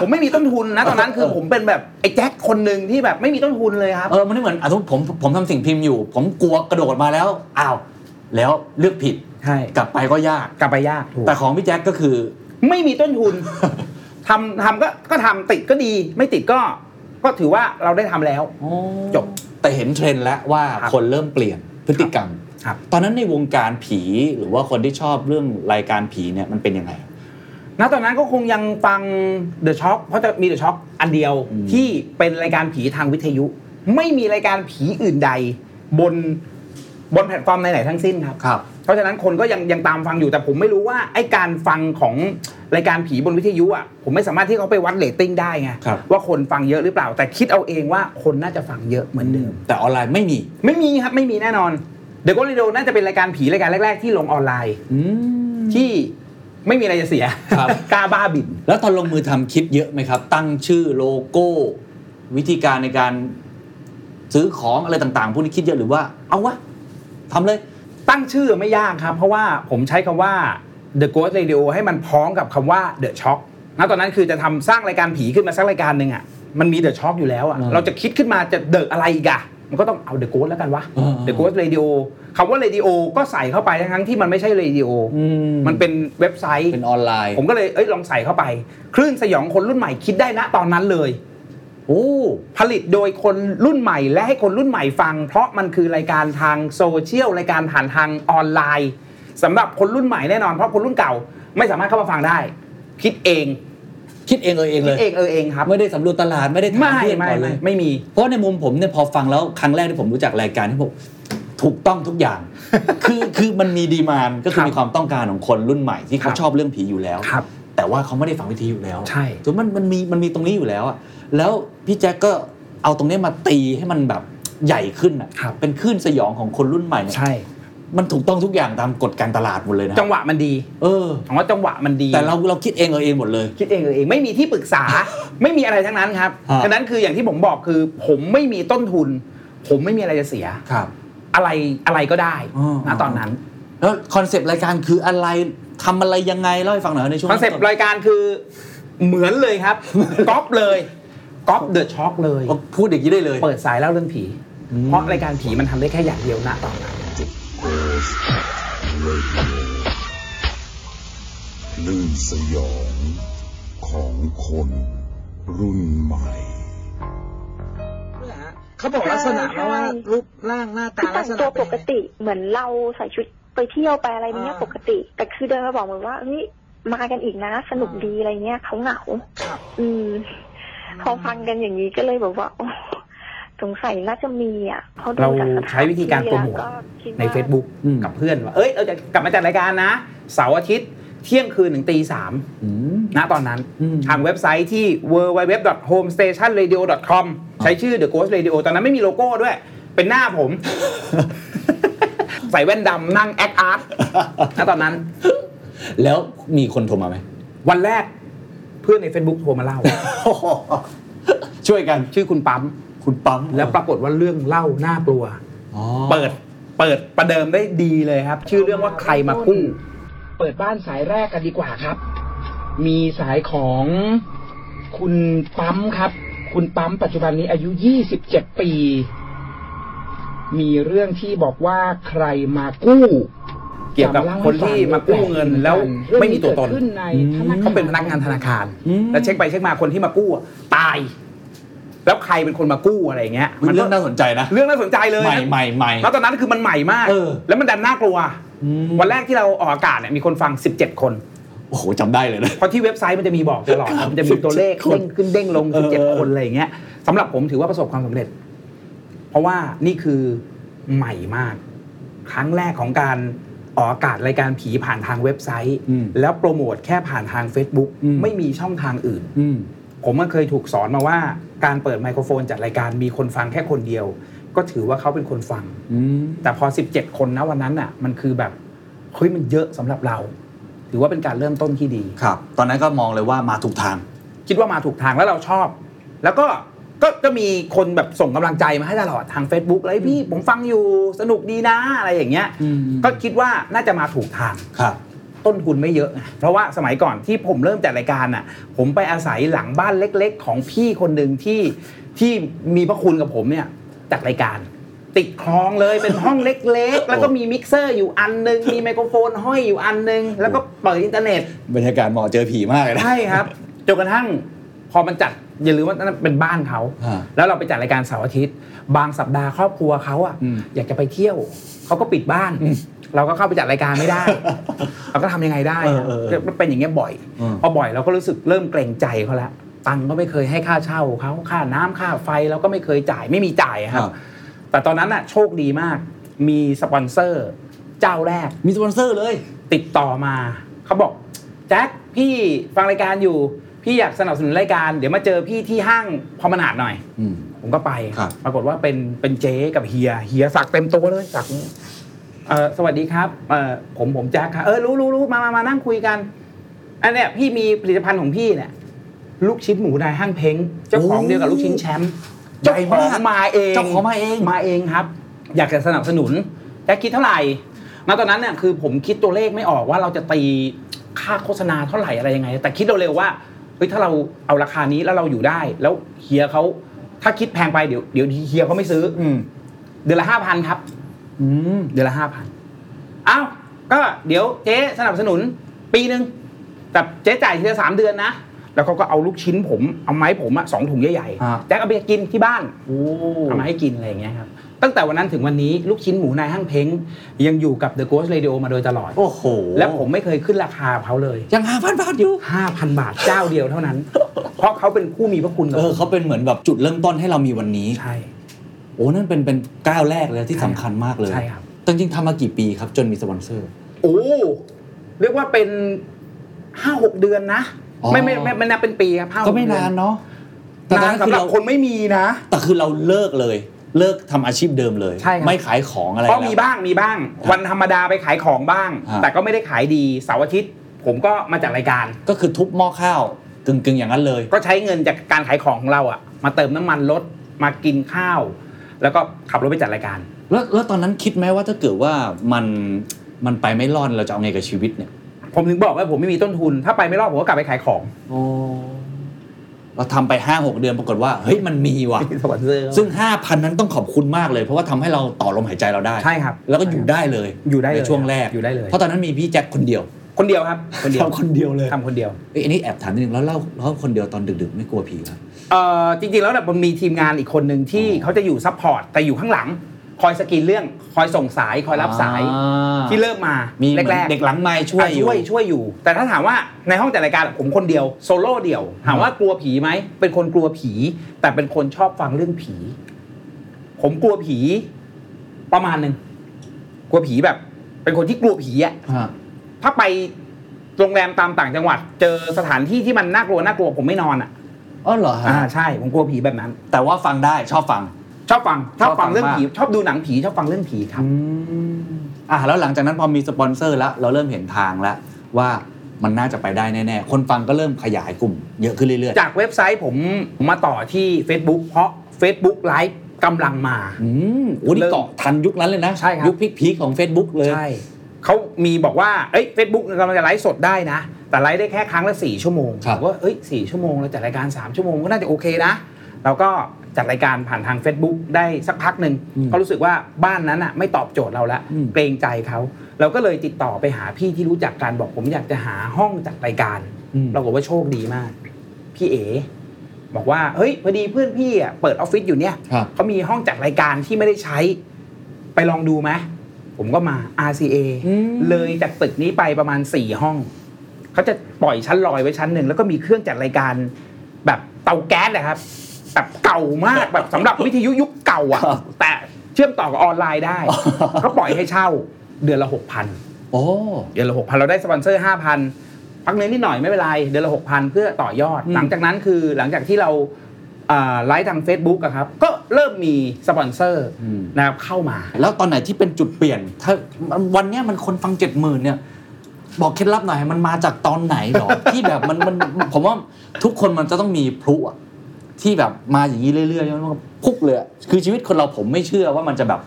Speaker 1: ผมไม่มีต้นทุนนะ ตอนนั้นคือผมเป็นแบบไอ้แจ็คคนหนึ่งที่แบบไม่มีต้นทุนเลยครับ
Speaker 3: เออ มันไม่เหมือนอ่ะทุกผมผมทำสิ่งพิมพ์อยู่ ผมกลัวกระโดดมาแล้ว อ้าว แล้วเลือกผิด
Speaker 1: ใช่
Speaker 3: กลับไปก็ยาก
Speaker 1: กลับไปยากถูก
Speaker 3: แต่ของพี่แจ็คก็คือ
Speaker 1: ไม่มีต้น ทุน ทำทำก็ก็ทำติดก็ดี ไม่ติดก็ ก็ถือว่าเราได้ทำแล้ว จบ
Speaker 3: แต่เห็นเทรนด์แล้วว่า
Speaker 1: ครับ
Speaker 3: คนเริ่มเปลี่ยนพฤติกรรม
Speaker 1: ครับ
Speaker 3: ตอนนั้นในวงการผีหรือว่าคนที่ชอบเรื่องรายการผีเนี่ยมันเป็นยังไง
Speaker 1: ณตอนนั้นก็คงยังฟัง The Shock เพราะจะมี The Shock อันเดียว
Speaker 3: อืม
Speaker 1: ที่เป็นรายการผีทางวิทยุ ไม่มีรายการผีอื่นใด บนบนแพลตฟอร์มไหนๆทั้งสิ้นครับ
Speaker 3: ครับ
Speaker 1: เพราะฉะนั้นคนก็ยังยังตามฟังอยู่แต่ผมไม่รู้ว่าไอการฟังของรายการผีบนวิทยุอ่ะผมไม่สามารถที่เขาไปวัดเรตติ้งได้ไง
Speaker 3: ครับ
Speaker 1: ว่าคนฟังเยอะหรือเปล่า แต่คิดเอาเองว่าคนน่าจะฟังเยอะเหมือนเดิม
Speaker 3: แต่ออนไลน์ไม่มี
Speaker 1: ไม่มีครับ ไม่มีแน่นอนเด e g โก r ิโดน่าจะเป็นรายการผีรายการแรก ๆ ที่ลงออนไลน์
Speaker 3: อืม
Speaker 1: ที่ไม่มีอะไรจะเสีย
Speaker 3: ครับ
Speaker 1: กล้าบ้าบิน
Speaker 3: แล้วตอนลงมือทำคิดเยอะไหมครับ ตั้งชื่อโลโก้ วิธีการในการซื้อของอะไรต่างๆพวกนี้คิดเยอะหรือว่า เอาวะทำเลย
Speaker 1: ตั้งชื่อไม่ยากครับ เพราะว่าผมใช้คำว่า The Ghost Radio ให้มันพ้องกับคำว่า The Shock นะตอนนั้นคือจะทำสร้างรายการผีขึ้นมาสักรายการหนึ่งอ่ะมันมี The Shock อยู่แล้วอ่ะ
Speaker 3: อืม
Speaker 1: เราจะคิดขึ้นมาจะเดอะอะไรอีกอ่ะมันก็ต้องเอา The Ghost แล้วกันวะ
Speaker 3: อืม
Speaker 1: The Ghost Radio คำว่า Radio ก็ใส่เข้าไปทั้งๆที่มันไม่ใช่ Radio มันเป็นเว็บไซต์
Speaker 3: เป็นออนไลน์
Speaker 1: ผมก็เลยเอ้ยลองใส่เข้าไป คลื่นสยองคนรุ่นใหม่คิดได้นะตอนนั้นเลย
Speaker 3: โอ้
Speaker 1: ผลิตโดยคนรุ่นใหม่และให้คนรุ่นใหม่ฟัง เพราะมันคือรายการทางโซเชียลรายการผ่านทางออนไลน์ สำหรับคนรุ่นใหม่แน่นอนเพราะคนรุ่นเก่าไม่สามารถเข้ามาฟังได้ คิดเอง
Speaker 3: คิดเองเออเอง
Speaker 1: คิ
Speaker 3: เล
Speaker 1: ด
Speaker 3: ย
Speaker 1: เองเออเองครับ
Speaker 3: ไม่ได้สำรวจตลาดไม่ได้ถาม
Speaker 1: ไม่
Speaker 3: เพื่อน
Speaker 1: ไม่
Speaker 3: ก่อนเล
Speaker 1: ไม่
Speaker 3: ย
Speaker 1: ไม่มี
Speaker 3: เพราะในมุมผมเนี่ยพอฟังแล้วครั้งแรกที่ผมรู้จักรายการที่ผมถูกต้องทุกอย่าง คือคือมันมีดีมานก็
Speaker 1: ค
Speaker 3: คือ
Speaker 1: รับ
Speaker 3: มีความต้องการของคนรุ่นใหม่ที่เขา
Speaker 1: ครับ
Speaker 3: ชอบเรื่องผีอยู่แล้ว
Speaker 1: ครับ
Speaker 3: แต่ว่าเขาไม่ได้ฟังวิทยุแล้ว
Speaker 1: ใช่
Speaker 3: จนมันมันมีมันมีตรงนี้อยู่แล้วอะแล้วพี่แจ็คก็เอาตรงนี้มาตีให้มันแบบใหญ่ขึ้นอะเป็นคลื่นสยองของคนรุ่นใหม่เนี่ย
Speaker 1: ใช่
Speaker 3: มันถูกต้องทุกอย่างตามกฎการตลาดหมดเลยนะ
Speaker 1: จังหวะมันดี
Speaker 3: เออ
Speaker 1: ของว่าจังหวะมันดี
Speaker 3: แต่เราเราคิดเองเอาเองหมดเลย
Speaker 1: คิดเองเออเองไม่มีที่ปรึก ษา ไม่มีอะไรทั้งนั้นครับ
Speaker 3: ฮะ
Speaker 1: ฉะนั้นคืออย่างที่ผมบอกคือ ผมไม่มีต้นทุน ผมไม่มีอะไรจะเสีย
Speaker 3: ครับ
Speaker 1: อะไรอะไรก็ได้
Speaker 3: อ๋อ
Speaker 1: นะตอนนั้น
Speaker 3: แล้วคอนเซปต์รายการคืออะไรทำอะไรยังไงเล่าให้ฟังหน่อยในช่วง
Speaker 1: คอนเซปต์รายการคือเหมือนเลยครับ ก๊อปเลยก๊อปเดอะช็อคเลย
Speaker 3: พูดอย่างนี้ได้เลย
Speaker 1: เปิดสายเล่าเรื่องผี เพราะรายการผีมันทำได้แค่อย่างเดียวนะตอนนั้น
Speaker 2: คลื่นสยองของคนรุ่นใหม่
Speaker 8: เขาบอกลักษณะแล้วว่า
Speaker 9: รูปร่างหน้าตา
Speaker 8: คือ
Speaker 9: ลั
Speaker 8: แต่
Speaker 9: ก
Speaker 8: ง
Speaker 9: ษณะเป็
Speaker 8: ตัว
Speaker 9: น
Speaker 8: ปก
Speaker 9: ยังไง
Speaker 8: ติเหมือนเราใส่ชุดไปเที่ยวไปอะไรเนี้ย
Speaker 9: อ่า
Speaker 8: ปกติ แต่คือเดินมาบอกเหมือนว่าเฮ้ยมากันอีกนะ สนุกดีอะไรเงี้ยเขาเหงา
Speaker 9: ครับ
Speaker 8: อืม
Speaker 9: ม
Speaker 8: พอฟังกันอย่างนี้ก็เลยบอกว่าโอ้สงสัยน่าจะมีอ่ะพะดู
Speaker 1: เรา
Speaker 8: จากสถน
Speaker 1: ใช้วิธีการโปรโมท
Speaker 8: แล้วคิดว่า
Speaker 1: ใน Facebook
Speaker 3: อืม
Speaker 1: กับเพื่อนว่าเอ้ยเราจะกลับมาจัดรายการนะ เสาร์อาทิตย์เที่ยงคืนถึงตีสาม
Speaker 3: อืม
Speaker 1: นะตอนนั้น
Speaker 3: อืม
Speaker 1: ทางเว็บไซต์ที่ www.homestationradio.com ใช้ชื่อ The Ghost Radio ตอนนั้นไม่มีโลโก้ด้วย เป็นหน้าผม ใส่แว่นดำนั่งแอคอาร์ตนะตอนนั้น
Speaker 3: แล้วมีคนโทร มาไหม
Speaker 1: วันแรกเพื่อนใน Facebook โทรมาเล่า
Speaker 3: ช่วยกัน
Speaker 1: ชื่อคุณปั๊ม
Speaker 3: คุณปั๊ม
Speaker 1: แล้วปรากฏว่าเรื่องเล่าน่ากลัว
Speaker 3: อ๋อ
Speaker 1: เปิดเปิดประเดิมได้ดีเลยครับ ชื่อเรื่องว่าใครมากู้ เปิดบ้านสายแรกกันดีกว่าครับ มีสายของคุณปั๊มครับ คุณปั๊มปัจจุบันนี้อายุ 27 ปี มีเรื่องที่บอกว่าใครมากู้ เกี่ยวกับคนที่มากู้เงินแล้วไม่มีตัวตนเขาเป็นพนักงานธนาคาร แล้วเช็คไปเช็คมาคนที่มากู้อะตาย แล้วใครเป็นคนมากู้อะไรอย่างเงี้ย
Speaker 3: มั
Speaker 1: ก็
Speaker 3: นเรื่องน่าสนใจนะ
Speaker 1: เรื่องน่าสนใจเลย
Speaker 3: ใหม่ใหม่ใหม่
Speaker 1: แล้วตอนนั้นคือมันใหม่มาก
Speaker 3: เออ
Speaker 1: แล้วมันดันน่ากลัว
Speaker 3: อืม
Speaker 1: วันแรกที่เราออกอากาศเนี่ยมีคนฟัง 17 คน
Speaker 3: โอ้โหจำได้เลยนะ
Speaker 1: เพราะที่เว็บไซต์มันจะมีบอกตลอด
Speaker 3: ครับ
Speaker 1: มันจะมีตัวเลข
Speaker 3: 17ค
Speaker 1: เด้
Speaker 3: น
Speaker 1: งขึ้นเด้งลง
Speaker 3: เออเออ
Speaker 1: 17 คนอะไรอย่างเงี้ยสำหรับผมถือว่าประสบความสำเร็จ เพราะว่านี่คือใหม่มาก ครั้งแรกของการออกอากาศรายการผีผ่านทางเว็บไซต์
Speaker 3: อืม
Speaker 1: แล้วโปรโมทแค่ผ่านทาง Facebook
Speaker 3: อืม
Speaker 1: ไม่มีช่องทางอื่น
Speaker 3: อืม
Speaker 1: ผมก็เคยถูกสอนมาว่าการเปิดไมโครโฟนจัดรายการมีคนฟังแค่คนเดียว ก็ถือว่าเขาเป็นคนฟัง
Speaker 3: อืม
Speaker 1: แต่พอ 17 คนนะวันนั้นน่ะ มันคือแบบเฮ้ยมันเยอะสำหรับเรา ถือว่าเป็นการเริ่มต้นที่ดี
Speaker 3: ครับ ตอนนั้นก็มองเลยว่ามาถูกทาง
Speaker 1: คิดว่ามาถูกทางแล้วเราชอบ แล้วก็ก็ก็มีคนแบบส่งกำลังใจมาให้ตลอดทาง Facebook เลยพี่ผมฟังอยู่สนุกดีนะอะไรอย่างเงี้ย
Speaker 3: อืม
Speaker 1: ก็คิดว่าน่าจะมาถูกทาง
Speaker 3: ครับ
Speaker 1: ต้นทุนไม่เยอะไงเพราะว่าสมัยก่อนที่ผมเริ่มจัดรายการน่ะ ผมไปอาศัยหลังบ้านเล็ก ๆ ของพี่คนหนึ่งที่ที่มีพระคุณกับผมเนี่ยจัดรายการ ติดคลองเลยเป็นห้องเล็ก ๆ แล้วก็มีมิกเซอร์อยู่อันหนึง มีไมโครโฟนห้อยอยู่อันหนึง แล้วก็เปิดอินเทอร์เน็ต
Speaker 3: บรรยากาศเหมาะเจอผีมากเลยนะ
Speaker 1: ใช่ครับจนกระทั่งพอมันจัดอย่าลืมว่านั่นเป็นบ้านเขา
Speaker 3: อ่า
Speaker 1: แล้วเราไปจัดรายการเสาร์อาทิตย์ บางสัปดาห์ครอบครัวเขาอ่ะ
Speaker 3: อืม
Speaker 1: อยากจะไปเที่ยวเขาก็ปิดบ้าน เราก็เข้าไปจัดรายการ ไม่ได้ เราก็ทำยังไงได้
Speaker 3: เอ
Speaker 1: อะ
Speaker 3: อเออเออ
Speaker 1: มันเป็นอย่างเงี้ยบ่อย
Speaker 3: อืม
Speaker 1: พอบ่อยเราก็รู้สึกเริ่มเกรงใจเขาแล้วตังค์ก็ไม่เคยให้ค่าเช่าเขาค่าน้ำค่าไฟเราก็ไม่เคยจ่ายไม่มีจ่ายอะครับ แต่ตอนนั้นอ่ะโชคดีมาก มีสปอนเซอร์เจ้าแรก
Speaker 3: มีสปอนเซอร์เลย
Speaker 1: ติดต่อมาเขาบอกแจ็คพี่ฟังรายการอยู่ พี่อยากสนับสนุนรายการ เดี๋ยวมาเจอพี่ที่ห้างพอมนาดหน่อย
Speaker 3: อืม
Speaker 1: ผมก็ไป
Speaker 3: ครับ
Speaker 1: ปรากฏว่าเป็นเป็นเจ๊กับเฮียเฮียสักเต็มตัวเลยสักนี้เออสวัสดีครับเออผมผมแจ็คครับเออรู้รู้รู้มามามานั่งคุยกัน อันเนี้ยพี่มีผลิตภัณฑ์ของพี่เนี่ยลูกชิ้นหมูนายห้างเพ้งเจ้าของเดียวกับลูกชิ้นแชมป์
Speaker 3: ให
Speaker 1: เจ้า
Speaker 3: ญ่
Speaker 1: ขอ
Speaker 3: มาง ก
Speaker 1: มาเอง
Speaker 3: เจ้าของมาเอง
Speaker 1: มาเองครับ อยากจะสนับสนุนแจ็คคิดเท่าไหร่ณตอนนั้นเนี่ยคือผมคิดตัวเลขไม่ออกว่าเราจะตีค่าโฆษณาเท่าไหร่อะไรยังไง แต่คิดเร็วๆว่าเฮ้ยถ้าเราเอาราคานี้แล้วเราอยู่ได้ แล้วเฮียเขาถ้าคิดแพงไปเดี๋ยวเดี๋ยวเฮียเขาไม่ซื้ออ
Speaker 3: อืม
Speaker 1: เดือนละห้าพันครับ
Speaker 3: อืม
Speaker 1: เดือนละห้าพันอ้าว ก็เดี๋ยวเจ๊สนับสนุนปีหนึ่งแต่เจ๊จ่ายทีละสามเดือนนะ แล้วเขาก็เอาลูกชิ้นผมเอาไม้ผมอะสองถุงใหญ่
Speaker 3: อ่า
Speaker 1: ๆแจ็คเอาไปกินที่บ้าน
Speaker 3: โอ้
Speaker 1: เอามาให้กินอะไรอย่างเงี้ยครับ ตั้งแต่วันนั้นถึงวันนี้ลูกชิ้นหมูนายห้างเพ้งยังอยู่กับ The Ghost Radio มาโดยตลอด
Speaker 3: โอ้โห
Speaker 1: และผมไม่เคยขึ้นราคาเขาเลย
Speaker 3: ยังห้าพันบาทอยู่
Speaker 1: 5,000 บาทเจ้าเดียวเท่านั้น เพราะเขาเป็นผู้มีพระคุณกับ
Speaker 3: เอ
Speaker 1: ผ
Speaker 3: อ
Speaker 1: ม
Speaker 3: เขาเป็นเหมือนแบบจุดเริ่มต้นให้เรามีวันนี้
Speaker 1: ใช่
Speaker 3: โอ้นั่นเป็นเป็นก้าวแรกเลยที่
Speaker 1: ใช่
Speaker 3: สำคัญมากเลย
Speaker 1: ใช่ครับ
Speaker 3: จริงๆทำมากี่ปีครับจนมีสปอนเซอร์
Speaker 1: โอ้เรียกว่าเป็นห้าหกเดือนนะ
Speaker 3: อ๋อ
Speaker 1: ไม่ไม่ไม่ไม่นับเป็นปีครับ5-6
Speaker 3: ก็
Speaker 1: เดือน
Speaker 3: ไม่านเนาะแต่ตอน
Speaker 1: าน
Speaker 3: นั้น
Speaker 1: สำ
Speaker 3: คือ
Speaker 1: หรับ
Speaker 3: เรา
Speaker 1: คนไม่มีนะ
Speaker 3: แต่คือเราเลิกเลย เลิกทำอาชีพเดิมเลย
Speaker 1: ใช่ครับ
Speaker 3: ไม่ขายของอะไร
Speaker 1: ก็
Speaker 3: แล้ว
Speaker 1: มีบ้างมีบ้าง
Speaker 3: ครับ
Speaker 1: วันธรรมดาไปขายของบ้าง
Speaker 3: อ่า
Speaker 1: แต่ก็ไม่ได้ขายดีเสาร์อาทิตย์ ผมก็มาจัดรายการ
Speaker 3: ก็คือทุบหม้อข้าวกึ่งๆอย่างนั้นเลย
Speaker 1: ก็ใช้เงินจากการขายของของเราอะมาเติมน้ำมันรถมากินข้าว แล้วก็ขับรถไปจัดรายการ
Speaker 3: แล้วแล้วตอนนั้นคิดไหมว่าถ้าเกิดว่ามันมันไปไม่รอดเราจะเอาไงกับชีวิตเนี่ย
Speaker 1: ผมถึงบอกว่าผมไม่มีต้นทุน ถ้าไปไม่รอดผมก็กลับไปขายของ
Speaker 3: เราทำไป5้าหเดือนปรากฏว่า เฮ้ยมันมีว่ะ
Speaker 1: สปอนเซอร์
Speaker 3: ซึ่ง 5,000 นั้นต้องขอบคุณมากเลย เพราะว่าทำให้เราต่อลมหายใจเราได้
Speaker 1: ใช่ครับ
Speaker 3: แล้วก็อยู่ได้เลย
Speaker 1: อยู่ได้เลย
Speaker 3: ในช่วงแรก
Speaker 1: อยู่ได้เลย
Speaker 3: เพราะตอนนั้นมีพี่แจ็คคนเดียว
Speaker 1: คนเดียวครับ คนเดียว
Speaker 3: ทำคนเดียวเลย
Speaker 1: ทำคนเดียว
Speaker 3: เอ้ยอันนี้แอบถามนิดนึงแล้วเล่าเล่าคนเดียวตอนดึกๆ ไม่กลัวผีครับ
Speaker 1: เอ่อจริงๆแล้วเนี่ยมันมีทีมงานอีกคนหนึ่งที่เขาจะอยู่ซัพพอร์ตแต่อยู่ข้างหลัง คอยสกรีนเรื่องคอยส่งสายคอยรับสาย
Speaker 3: อ่า
Speaker 1: ที่เริ่มมา
Speaker 3: มี
Speaker 1: แรกๆ
Speaker 3: เด็กหลังไม้ช่วย
Speaker 1: อ่ะ
Speaker 3: อยู่
Speaker 1: ช่วยช่วยอยู่ แต่ถ้าถามว่าในห้องจัดรายการผมคนเดียวโซโล่เดี่ยว ถามว่ากลัวผีไหมเป็นคนกลัวผี แต่เป็นคนชอบฟังเรื่องผี ผมกลัวผีประมาณหนึ่งกลัวผีแบบ เป็นคนที่กลัวผีอะ
Speaker 3: ฮะ
Speaker 1: ถ้าไปโรงแรมตามต่างจังหวัด เจอสถานที่ที่มันน่ากลัวน่ากลัวผมไม่นอนอะ
Speaker 3: อ๋อเหรอฮะ
Speaker 1: อ่าใช่ผมกลัวผีแบบนั้น
Speaker 3: แต่ว่าฟังได้ชอบฟัง
Speaker 1: ชอบฟังชอบฟังเรื่องผี
Speaker 3: ชอบ
Speaker 1: ช
Speaker 3: ฟังมาก
Speaker 1: อบดูหนังผีชอบฟังเรื่องผีครับ
Speaker 3: อ่ะแล้วหลังจากนั้นพอมีสปอนเซอร์แล้วเราเริ่มเห็นทางแล้ว ว่ามันน่าจะไปได้แน่ๆ คนฟังก็เริ่มขยายกลุ่มเยอะขึ้นเรื่อยๆ
Speaker 1: จากเว็บไซต์ผมมาต่อที่ Facebook เพราะ Facebook ไลฟ์กำลังมา
Speaker 3: อืมโอ้นี่เกาะทันยุคนั้นเลยนะ
Speaker 1: ใช่ครับ
Speaker 3: ยุคพีคๆของ Facebook เลย
Speaker 1: ใช่เขามีบอกว่า เอ้ยเฟซบุ๊กกำลังจะไลฟ์สดได้นะ แต่ไลฟ์ได้แค่ครั้งละสี่ชั่วโมง
Speaker 3: ครับ
Speaker 1: ผมว่าเอ้ยสี่ชั่วโมงเราจัดรายการสามชั่วโมงก็น่าจะโอเคนะ เราก็จัดรายการผ่านทาง Facebook ได้สักพักหนึ่งเขารู้สึกว่าบ้านนั้นอ่ะไม่ตอบโจทย์เราละเกรงใจเขา เราก็เลยติดต่อไปหาพี่ที่รู้จักกันบอกผมอยากจะหาห้องจัดรายการ ปรากฏว่าโชคดีมาก พี่เอ๋บอกว่าเฮ้ยพอดีเพื่อนพี่อ่ะเปิดออฟฟิศอยู่เนี่ย
Speaker 3: ครับ
Speaker 1: เขามีห้องจัดรายการที่ไม่ได้ใช้ ไปลองดูไหมผมก็มา RCA เลยจากตึกนี้ไปประมาณ 4 ห้อง เขาจะปล่อยชั้นลอยไว้ชั้นหนึ่ง แล้วก็มีเครื่องจัดรายการแบบเตาแก๊สนะครับแบบเก่ามากแบบสำหรับวิทยุยุคเก่าอ่ะ
Speaker 3: ครับ
Speaker 1: แต่เชื่อมต่อกับออนไลน์ได้ เขาปล่อยให้เช่าเดือนละหกพัน
Speaker 3: โอ้
Speaker 1: เดือนละหกพันเราได้สปอนเซอร์ห้าพันพักเงินนิดหน่อยไม่เป็นไร เดือนละหกพันเพื่อต่อยอด
Speaker 3: อืม
Speaker 1: หลังจากนั้นคือหลังจากที่เราอ่าไลฟ์ทาง Facebook อะครับ ก็เริ่มมีสปอนเซอร์นะครับเข้ามา
Speaker 3: แล้วตอนไหนที่เป็นจุดเปลี่ยน ถ้าวันเนี้ยมันคนฟังเจ็ดหมื่นเนี่ย บอกเคล็ดลับหน่อยมันมาจากตอนไหนหรอ ที่แบบมันมันผมว่าทุกคนมันจะต้องมีพลุอะที่แบบมาอย่างนี้เรื่อยๆมันก็พุกเลยอะคือชีวิตคนเราผมไม่เชื่อว่ามันจะแบบ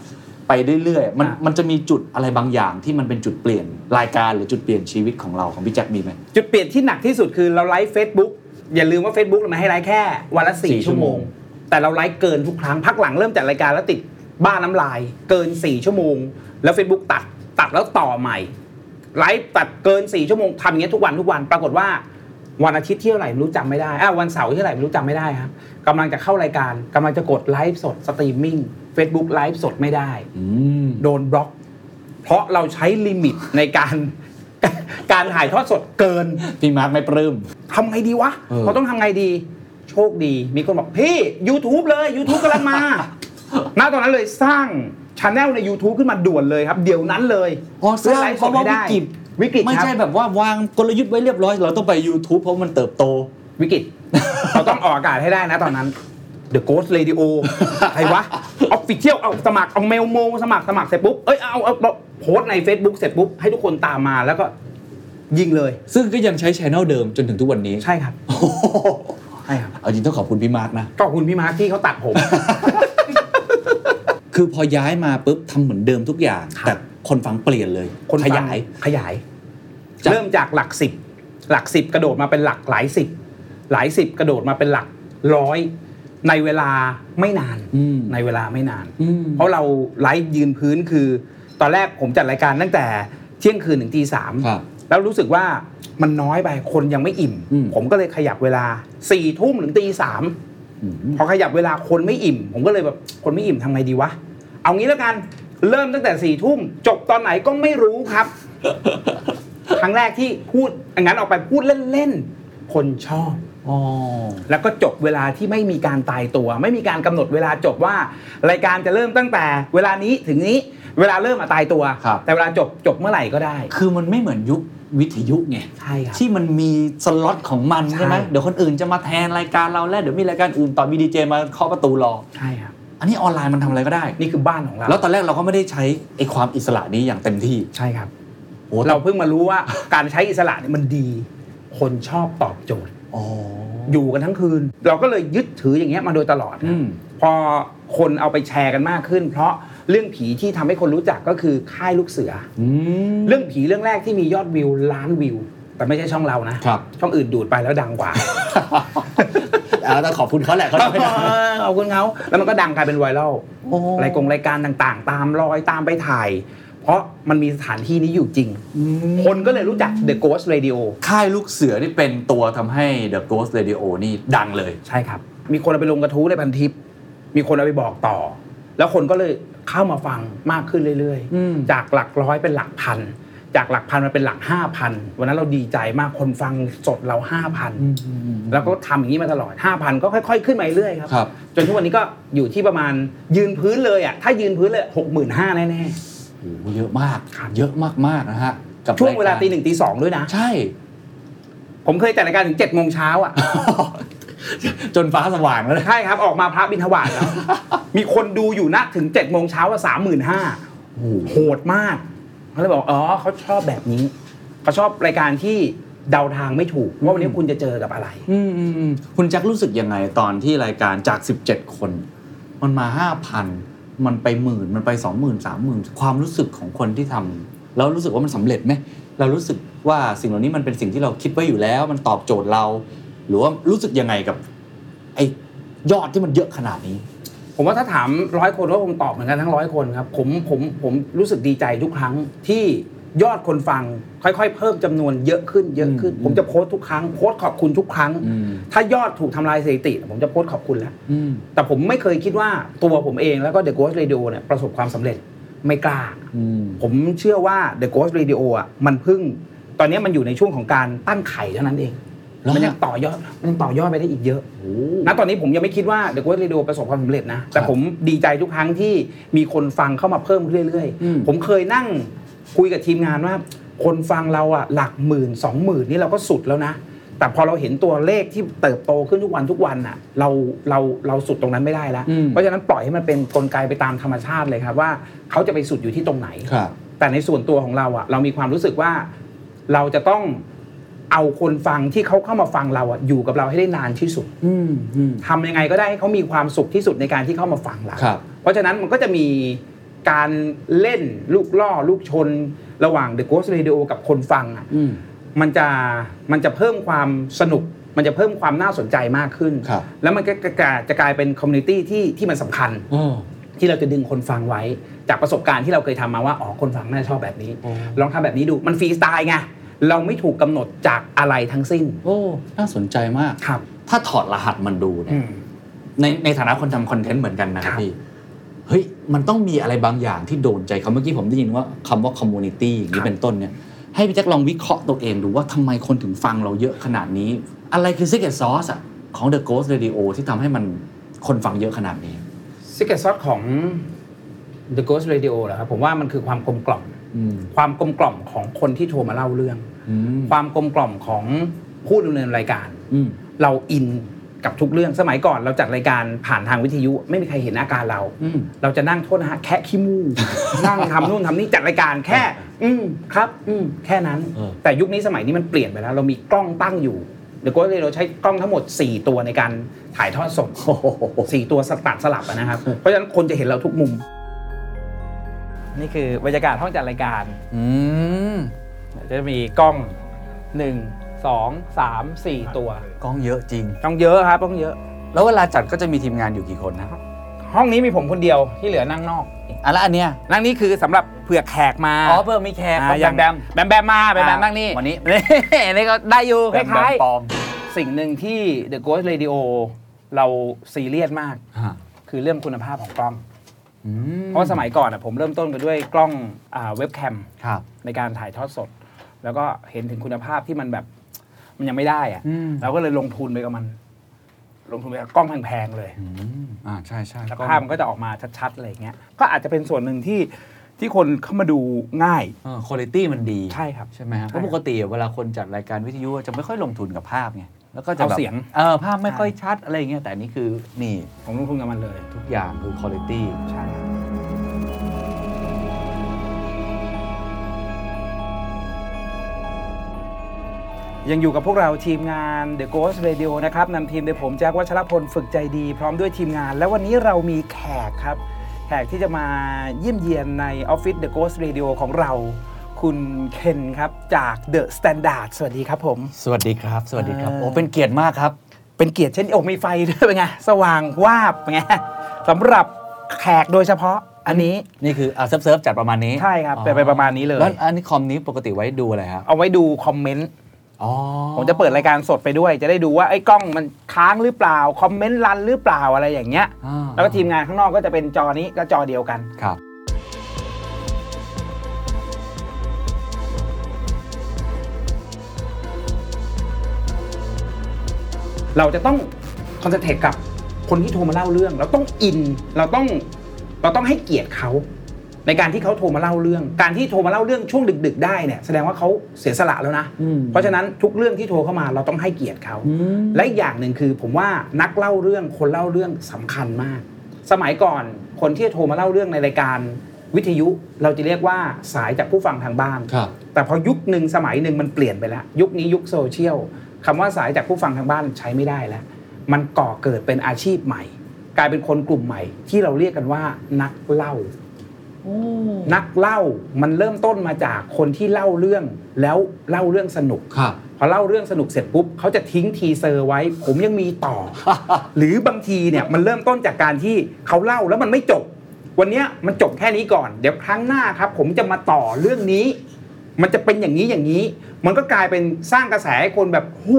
Speaker 3: ไปเรื่อยๆมัน
Speaker 1: อ่ะ
Speaker 3: มันจะมีจุดอะไรบางอย่างที่มันเป็นจุดเปลี่ยนรายการหรือจุดเปลี่ยนชีวิตของเราของพี่แจ็คมีไหม
Speaker 1: จุดเปลี่ยนที่หนักที่สุดคือเราไลฟ์ Facebook อย่าลืมว่า Facebook มันให้ไลฟ์แค่วันละ
Speaker 3: สี่
Speaker 1: 4 ชั่วโมง
Speaker 3: ชั่วโม
Speaker 1: แต่เราไลฟ์เกินทุกครั้งพักหลังเริ่มจัดรายการแล้วติดบ้าน้ำลาย เกิน 4 ชั่วโมง แล้ว Facebook ตัดตัดแล้วต่อใหม่ ไลฟ์ตัดเกิน 4 ชั่วโมงทำอย่างเงี้ยทุกวันทุกวันปรากฏว่า วันอาทิตย์ที่เท่าไหร่ไม่รู้จำไม่ได้อ่ะวันเสาร์ที่เท่าไหร่ไม่รู้จำไม่ได้ครับกำลังจะเข้ารายการกำลังจะกดไลฟ์สดสตรีมมิ่ง Facebook ไลฟ์สดไม่ได้ โดนบล็อก เพราะเราใช้ลิมิตในการ การถ่ายทอดสดเกิน
Speaker 3: พี่มาร์คไม่ปลื้ม
Speaker 1: ทำไงดีวะ
Speaker 3: เออ
Speaker 1: เราต้องทำไงดี โชคดี มีคนบอก พี่ YouTube เลย YouTube กำลังมา ณตอนนั้นเลยสร้างช n แนลใน YouTube ขึ้นมาด่วนเลยครับ เดี๋ยวนั้นเลย
Speaker 3: พอสร้างเพ
Speaker 1: พื่อ
Speaker 3: ราะ
Speaker 1: ไลฟ์สดให้
Speaker 3: ว่าวิ
Speaker 1: ได้
Speaker 3: กฤต
Speaker 1: วิกฤต
Speaker 3: ไม่
Speaker 1: ครับ
Speaker 3: ใช่แบบว่าวางกลยุทธ์ไว้เรียบร้อย เราต้องไป YouTube เพราะมันเติบโต
Speaker 1: วิก ฤต เราต้องออกอากาศให้ได้นะตอนนั้น The Ghost Radio ใครวะออฟฟิเชียลเอาสมัคร เอาเมลโม สมัครสมัครเสร็จปุ๊บ เอ้ย เอาเอาเอาโพสต์ใน Facebook เสร็จปุ๊บ ให้ทุกคนตามมาแล้วก็ยิงเลย
Speaker 3: ซึ่งก็ยังใช้ช n e l เดิมจนถึงทุกวันนี้
Speaker 1: ใช่ครับ ใช่ครับ
Speaker 3: เอาจริงต้องขอบคุณพี่มาร์กนะ
Speaker 1: ขอบคุณพี่มาร์คที่เขาตัดผม
Speaker 3: คือพอย้ายมาปุ๊บทำเหมือนเดิมทุกอย่าง
Speaker 1: ครับ
Speaker 3: แต่คนฟังเปลี่ยนเลย
Speaker 1: คน
Speaker 3: ข
Speaker 1: ฟัง
Speaker 3: ยาย
Speaker 1: ขยาย
Speaker 3: จาก
Speaker 1: เริ่มจากหลักสิบหลักสิบกระโดดมาเป็นหลักหลายสิบหลายสิบกระโดดมาเป็นหลักร้อย ในเวลาไม่นาน
Speaker 3: อืม
Speaker 1: ในเวลาไม่นาน
Speaker 3: อืม
Speaker 1: เพราะเราไลฟ์ยืนพื้นคือ ตอนแรกผมจัดรายการตั้งแต่เที่ยงคืนถึงตีสาม
Speaker 3: ครับ
Speaker 1: แล้วรู้สึกว่ามันน้อยไปคนยังไม่อิ่ม
Speaker 3: อืม
Speaker 1: ผมก็เลยขยับเวลาสี่ทุ่มถึงตีสาม
Speaker 3: อืม
Speaker 1: พอขยับเวลาคนไม่อิ่ม ผมก็เลยแบบคนไม่อิ่มทำไงดีวะ เอางี้แล้วกัน เริ่มตั้งแต่สี่ทุ่มจบตอนไหนก็ไม่รู้ ครับ ครั้งแรกที่พูดอย่างนั้นออกไปพูดเล่นๆ คนชอบ
Speaker 3: อ๋อ
Speaker 1: แล้วก็จบเวลาที่ไม่มีการตายตัว ไม่มีการกำหนดเวลาจบว่ารายการจะเริ่มตั้งแต่เวลานี้ถึงนี้เวลาเริ่มอะตายตัว
Speaker 3: ครับ
Speaker 1: แต่เวลาจบจบเมื่อไหร่ก็ได้
Speaker 3: คือมันไม่เหมือนยุควิทยุไง
Speaker 1: ใช่ครับ
Speaker 3: ที่มันมีสล็อตของมัน
Speaker 1: ใช่
Speaker 3: ใช่ไหมเดี๋ยวคนอื่นจะมาแทนรายการเราแล้ว เดี๋ยวมีรายการอื่นต่อมีดีเจมาเคาะประตูรอ
Speaker 1: ใช่ครับ
Speaker 3: อันนี้ออนไลน์มันทำอะไรก็ได้
Speaker 1: นี่คือบ้านของเรา
Speaker 3: แล้วตอนแรกเราก็ไม่ได้ใช้ไอ้ความอิสระนี้อย่างเต็มที่
Speaker 1: ใช่ครับ
Speaker 3: โอ้แต่
Speaker 1: เราเพิ่งมารู้ว่า การใช้อิสระเนี่ยมันดี คนชอบตอบโจทย์
Speaker 3: อ๋อ
Speaker 1: อยู่กันทั้งคืน เราก็เลยยึดถืออย่างเงี้ยมาโดยตลอด
Speaker 3: อืม
Speaker 1: พอคนเอาไปแชร์กันมากขึ้น เพราะเรื่องผีที่ทำให้คนรู้จักก็คือค่ายลูกเสือ
Speaker 3: อืม
Speaker 1: เรื่องผีเรื่องแรกที่มียอดวิวล้านวิว แต่ไม่ใช่ช่องเรานะ
Speaker 3: ครับ
Speaker 1: ช่องอื่นดูดไปแล้วดังก ว่า
Speaker 3: เอาต้องขอบคุณเขาแหละเขาทำให้ได้
Speaker 1: เออเอาคนเขาแล้วมันก็ดังกลายเป็นไวรัล
Speaker 3: โอ้
Speaker 1: รายกงรายการต่างๆ ตามรอยตามไปถ่าย เพราะมันมีสถานที่นี้อยู่จริง
Speaker 3: อืม
Speaker 1: คนก็เลยรู้จัก The Ghost Radio
Speaker 3: ค่ายลูกเสือนี่เป็นตัวทำให้ The Ghost Radio นี่ดังเลย
Speaker 1: ใช่ครับ มีคนเอาไปลงกระทู้ในพันทิป มีคนเอาไปบอกต่อ แล้วคนก็เลยเข้ามาฟังมากขึ้นเรื่อย
Speaker 3: อืม
Speaker 1: จากหลักร้อยเป็นหลักพัน จากหลักพันมาเป็นหลักห้าพัน วันนั้นเราดีใจมากคนฟังสดเราห้าพัน แล้วก็ทำอย่างนี้มาตลอดห้าพันก็ค่อยๆ ขึ้นมาเรื่อยๆครับ
Speaker 3: ครับ
Speaker 1: จนทุกวันนี้ก็อยู่ที่ประมาณยืนพื้นเลยอ่ะ ถ้ายืนพื้นเลยหกหมื่นห้าแน่
Speaker 3: โอ้โหเยอะมาก
Speaker 1: ครับ
Speaker 3: เยอะมากๆนะฮะกับ
Speaker 1: ๆ ช่วงเวลาร
Speaker 3: ยกร
Speaker 1: ตีหนึ่งตีสองด้วยนะ
Speaker 3: ใช่
Speaker 1: ผมเคยจัดรายการถึงเจ็ดโมงเช้าอ่ะ
Speaker 3: จนฟ้าสว่างแล้วนะ
Speaker 1: ใช่ครับ ออกมาพระบิณฑบาต แล้ว มีคนดูอยู่นะถึงเจ็ดโมงเช้าอ่ะสามหมื่นห้า
Speaker 3: โอ้โห
Speaker 1: โหดมากเขาเลยบอก อ๋อเขาชอบแบบนี้ เขาชอบรายการที่เดาทางไม่ถูก ว่าวันนี้คุณจะเจอกับอะไร
Speaker 3: อืมอืมอืมคุณแจ็ครู้สึกยังไงตอนที่รายการจาก 17 คน มันมา 5,000 มันไปหมื่นมันไป 20,000 30,000 ความรู้สึกของคนที่ทำแล้วรู้สึกว่ามันสำเร็จไหมเรารู้สึกว่าสิ่งเหล่านี้มันเป็นสิ่งที่เราคิดไว้อยู่แล้ว มันตอบโจทย์เรา หรือว่ารู้สึกยังไงกับไอ้ยอดที่มันเยอะขนาดนี้
Speaker 1: ผมว่าถ้าถามร้อยคนก็คงตอบเหมือนกันทั้งร้อยคนครับ ผมผมผมรู้สึกดีใจทุกครั้งที่ยอดคนฟังค่อยๆ เพิ่มจำนวนเยอะขึ้นเยอะขึ้น
Speaker 3: อืม
Speaker 1: ผมจะโพสต์ทุกครั้งโพสต์ขอบคุณทุกครั้ง
Speaker 3: อืม
Speaker 1: ถ้ายอดถูกทำลายสถิติ ผมจะโพสต์ขอบคุณแล้ว
Speaker 3: อืม
Speaker 1: แต่ผมไม่เคยคิดว่าตัวผมเองแล้วก็ The Ghost Radio เนี่ยประสบความสำเร็จไม่กล้า
Speaker 3: อืม
Speaker 1: ผมเชื่อว่า The Ghost Radio อ่ะมันเพิ่ง ตอนนี้มันอยู่ในช่วงของการตั้งไข่เท่านั้นเอง
Speaker 3: เหรอฮะ
Speaker 1: มันยังต่อยอดมันยังต่อยอดไปได้อีกเยอะณตอนนี้ผมยังไม่คิดว่า The Ghost Radio ประสบความสำเร็จนะ แต่ผมดีใจทุกครั้งที่มีคนฟังเข้ามาเพิ่มขึ้นเรื่อย
Speaker 3: อืม
Speaker 1: ๆ ผมเคยนั่งคุยกับทีมงานว่า คนฟังเราอ่ะหลักหมื่นสองหมื่นนี่เราก็สุดแล้วนะ แต่พอเราเห็นตัวเลขที่เติบโตขึ้นทุกวันทุกวันอ่ะเราเราเราสุดตรงนั้นไม่ได้แล้ว
Speaker 3: อืม
Speaker 1: เพราะฉะนั้นปล่อยให้มันเป็นกลไกไปตามธรรมชาติเลยครับว่าเขาจะไปสุดอยู่ที่ตรงไหน
Speaker 3: ครับ
Speaker 1: แต่ในส่วนตัวของเราอะเรามีความรู้สึกว่าเราจะต้องเอาคนฟังที่เขาเข้ามาฟังเราอะอยู่กับเราให้ได้นานที่สุด
Speaker 3: อืมอืม
Speaker 1: ทำยังไงก็ได้ให้เขามีความสุขที่สุดในการที่เข้ามาฟังเรา
Speaker 3: ครับ
Speaker 1: เพราะฉะนั้นมันก็จะมีการเล่นลูกล่อลูกชนระหว่าง The Ghost Radio กับคนฟังอะ
Speaker 3: อืม
Speaker 1: มันจะมันจะเพิ่มความสนุก มันจะเพิ่มความน่าสนใจมากขึ้น
Speaker 3: ครับ
Speaker 1: แล้วมันก็จะจะกลายเป็นคอมมูนิตี้ที่ที่มันสำคัญ
Speaker 3: เออ
Speaker 1: ที่เราจะดึงคนฟังไว้ จากประสบการณ์ที่เราเคยทำมาว่าอ๋อคนฟังน่าจะชอบแบบนี้
Speaker 3: อ๋อ
Speaker 1: ลองทำแบบนี้ดูมันฟรีสไตล์ไงเราไม่ถูกกำหนดจากอะไรทั้งสิ้น
Speaker 3: โอ้ น่าสนใจมาก
Speaker 1: ครับ
Speaker 3: ถ้าถอดรหัสมันดูเนี่
Speaker 1: อื
Speaker 3: ย
Speaker 1: ม
Speaker 3: ในในฐานะคนทำคอนเทนต์เหมือนกันนะครั
Speaker 1: ครับ บ
Speaker 3: พี่เฮ้ยมันต้องมีอะไรบางอย่างที่โดนใจเขาเมื่อกี้ผมได้ยินว่าคำว่าคอมมูนิตี้อย่างนี้เป็นต้นเนี่ย ให้พี่แจ็คลองวิเคราะห์ตัวเองดูว่าทำไมคนถึงฟังเราเยอะขนาดนี้ อะไรคือ secret sauce อะของ The Ghost Radio ที่ทำให้มันคนฟังเยอะขนาดนี้
Speaker 1: ซิกเก็ตซอสของ The Ghost Radio เหรอครับผมว่ามันคือความกลมกล่อม
Speaker 3: อืม
Speaker 1: ความกลมกล่อมของคนที่โทรมาเล่าเรื่อง
Speaker 3: อืม
Speaker 1: ความกลมกล่อมของผู้ดำเนินรายการ
Speaker 3: อืม
Speaker 1: เราอินกับทุกเรื่องสมัยก่อนเราจัดรายการผ่านทางวิทยุ ไม่มีใครเห็นอาการเรา
Speaker 3: อืม
Speaker 1: เราจะนั่งโทษนะฮะแคะขี้มู ก นั่งทำนู่นทำนี่จัดรายการแค่ อืมครับ อืมแค่นั้น
Speaker 3: เออ
Speaker 1: แต่ยุคนี้สมัยนี้มันเปลี่ยนไปแล้ว เรามีกล้องตั้งอยู่เดี๋ยวก็เลยเราใช้กล้องทั้งหมด 4 ตัวในการถ่ายทอดส ดสี่ตัวสตัดสลับอะนะครับ เพราะฉะนั้นคนจะเห็นเราทุกมุม นี่คือบรรยากาศห้องจัดรายการ
Speaker 3: อืม
Speaker 1: จะมีกล้อง 1 2 3 4 ตัว
Speaker 3: กล้องเยอะจริง
Speaker 1: ต้องเยอะครับต้องเยอะ
Speaker 3: แล้วเวลาจัดก็จะมีทีมงานอยู่กี่คนนะ
Speaker 1: ห้องนี้มีผมคนเดียวที่เหลือนั่งนอก
Speaker 3: อ่ะแล้วอันเนี้ย
Speaker 1: นั่งนี้คือสำหรับเผื่อแขกมา
Speaker 3: อ๋อเพิ่มมีแคร์
Speaker 1: า
Speaker 3: แบมแบม
Speaker 1: แบมแบมมาแบมแบม
Speaker 3: อ่า
Speaker 1: นั่งนี่
Speaker 3: วันนี้
Speaker 1: อันนี่ก็ได้อยู่ค
Speaker 3: แบมแบ
Speaker 1: ล้าย
Speaker 3: มปลอม
Speaker 1: ๆ สิ่งหนึ่งที่ The Ghost Radio เราซีเรียสมาก
Speaker 7: ฮะ
Speaker 1: คือเรื่องคุณภาพของกล้อง
Speaker 3: อื
Speaker 1: เพราะสมัยก่อนอะผมเริ่มต้นกันด้วยกล้องเว็บแคม
Speaker 3: ครับ
Speaker 1: ในการถ่ายทอดสด แล้วก็เห็นถึงคุณภาพที่มันแบบมันยังไม่ได้อะ
Speaker 3: อืม
Speaker 1: เราก็เลยลงทุนไปกับมัน ลงทุนไปกับกล้องแพงๆเลย
Speaker 7: อ่าใช่ใช่
Speaker 1: แล้ว
Speaker 7: ก็
Speaker 1: ภาพมันก็จะออกมาชัดๆอะไรอย่างเงี้ย ก็อาจจะเป็นส่วนหนึ่งที่ที่คนเข้ามาดูง่าย
Speaker 7: เออคุณภาพมันดี
Speaker 1: ใช่ครับ
Speaker 7: ใช่ไหมฮะ
Speaker 1: ใช่
Speaker 7: เพราะปกติเวลาคนจัดรายการวิทยุจะไม่ค่อยลงทุนกับภาพไง แล้วก็จะ
Speaker 1: เอา
Speaker 7: แบบ
Speaker 1: เสียง
Speaker 7: เออภาพไม่ค่อยชัดอะไรอย่างเงี้ย แต่อันนี่คือนี่
Speaker 1: ผมลงทุนกับมันเลยทุก
Speaker 7: ทุกอย่างคือคุณภาพ
Speaker 1: ใช่ครับ ยังอยู่กับพวกเราทีมงาน The Ghost Radio นะครับนำทีมโดยผมแจ็ควัชรพลฝึกใจดี พร้อมด้วยทีมงาน และวันนี้เรามีแขกครับ แขกที่จะมาเยี่ยมเยียนในออฟฟิศ The Ghost Radio ของเรา คุณเคนครับจาก The Standard สวัสดีครับผม
Speaker 3: สวัสดีครับ สวัสดีครับ
Speaker 1: เออ
Speaker 3: โอ้เป็นเกียรติมากครับ
Speaker 1: เป็นเกียรติเช่นโอ้มีไฟด้วยเป็นไง สว่างวาบเป็นไงสำหรับแขกโดยเฉพาะอันนี้
Speaker 3: นี่คืออ่ะเซิร์ฟเซิร์ฟจัดประมาณนี้
Speaker 1: ใช่ครับ
Speaker 3: อ๋อ
Speaker 1: เป็นไปประมาณนี้เลย
Speaker 3: แล้วอันนี้คอมนี้ปกติไว้ดูอะไรครับ
Speaker 1: เอาไว้ดูคอมเมนต์
Speaker 3: อ๋อ
Speaker 1: ผมจะเปิดรายการสดไปด้วย จะได้ดูว่าไอ้กล้องมันค้างหรือเปล่า คอมเมนต์รันหรือเปล่าอะไรอย่างเงี้ย
Speaker 3: อ่า
Speaker 1: แล้วก็ทีมงานข้างนอกก็จะเป็นจอนี้ก็จอเดียวกัน
Speaker 3: ครับ
Speaker 1: เราจะต้องคอนเซนเทรตกับคนที่โทรมาเล่าเรื่อง เราต้องอิน เราต้องเราต้องให้เกียรติเขา ในการที่เขาโทรมาเล่าเรื่อง การที่โทรมาเล่าเรื่องช่วงดึก ๆ ได้เนี่ยแสดงว่าเขาเสียสละแล้วนะ
Speaker 3: อืม
Speaker 1: เพราะฉะนั้นทุกเรื่องที่โทรเข้ามาเราต้องให้เกียรติเขา
Speaker 3: อืม
Speaker 1: และอีกอย่างหนึ่งคือผมว่านักเล่าเรื่องคนเล่าเรื่องสำคัญมาก สมัยก่อนคนที่จะโทรมาเล่าเรื่องในรายการวิทยุ เราจะเรียกว่าสายจากผู้ฟังทางบ้าน
Speaker 3: ครับ
Speaker 1: แต่พอยุคหนึ่งสมัยหนึ่งมันเปลี่ยนไปแล้ว ยุคนี้ยุคโซเชียลคำว่าสายจากผู้ฟังทางบ้านใช้ไม่ได้แล้ว มันก่อเกิดเป็นอาชีพใหม่ กลายเป็นคนกลุ่มใหม่ ที่เราเรียกกันว่านักเล่า นักเล่ามันเริ่มต้นมาจากคนที่เล่าเรื่องแล้วเล่าเรื่องสนุก
Speaker 3: ครับ
Speaker 1: พอเล่าเรื่องสนุกเสร็จปุ๊บเขาจะทิ้งทีเซอร์ไว้ ผมยังมีต่อ หรือบางทีเนี่ยมันเริ่มต้นจากการที่เขาเล่าแล้วมันไม่จบ วันเนี้ยมันจบแค่นี้ก่อน เดี๋ยวครั้งหน้าครับ ผมจะมาต่อเรื่องนี้ มันจะเป็นอย่างนี้อย่างนี้ มันก็กลายเป็นสร้างกระแสให้คนแบบโห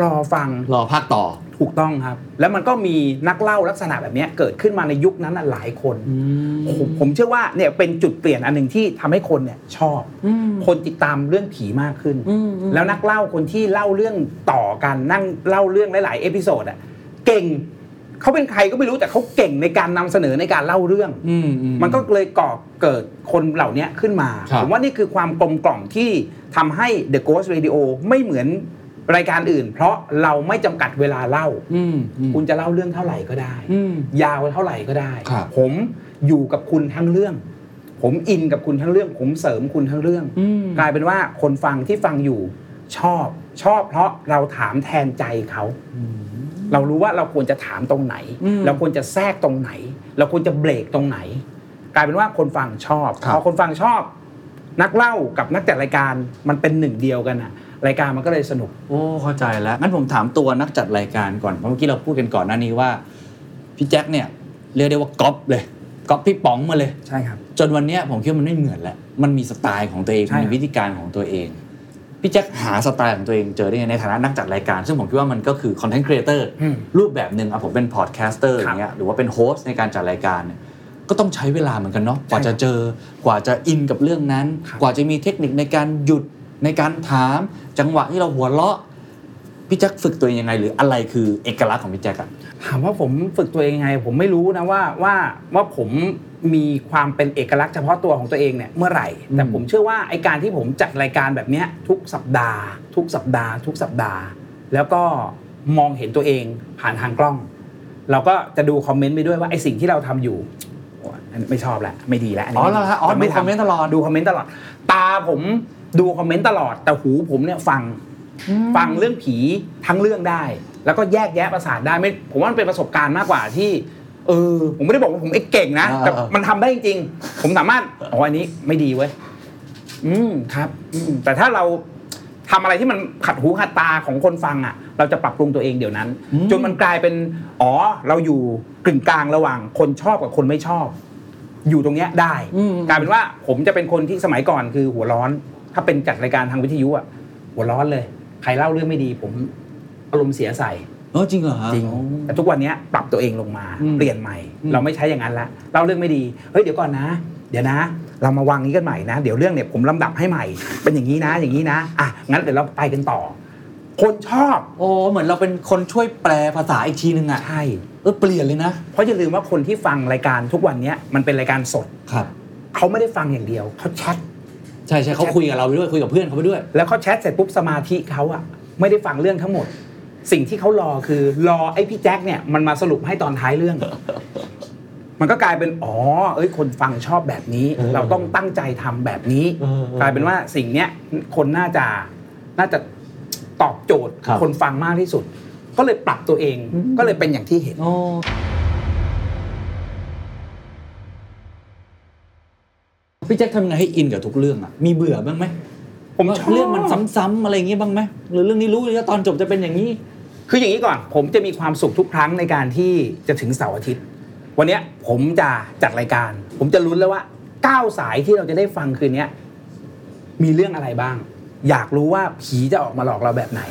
Speaker 1: รอฟัง
Speaker 3: รอภาคต่อ
Speaker 1: ถูกต้องครับ แล้วมันก็มีนักเล่าลักษณะแบบเนี้ยเกิดขึ้นมาในยุคนั้นน่ะหลายคน ผมผมเชื่อว่าเนี่ยเป็นจุดเปลี่ยนอันหนึ่งที่ทำให้คนเนี่ยชอบ คนติดตามเรื่องผีมากขึ้น แล้วนักเล่าคนที่เล่าเรื่องต่อกันนั่งเล่าเรื่องหลาย ๆ เอพิโซดอ่ะเก่งเขาเป็นใครก็ไม่รู้แต่เขาเก่งในการนำเสนอในการเล่าเรื่อง
Speaker 3: อืมอื
Speaker 1: มันก็เลยก่อเกิดคนเหล่านี้ขึ้นมา
Speaker 3: ครับ
Speaker 1: ผมว่านี่คือความกลมกล่อมที่ทำให้ The Ghost Radio ไม่เหมือนรายการอื่น เพราะเราไม่จำกัดเวลาเล่า
Speaker 3: อืมอืม
Speaker 1: คุณจะเล่าเรื่องเท่าไหร่ก็ได้
Speaker 3: อืม
Speaker 1: ยาวเท่าไหร่ก็ได้
Speaker 3: ครับ
Speaker 1: ผมอยู่กับคุณทั้งเรื่อง ผมอินกับคุณทั้งเรื่อง ผมเสริมคุณทั้งเรื่อง
Speaker 3: อืม
Speaker 1: กลายเป็นว่าคนฟังที่ฟังอยู่ชอบชอบเพราะเราถามแทนใจเขา เรารู้ว่าเราควรจะถามตรงไหน
Speaker 3: อืม
Speaker 1: เราควรจะแทรกตรงไหน เราควรจะเบรกตรงไหน กลายเป็นว่าคนฟังชอบ
Speaker 3: ครับ
Speaker 1: พอคนฟังชอบ นักเล่ากับนักจัดรายการมันเป็นหนึ่งเดียวกันอะรายการมันก็เลยสนุก
Speaker 3: โอ้ เข้าใจแล้ว งั้นผมถามตัวนักจัดรายการก่อน เพราะเมื่อกี้เราพูดกันก่อนหน้านี้ว่า พี่แจ็คเนี่ย เรียกได้ว่าก๊อปเลยก๊อปพี่ป๋องมาเลย
Speaker 1: ใช่ครับ
Speaker 3: จนวันเนี้ยผมคิดว่ามันไม่เหมือนแล้ว มันมีสไตล์ของตัวเอง
Speaker 1: ใช่
Speaker 3: มันมีวิธีการของตัวเอง พี่แจ็คหาสไตล์ของตัวเองเจอได้ไงในฐานะนักจัดรายการ ซึ่งผมคิดว่ามันก็คือคอนเทนต์ครีเอเตอร์
Speaker 1: อืม
Speaker 3: รูปแบบหนึ่งอ่ะผมเป็นพอดแคสเตอร์อ
Speaker 1: ครั
Speaker 3: ย่า
Speaker 1: บ
Speaker 3: งเงี้ยหรือว่าเป็นโฮสต์ในการจัดรายการเนี่ยก็ต้องใช้เวลาเหมือนกันเนาะกว่า
Speaker 1: ใช่
Speaker 3: จะเจอ กว่าจะอินกับเรื่องนั้น
Speaker 1: ครับ
Speaker 3: กว่าจะมีเทคนิคในการหยุดในการถาม จังหวะที่เราหัวเราะพี่แจ็คฝึกตัวเองยังไง หรืออะไรคือเอกลักษณ์ของพี่แจ็คอะ
Speaker 1: ถามว่าผมฝึกตัวเองยังไง ผมไม่รู้นะว่าว่าว่าผมมีความเป็นเอกลักษณ์เฉพาะตัวของตัวเองเนี่ยเมื่อไหร่ แต่ผมเชื่อว่าไอการที่ผมจัดรายการแบบเนี้ยทุกสัปดาห์ ทุกสัปดาห์ ทุกสัปดาห์ แล้วก็มองเห็นตัวเองผ่านทางกล้อง เราก็จะดูคอมเมนต์ไปด้วยว่าไอสิ่งที่เราทำอยู่โอ้ยอันนี้ไม่ชอบละไม่ดีละนนี้
Speaker 3: อ๋อเหรอฮะอ๋อ
Speaker 1: จะ
Speaker 3: ดู
Speaker 1: ไม่
Speaker 3: คอมเมน
Speaker 1: ทำ
Speaker 3: ต์ตลอด
Speaker 1: ดูคอมเมนต์ตลอด ตาผมดูคอมเมนต์ตลอด แต่หูผมเนี่ยฟัง ฟังเรื่องผีทั้งเรื่องได้ แล้วก็แยกแยะประสาทได้ไม่ผมว่ามันเป็นประสบการณ์มากกว่าที่ เออ ผมไม่ได้บอกว่าผมเอ็กเก่งนะ
Speaker 3: อ่า
Speaker 1: แต่
Speaker 3: อ่า
Speaker 1: มันทำได้จริงๆ ผมสามารถอ๋ออันนี้ไม่ดีเว้ย อืมครับอืมแต่ถ้าเรา ทำอะไรที่มันขัดหูขัดตาของคนฟังอ่ะ เราจะปรับปรุงตัวเองเดี๋ยวนั้น จนมันกลายเป็นอ๋อเราอยู่กึ่งกลางระหว่างคนชอบกับคนไม่ชอบ อยู่ตรงเนี้ยได้
Speaker 3: อืม
Speaker 1: กลายเป็นว่าผมจะเป็นคนที่สมัยก่อนคือหัวร้อน ถ้าเป็นจัดรายการทางวิทยุอ่ะหัวร้อนเลย ใครเล่าเรื่องไม่ดี ผมอารมณ์เสียใส่
Speaker 7: อ๋อจริงเหรอฮะ
Speaker 1: จริงแต่ทุกวันเนี้ยปรับตัวเองลงมา
Speaker 7: อืม
Speaker 1: เปลี่ยนใหม่
Speaker 7: อืม
Speaker 1: เราไม่ใช้อย่างนั้นละเล่าเรื่องไม่ดีเฮ้ยเดี๋ยวก่อนนะ เดี๋ยวนะ เรามาวางนี้กันใหม่นะ เดี๋ยวเรื่องเนี่ยผมลำดับให้ใหม่ เป็นอย่างนี้นะ อย่างนี้นะอ่ะงั้นเดี๋ยวเราไปกันต่อ คนชอบ
Speaker 3: โอ้เหมือนเราเป็นคนช่วยแปลภาษาอีกทีนึงอ่ะ
Speaker 1: ใช่
Speaker 3: เออเปลี่ยนเลยนะ
Speaker 1: เพราะอย่าลืมว่าคนที่ฟังรายการทุกวันเนี้ยมันเป็นรายการสด
Speaker 3: ครับ
Speaker 1: เขาไม่ได้ฟังอย่างเดียวเขาแชท
Speaker 3: ใช่ใช่เขาคุยกับเราไปด้วยคุยกับเพื่อนเขาไปด้วย
Speaker 1: แล้วเขาแชทเสร็จปุ๊บสมาธิเขาอะไม่ได้ฟังเรื่องทั้งหมด สิ่งที่เขารอคือรอไอ้พี่แจ็คเนี่ยมันมาสรุปให้ตอนท้ายเรื่อง มันก็กลายเป็น อ๋อ เอ้ย คนฟังชอบแบบนี้
Speaker 3: เออ
Speaker 1: เราต้องตั้งใจทำแบบนี้
Speaker 3: เออเออก
Speaker 1: ลายเป็นว่าสิ่งเนี้ย คนน่าจะ น่าจะตอบโจทย์
Speaker 3: ครับ
Speaker 1: คนฟังมากที่สุด ก็เลยปรับตัวเอง ก็เลยเป็นอย่างที่เห็น
Speaker 3: โอ้พี่แจ็คทำไงให้อินกับทุกเรื่องอ่ะมีเบื่อบ้างไหม
Speaker 1: ผม
Speaker 3: ว่า
Speaker 1: ชอบ
Speaker 3: เรื่องมันซ้ำๆอะไรอย่างเงี้ยบ้างไหมหรือเรื่องนี้รู้เลยว่าตอนจบจะเป็นอย่างนี้
Speaker 1: คืออย่างนี้ก่อน ผมจะมีความสุขทุกครั้งในการที่จะถึงเสาร์อาทิตย์ วันเนี้ยผมจะจัดรายการ ผมจะลุ้นแล้วว่าเก้าสายที่เราจะได้ฟังคืนเนี้ยมีเรื่องอะไรบ้าง อยากรู้ว่าผีจะออกมาหลอกเราแบบไหน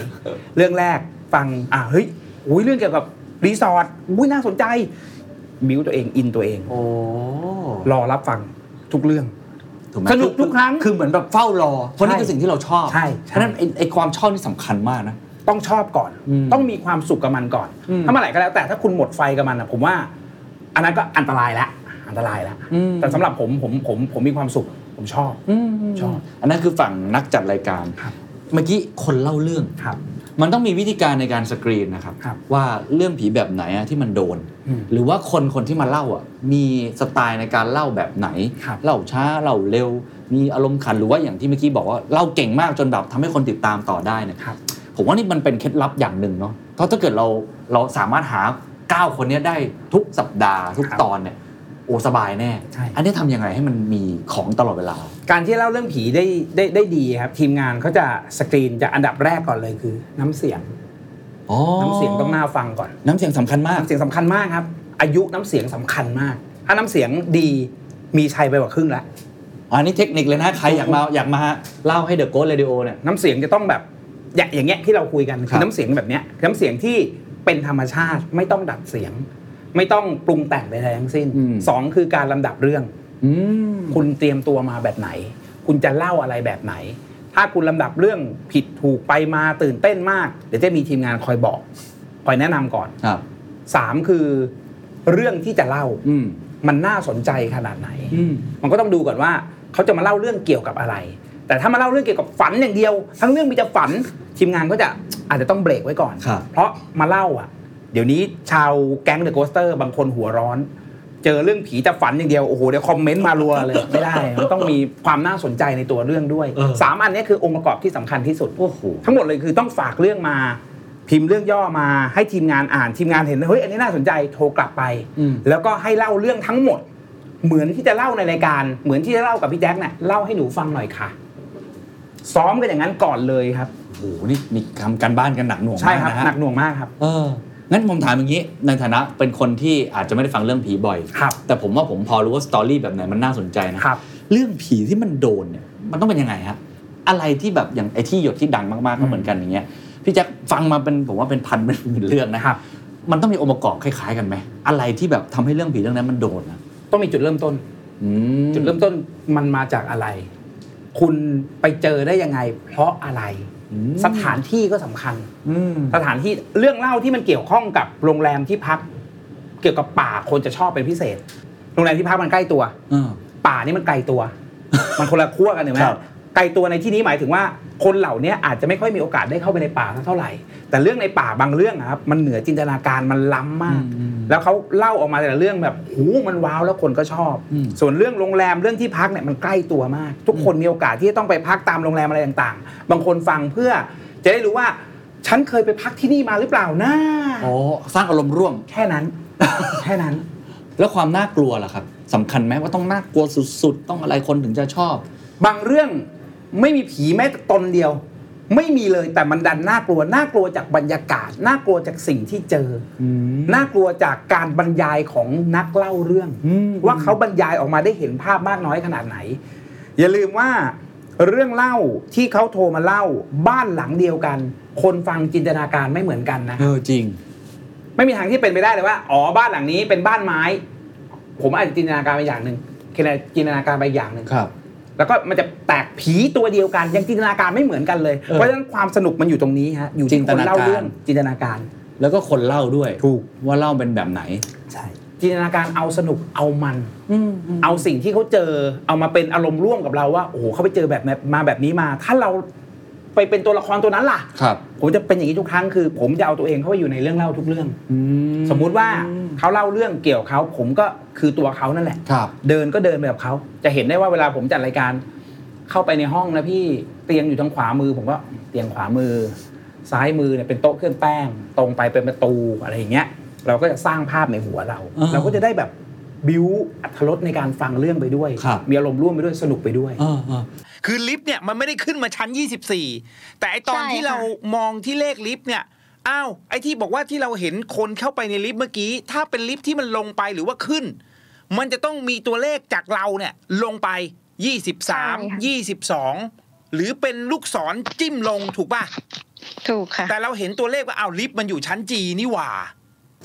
Speaker 1: เรื่องแรกฟังอ่ะเฮ้ยอุ้ยเรื่องเกี่ยวกับรีสอร์ทอุ้ยน่าสนใจบิวตัวเองอินตัวเอง
Speaker 3: โอ้
Speaker 1: รอรับฟังทุกเรื่อง
Speaker 3: ถูกไหม
Speaker 1: สนุกทุกครั้ง
Speaker 3: คือเหมือนแบบเฝ้ารอ เพราะนี่คือสิ่งที่เราชอบ
Speaker 1: ใช่ใช่
Speaker 3: เพราะฉะนั้นไอ้ไอ้ความชอบนี่สำคัญมากนะ
Speaker 1: ต้องชอบก่อน
Speaker 3: อืม
Speaker 1: ต้องมีความสุขกับมันก่อน
Speaker 3: อืม
Speaker 1: ถ้าเมื่อไหร่ก็แล้วแต่ถ้าคุณหมดไฟกับมันนะผมว่า อันนั้นก็อันตรายแล้วอันตรายแล้ว
Speaker 3: อืม
Speaker 1: แต่สำหรับผมผมผมผมมีความสุข ผมชอบ ชอบ
Speaker 3: อันนั้นคือฝั่งนักจัดรายการ เมื่อกี้คนเล่าเรื่อง
Speaker 1: ครับ
Speaker 3: มันต้องมีวิธีการในการสกรีนนะครับ
Speaker 1: ครับ
Speaker 3: ว่าเรื่องผีแบบไหนอะที่มันโดน
Speaker 1: อืม
Speaker 3: หรือว่าคนคนที่มาเล่าอ่ะมีสไตล์ในการเล่าแบบไหน
Speaker 1: ครับ
Speaker 3: เล่าช้าเล่าเร็ว มีอารมณ์ขันหรือว่าอย่างที่เมื่อกี้บอกว่าเล่าเก่งมากจนแบบทำให้คนติดตามต่อได้เนี่ย
Speaker 1: ครับ
Speaker 3: ผมว่านี่มันเป็นเคล็ดลับอย่างหนึ่งเนาะ เพราะถ้าเกิดเราเราสามารถหาเก้าคนเนี้ยได้ทุกสัปดาห์ ทุก
Speaker 1: ครับ
Speaker 3: ตอนเนี่ยโอ้สบายแน่
Speaker 1: ใช่
Speaker 3: อันนี้ทำยังไงให้มันมีของตลอดเวลา
Speaker 1: การที่เล่าเรื่องผีได้ได้ได้ดีครับ ทีมงานเขาจะสกรีนจากอันดับแรกก่อนเลยคือ น้ำเสียง น้ำเสียงต้องน่าฟังก่อน
Speaker 3: น้ำเสียงสำคัญมาก
Speaker 1: น้ำเสียงสำคัญมากครับ อายุน้ำเสียงสำคัญมาก ถ้าน้ำเสียงดีมีชัยไปกว่าครึ่งแล้ว
Speaker 3: อันนี้เทคนิคเลยนะ ใครอยากมาอยากมาเล่าให้เดอะโกสเรดิโอเนี่ย
Speaker 1: น้ำเสียงจะต้องแบบอย่าอย่างเงี้ยที่เราคุยกัน
Speaker 3: ครั
Speaker 1: คื
Speaker 3: บ
Speaker 1: อน้ำเสียงแบบเนี้ยน้ำเสียงที่เป็นธรรมชาติไม่ต้องดัดเสียง ไม่ต้องปรุงแต่งใดๆทั้งสิ้น
Speaker 3: อืม
Speaker 1: สองคือการลำดับเรื่อง
Speaker 3: อืม
Speaker 1: คุณเตรียมตัวมาแบบไหน คุณจะเล่าอะไรแบบไหน ถ้าคุณลำดับเรื่องผิดถูกไปมาตื่นเต้นมาก เดี๋ยวจะมีทีมงานคอยบอกคอยแนะนำก่อน
Speaker 3: ครับ
Speaker 1: สามคือเรื่องที่จะเล่า
Speaker 3: อืม
Speaker 1: มันน่าสนใจขนาดไหน
Speaker 3: อืม
Speaker 1: มันก็ต้องดูก่อนว่าเขาจะมาเล่าเรื่องเกี่ยวกับอะไร แต่ถ้ามาเล่าเรื่องเกี่ยวกับฝันอย่างเดียว ทั้งเรื่องมีแต่ฝันทีมงานก็จะอาจจะต้องเบรกไว้ก่อน
Speaker 3: ครับ
Speaker 1: เพราะมาเล่าอ่ะ เดี๋ยวนี้ชาวแก๊งเดอะโกสเตอร์บางคนหัวร้อน เจอเรื่องผีแต่ฝันอย่างเดียวโอ้โหเดี๋ยวคอมเมนต์มารัว เลย ไม่ได้ มันต้องมีความน่าสนใจในตัวเรื่องด้วยสามอันเนี้ยคือองค์ประกอบที่สำคัญที่สุด
Speaker 3: โอ้โห
Speaker 1: ทั้งหมดเลยคือต้องฝากเรื่องมา พิมพ์เรื่องย่อมาให้ทีมงานอ่านทีมงานเห็นเฮ้ยอันนี้น่าสนใจโทรกลับไป
Speaker 3: อืม
Speaker 1: แล้วก็ให้เล่าเรื่องทั้งหมด เหมือนที่จะเล่าในรายการ เหมือนที่จะเล่ากับพี่แจ็คเนี่ยเล่าให้หนูฟังหน่อยค่ะ ซ้อมกันอย่างนั้นก่อนเลยครับ
Speaker 3: โอ้โห นี่มีทำการบ้านกันหนักหน่วง
Speaker 1: ใช่
Speaker 3: มา
Speaker 1: ค
Speaker 3: ก
Speaker 1: รับ
Speaker 3: นะฮะ
Speaker 1: หนักหน่วงมากครับ
Speaker 3: เออ งั้นผมถามอย่างนี้ ในฐานะเป็นคนที่อาจจะไม่ได้ฟังเรื่องผีบ่อย
Speaker 1: ครับ
Speaker 3: แต่ผมว่าผมพอรู้ว่าสตอรี่แบบไหนมันน่าสนใจนะครับ เรื่องผีที่มันโดนเนี่ย มันต้องเป็นยังไงฮะ อะไรที่แบบอย่างไอ้ที่หยดที่ดังมากๆก็เหมือนกันอย่างเงี้ย พี่แจ็คฟังมาเป็นผมว่าเป็นพันเป็นหมื่นเรื่องนะ
Speaker 1: นะครับ
Speaker 3: มันต้องมีองค์ประกอบคล้ายๆกันไหม อะไรที่แบบทำให้เรื่องผีเรื่องนั้นมันโดนนะ
Speaker 1: ต้องมีจุดเริ่มต้น
Speaker 3: อืม
Speaker 1: จุดเริ่มต้นมันมาจากอะไร คุณไปเจอได้ยังไง เพราะอะไร
Speaker 3: อืม
Speaker 1: สถานที่ก็สำคัญ
Speaker 3: อืม
Speaker 1: สถานที่เรื่องเล่าที่มันเกี่ยวข้องกับโรงแรมที่พัก เกี่ยวกับป่าคนจะชอบเป็นพิเศษ โรงแรมที่พักมันใกล้ตัว
Speaker 3: อ่า
Speaker 1: ป่านี่มันไกลตัว มันคนละขั้วกันเห็นไหม
Speaker 3: ครับ
Speaker 1: ไกลตัวในที่นี้หมายถึงว่า คนเหล่านี้อาจจะไม่ค่อยมีโอกาสได้เข้าไปในป่าสักเท่าไหร่ แต่เรื่องในป่าบางเรื่องอะครับมันเหนือจินตนาการมันล้ำมาก แล้วเขาเล่าออกมาแต่ละเรื่องแบบหูมันว้าวแล้วคนก็ชอบ ส่วนเรื่องโรงแรมเรื่องที่พักเนี่ยมันใกล้ตัวมาก ทุกคนมีโอกาสที่จะต้องไปพักตามโรงแรมอะไรต่างๆ บางคนฟังเพื่อจะได้รู้ว่าฉันเคยไปพักที่นี่มาหรือเปล่านะ
Speaker 3: อ๋อสร้างอารมณ์ร่วม
Speaker 1: แค่ นั้น แค่นั้น
Speaker 3: แล้วความน่ากลัวล่ะครับสำคัญไหมว่าต้องน่ากลัวสุดๆ ต้องอะไรคนถึงจะชอบ
Speaker 1: บางเรื่องไม่มีผีแม้แต่ตนเดียว ไม่มีเลยแต่มันดันน่ากลัวน่ากลัวจากบรรยากาศน่ากลัวจากสิ่งที่เจออน่ากลัวจากการบรรยายของนักเล่าเรื่อง ว่าเขาบรรยายออกมาได้เห็นภาพมากน้อยขนาดไหน อย่าลืมว่าเรื่องเล่าที่เขาโทรมาเล่าบ้านหลังเดียวกัน คนฟังจินตนาการไม่เหมือนกันนะ
Speaker 7: เออจริง
Speaker 1: ไม่มีทางที่เป็นไปได้เลยว่า อ๋อ บ้านหลังนี้เป็นบ้านไม้ ผมอาจจะจินตนาการไปอย่างหนึ่งเคนอาจจะจินตนาการไปอย่างหนึ่ง
Speaker 3: ครับ
Speaker 1: แล้วก็มันจะแตกผีตัวเดียวกัน ยังจินตนาการไม่เหมือนกันเลย เพราะฉะนั้นความสนุกมันอยู่ตรงนี้ฮะ อยู่ที่คนเล่าเรื่องจินตนาการ
Speaker 3: แล้วก็คนเล่าด้วย
Speaker 1: ถูก
Speaker 3: ว่าเล่าเป็นแบบไหน
Speaker 1: ใช่จินตนาการเอาสนุกเอามันเอาสิ่งที่เขาเจอเอามาเป็นอารมณ์ร่วมกับเราว่าโอ้โหเขาไปเจอแบบแบบมาแบบนี้มา ถ้าเราไปเป็นตัวละครตัวนั้นล่ะ
Speaker 3: ครับ
Speaker 1: ผมจะเป็นอย่างนี้ทุกครั้งคือ ผมจะเอาตัวเองเข้าไปอยู่ในเรื่องเล่าทุกเรื่อง สมมุติว่าเขาเล่าเรื่องเกี่ยวกับเขาผมก็คือตัวเขานั่นแหละ
Speaker 3: ครับ
Speaker 1: เดินก็เดินไปกับเขาจะเห็นได้ว่าเวลาผมจัดรายการ เข้าไปในห้องนะพี่เตียงอยู่ทางขวามือ ผมก็เตียงขวามือ ซ้ายมือเนี่ยเป็นโต๊ะเครื่องแป้ง ตรงไปเป็นประตูอะไรอย่างเงี้ย เราก็จะสร้างภาพในหัวเรา
Speaker 7: อ่า
Speaker 1: เราก็จะได้แบบบิวอัตรสในการฟังเรื่องไปด้วย
Speaker 3: ครับ
Speaker 1: มีอารมณ์ร่วมไปด้วยสนุกไปด้วย
Speaker 7: อ่าอ่า
Speaker 9: คือลิฟต์เนี่ยมันไม่ได้ขึ้นมาชั้น 24 แต่ไอตอน
Speaker 8: ใช่
Speaker 9: ที่
Speaker 8: ค่ะ
Speaker 9: เรามองที่เลขลิฟต์เนี่ย อ้าว ไอที่บอกว่าที่เราเห็นคนเข้าไปในลิฟต์เมื่อกี้ ถ้าเป็นลิฟต์ที่มันลงไปหรือว่าขึ้น มันจะต้องมีตัวเลขจากเราเนี่ยลงไป 23 22 หรือเป็นลูกศรจิ้มลงถูกป่ะ
Speaker 8: ถูกค่ะ
Speaker 9: แต่เราเห็นตัวเลขว่าอ้าวลิฟต์มันอยู่ชั้นจีนี่หว่า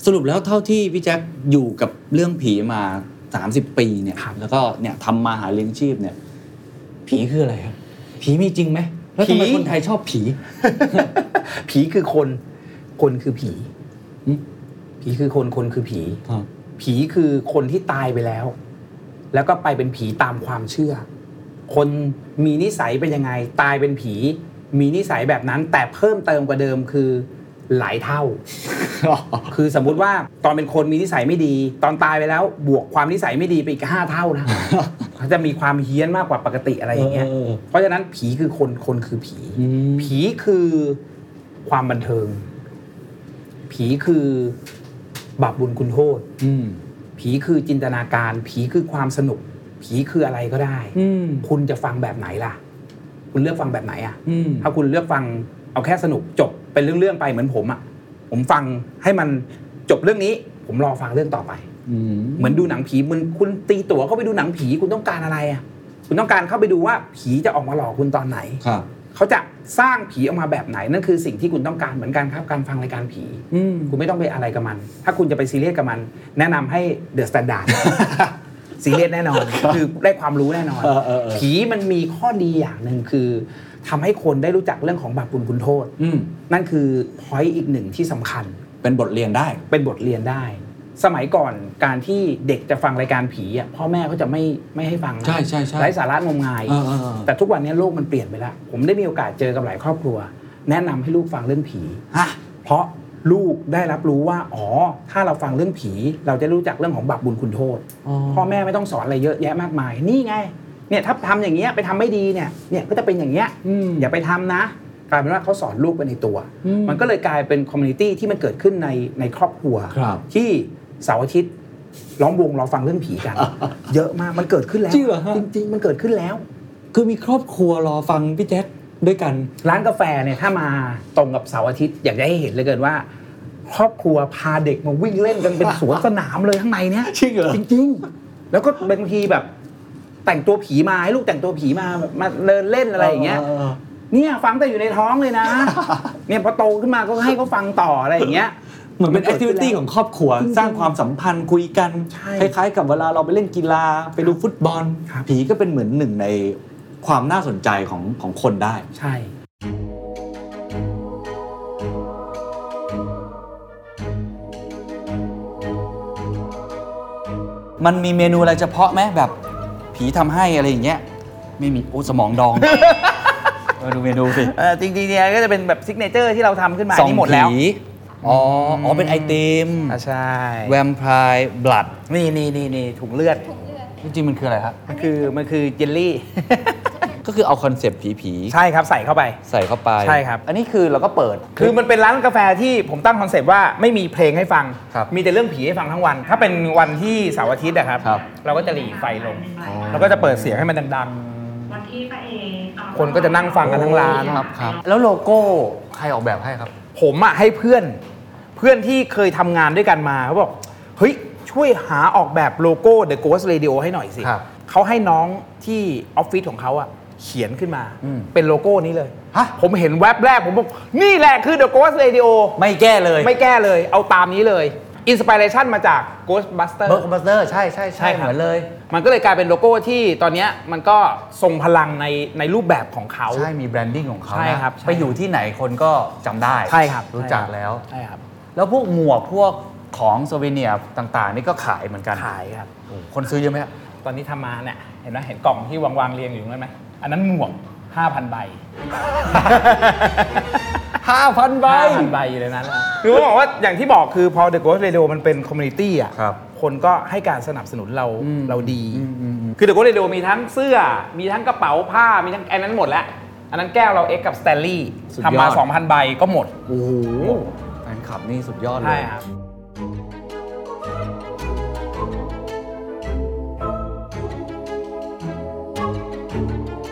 Speaker 3: สรุปแล้วเท่าที่พี่แจ็คอยู่กับเรื่องผีมา 30 ปีเนี่ย
Speaker 1: ครับ
Speaker 3: แล้วก็เนี่ยทำมาหาเลี้ยงชีพเนี่ย ผีคืออะไรครับ ผีมีจริงไหมแล้วทำไมคนไทยชอบผี
Speaker 1: ผีคือคน คนคือผี
Speaker 3: อืม
Speaker 1: ผีคือคน คนคือผี
Speaker 3: ครับ
Speaker 1: ผีคือคนที่ตายไปแล้ว แล้วก็ไปเป็นผีตามความเชื่อ คนมีนิสัยเป็นยังไง ตายเป็นผี มีนิสัยแบบนั้น แต่เพิ่มเติมกว่าเดิมคือหลายเท่า คือสมมุติว่าตอนเป็นคนมีนิสัยไม่ดี ตอนตายไปแล้ว บวกความนิสัยไม่ดีไปอีกห้าเท่านะ เขาจะมีความเฮี้ยนมากกว่าปกติอะไรอย่างเงี้ย
Speaker 3: เออเออเออ
Speaker 1: เพราะฉะนั้นผีคือคนคนคือผี
Speaker 3: อืม
Speaker 1: ผีคือความบันเทิง ผีคือบาปบุญคุณโทษ
Speaker 3: อืม
Speaker 1: ผีคือจินตนาการ ผีคือความสนุก ผีคืออะไรก็ได้
Speaker 3: อืม
Speaker 1: คุณจะฟังแบบไหนล่ะ คุณเลือกฟังแบบไหนอะ
Speaker 3: อืม
Speaker 1: ถ้าคุณเลือกฟังเอาแค่สนุกจบเป็นเรื่องๆไปเหมือนผมอะผมฟังให้มันจบเรื่องนี้ ผมรอฟังเรื่องต่อไป
Speaker 3: อืม
Speaker 1: เหมือนดูหนังผีเหมันคุณตีตั๋วเข้าไปดูหนังผีคุณต้องการอะไรอะคุณต้องการเข้าไปดูว่าผีจะออกมาหลอกคุณตอนไหน
Speaker 3: ครับ
Speaker 1: เขาจะสร้างผีออกมาแบบไหนนั่นคือสิ่งที่คุณต้องการเหมือนกันครับการฟังรายการผี
Speaker 3: อืม
Speaker 1: คุณไม่ต้องไปอะไรกับมัน ถ้าคุณจะไปซีเรียสกับมัน แนะนำให้เดอะสแตนดาร์ด ซีเรียสแน่นอน คือได้ความรู้แน่นอน
Speaker 3: เออเออเออ
Speaker 1: ผีมันมีข้อดีอย่างหนึ่งคือทำให้คนได้รู้จักเรื่องของบาปบุญคุณโทษ
Speaker 3: อืม
Speaker 1: นั่นคือพอยต์อีกหนึ่งที่สำคัญ
Speaker 3: เป็นบทเรียนได้
Speaker 1: เป็นบทเรียนได้ สมัยก่อนการที่เด็กจะฟังรายการผีอ่ะพ่อแม่เขาจะไม่ไม่ให้ฟังนะ
Speaker 3: ใช่ใช่ใช่
Speaker 1: ไร้สาระงมงาย
Speaker 3: เออเออเออ
Speaker 1: แต่ทุกวันนี้โลกมันเปลี่ยนไปแล้ว ผมได้มีโอกาสเจอกับหลายครอบครัว แนะนำให้ลูกฟังเรื่องผี
Speaker 3: ฮะ
Speaker 1: เพราะลูกได้รับรู้ว่า อ๋อ ถ้าเราฟังเรื่องผี เราจะรู้จักเรื่องของบาปบุญคุณโทษ พ่อแม่ไม่ต้องสอนอะไรเยอะแยะมากมาย นี่ไง เนี่ยถ้าทำอย่างเงี้ยไปทำไม่ดีเนี่ย เนี่ยก็จะเป็นอย่างเงี้ย
Speaker 3: อืม
Speaker 1: อย่าไปทำนะ กลายเป็นว่าเขาสอนลูกไปในตัว
Speaker 3: อืม
Speaker 1: มันก็เลยกลายเป็นคอมมูนิตี้ที่มันเกิดขึ้นในในครอบครัว
Speaker 3: ครับ
Speaker 1: ที่เสาร์อาทิตย์ล้อมวงรอฟังเรื่องผีกัน เยอะมากมันเกิดขึ้นแล้ว
Speaker 3: จริงเหรอฮะ
Speaker 1: จริงๆมันเกิดขึ้นแล้ว
Speaker 3: คือมีครอบครัวรอฟังพี่แจ็คด้วยกัน
Speaker 1: ร้านกาแฟเนี่ยถ้ามาตรงกับเสาร์อาทิตย์อยากจะให้เห็นเหลยเกินว่า ครอบครัวพาเด็กมาวิ่งเล่นกันเป็นสวนสนามเลยข้างในเนี้ย
Speaker 3: จริงเหรอ
Speaker 1: จริงๆ แล้วก็บางทีแบบ แต่งตัวผีมาให้ลูกแต่งตัวผีมาแบบมาเดินเล่นอะไรอย่างเงี้ย เนี่ยฟังแต่อยู่ในท้องเลย นะ เนี่ยพอโตขึ้นมาก็ให้เขาฟังต่ออะไรอย่างเงี้ย
Speaker 3: เหมือนเป็นแอคทิวิตี้ของครอบครัว สร้างความสัมพันธ์คุยกัน
Speaker 1: ใช่
Speaker 3: คล้ายๆ กับเวลาเราไปเล่นกีฬาไปดูฟุตบอล
Speaker 1: ครับ
Speaker 3: ผีก็เป็นเหมือนหนึ่งในความน่าสนใจของของคนได้
Speaker 1: ใช่
Speaker 3: มันมีเมนูอะไรเฉพาะไหมแบบผีทำให้อะไรอย่างเงี้ยไม่มีโอ้สมอง ดอง เออดูเมนูสิ
Speaker 1: เออจริงๆเนี่ยก็จะเป็นแบบซิกเนเจอร์ที่เราทำขึ้นมา
Speaker 3: สอง
Speaker 1: นี่หมดแล้ว
Speaker 3: ผีอ๋ออ๋อเป็นไอติม
Speaker 1: อ่ะใช่
Speaker 3: แวมไพร์บลัด
Speaker 1: นี่นี่นี่นี่ถุงเลือด
Speaker 3: จริงๆมันคืออะไรครับ
Speaker 1: มันคือมันคือเจลลี่
Speaker 3: ก็คือเอาคอนเซปต์ผี
Speaker 1: ใช่ครับใส่เข้าไป
Speaker 3: ๆใส่เข้าไป
Speaker 1: ใช่ครับ
Speaker 3: อันนี้คือเราก็เปิด
Speaker 1: คือมันเป็นร้านกาแฟที่ผมตั้งคอนเซปต์ว่าไม่มีเพลงให้ฟัง
Speaker 3: ครับ
Speaker 1: มีแต่เรื่องผีให้ฟังทั้งวัน ถ้าเป็นวันที่เสาร์อาทิตย์นะครับ
Speaker 3: ครับ
Speaker 1: เราก็จะหลีไฟลง เราก็จะเปิดเสียงให้มันดัง คนก็จะนั่งฟังกันทั้งร้าน
Speaker 10: ครับครับ แล้วโลโก้ใครออกแบบให้ครับ
Speaker 1: ผมอะให้เพื่อน เพื่อนที่เคยทำงานด้วยกันมาเขาบอก เฮ้ย ช่วยหาออกแบบโลโก้ The Ghost Radio ให้หน่อยสิ
Speaker 10: ครับ
Speaker 1: เขาให้น้องที่ออฟฟิศของเขาอะเขียนขึ้นมา
Speaker 10: อืม
Speaker 1: เป็นโลโก้นี้เลย ผมเห็นแว็บแรกผมบอก นี่แหละคือ The Ghost Radio ไม่แก้เลย ไม่แก้เลย เอาตามนี้เลย อินสปิเรชันมาจาก Ghostbuster
Speaker 10: เบอร์คอมบัสเตอร์ใช่ใช่ใช่
Speaker 1: ค
Speaker 10: เห
Speaker 1: รับ
Speaker 10: มือนเลย
Speaker 1: มันก็เลยกลายเป็นโลโก้ที่ตอนเนี้ยมันก็ทรงพลังในในรูปแบบของเขา
Speaker 10: ใช่มีแบรนดิ้งของเขา
Speaker 1: ใช่
Speaker 10: นะครับ
Speaker 1: ใช่
Speaker 10: ไปอยู่ที่ไหนคนก็จำได้
Speaker 1: ใช่ครับ
Speaker 10: รู้
Speaker 1: ใช่
Speaker 10: จัก
Speaker 1: ครับ
Speaker 10: แล้ว
Speaker 1: ใช่ครับ
Speaker 10: แล้วพวกหมวกพวกของโซเวเนียต่างๆ นี่ก็ขายเหมือนกัน
Speaker 1: ขายครับ
Speaker 10: โอ้โหคนซื้อเยอะไหมครับ
Speaker 1: ตอนนี้ทำมาเนี่ยเห็นไหมเห็นกล่องที่วางวางๆเรียงอยู่ตรงนั้นไหมอันนั้นหมวก5,000 ใบ
Speaker 10: 5,000 ใบ
Speaker 1: 5,000ใบอยู่ในนั้นแล้วคือผมบอกว่าอย่างที่บอกคือพอ The Ghost Radio มันเป็นคอมมูนิตี้อ่ะ
Speaker 10: ครับ
Speaker 1: คนก็ให้การสนับสนุนเรา
Speaker 10: อืม
Speaker 1: เราดี คือ The Ghost Radio มีทั้งเสื้อ มีทั้งกระเป๋าผ้ามีทั้งอันนั้นหมดแล้วอันนั้นแก้วเราเอ็กกับสแตนลีย์
Speaker 10: สุดยอด
Speaker 1: ทำมา 2,000 ใบก็หมด
Speaker 10: โอ้โหแฟนคลับนี่สุดยอดเล
Speaker 1: ใช่
Speaker 10: ย
Speaker 1: ครับ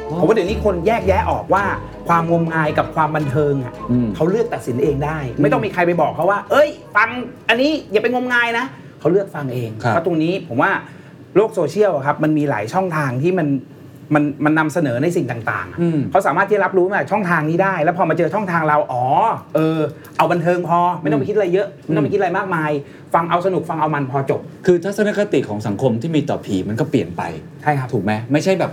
Speaker 1: ผมว่าเดี๋ยวนี้คนแยกแยะออกว่าความงมงายกับความบันเทิงอ่ะ
Speaker 10: อืม
Speaker 1: เขาเลือกตัดสินเองได้ ไม่ต้องมีใครไปบอกเขาว่า เอ้ย ฟังอันนี้อย่าไปงมงายนะเขาเลือกฟังเอง
Speaker 10: ครับ
Speaker 1: เพราะตรงนี้ผมว่าโลกโซเชียลอะครับมันมีหลายช่องทางที่มันมันมันนำเสนอในสิ่งต่างๆอะ
Speaker 10: อืม
Speaker 1: เขาสามารถที่จะรับรู้มาจากช่องทางนี้ได้ แล้วพอมาเจอช่องทางเรา อ๋อ เออ เอาบันเทิงพอ ไม่ต้องไปคิดอะไรเยอะ ไม่ต้องไปคิดอะไรมากมาย ฟังเอาสนุกฟังเอามันพอจบ
Speaker 3: คือทัศนคติของสังคมที่มีต่อผีมันก็เปลี่ยนไป
Speaker 1: ใช่ครับ
Speaker 3: ถูกไหมไม่ใช่แบบ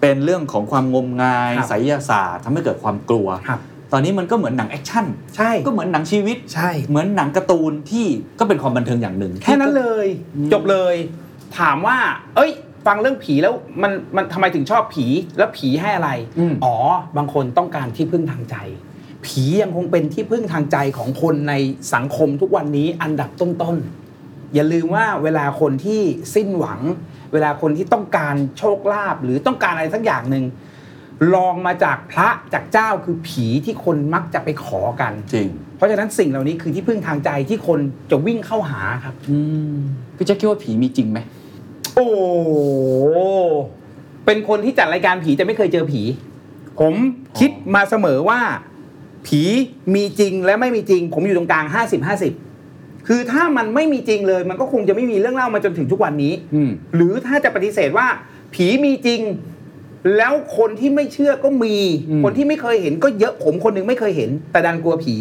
Speaker 3: เป็นเรื่องของความงมงาย
Speaker 1: ครับ
Speaker 3: ไสยศาสตร์ทำให้เกิดความกลัว
Speaker 1: ครับ
Speaker 3: ตอนนี้มันก็เหมือนหนังแอคชั่น
Speaker 1: ใช่
Speaker 3: ก็เหมือนหนังชีวิต
Speaker 1: ใช่
Speaker 3: เหมือนหนังการ์ตูนที่ก็เป็นความบันเทิงอย่างหนึ่ง
Speaker 1: แค่นั้นเลย จบเลย ถามว่า เอ้ย ฟังเรื่องผีแล้วมันมันทำไมถึงชอบผีแล้วผีให้อะไร อ๋อ บางคนต้องการที่พึ่งทางใจ ผียังคงเป็นที่พึ่งทางใจของคนในสังคมทุกวันนี้อันดับต้นๆ อย่าลืมว่าเวลาคนที่สิ้นหวัง เวลาคนที่ต้องการโชคลาภหรือต้องการอะไรสักอย่างหนึ่งลองมาจากพระจากเจ้าคือผีที่คนมักจะไปขอกัน
Speaker 3: จริง
Speaker 1: เพราะฉะนั้นสิ่งเหล่านี้คือที่พึ่งทางใจที่คนจะวิ่งเข้าหาครับ
Speaker 3: พี่แจ๊คคิดว่าผีมีจริงไหม
Speaker 1: โอ้โหเป็นคนที่จัดรายการผีจะไม่เคยเจอผี ผมคิดมาเสมอว่า ผีมีจริงและไม่มีจริง ผมอยู่ตรงกลาง 50 50 คือถ้ามันไม่มีจริงเลย มันก็คงจะไม่มีเรื่องเล่ามาจนถึงทุกวันนี้
Speaker 3: อืม
Speaker 1: หรือถ้าจะปฏิเสธว่า ผีมีจริง แล้วคนที่ไม่เชื่อก็มี คนที่ไม่เคยเห็นก็เยอะผมคนหนึงไม่เคยเห็น แต่ดันกลัวผี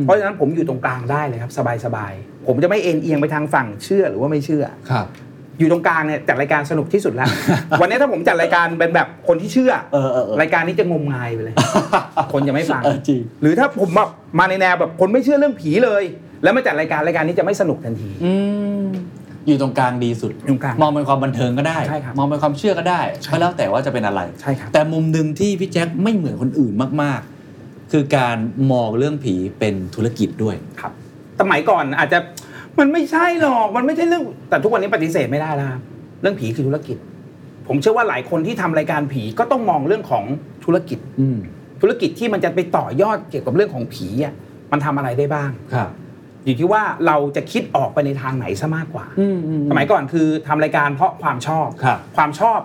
Speaker 1: เพราะฉะนั้นผมอยู่ตรงกลางได้เลยครับ สบายๆผมจะไม่เอ็นเอียงไปทางฝั่งเชื่อหรือว่าไม่เชื่อ
Speaker 3: ครับ
Speaker 1: อยู่ตรงกลางเนี่ยจัดรายการสนุกที่สุด แล้ว วันนี้ถ้าผมจัดรายการเป็นแบบคนที่เชื่อ
Speaker 3: เออเออเออ
Speaker 1: รายการนี้จะงมงาย ไปเลย คนจะไม่ฟัง
Speaker 3: เออจริง
Speaker 1: หรือถ้าผมแบบมาในแนวแบบคนไม่เชื่อเรื่องผีเลย แล้วมาจัดรายการรายการนี้จะไม่สนุกทันที
Speaker 3: อืมอยู่ตรงกลางดีสุด
Speaker 1: อยู่ตรงกลาง
Speaker 3: มองเป็นความบันเทิงก็ได้
Speaker 1: ใช่ครับ
Speaker 3: มองเป็นความเชื่อก็ได้
Speaker 1: ใช่
Speaker 3: ก็แล้วแต่ว่าจะเป็นอะไร
Speaker 1: ใช่ครับ
Speaker 3: แต่มุมหนึ่งที่พี่แจ็คไม่เหมือนคนอื่นมาก ๆ คือการมองเรื่องผีเป็นธุรกิจด้วย
Speaker 1: ครับสมัยก่อนอาจจะมันไม่ใช่หรอกมันไม่ใช่เรื่อง แต่ทุกวันนี้ปฏิเสธไม่ได้แล้วครับเรื่องผีคือธุรกิจ ผมเชื่อว่าหลายคนที่ทำรายการผีก็ต้องมองเรื่องของธุรกิจ
Speaker 3: อืม
Speaker 1: ธุรกิจที่มันจะไปต่อยอดเกี่ยวกับเรื่องของผีอ่ะมันทำอะไรได้บ้าง
Speaker 3: ครับ
Speaker 1: อยู่ที่ว่าเราจะคิดออกไปในทางไหนซะมากกว่า
Speaker 3: อืมอื
Speaker 1: สมัยก่อนคือทำรายการเพราะความชอบ
Speaker 3: ครับ
Speaker 1: ความชอบ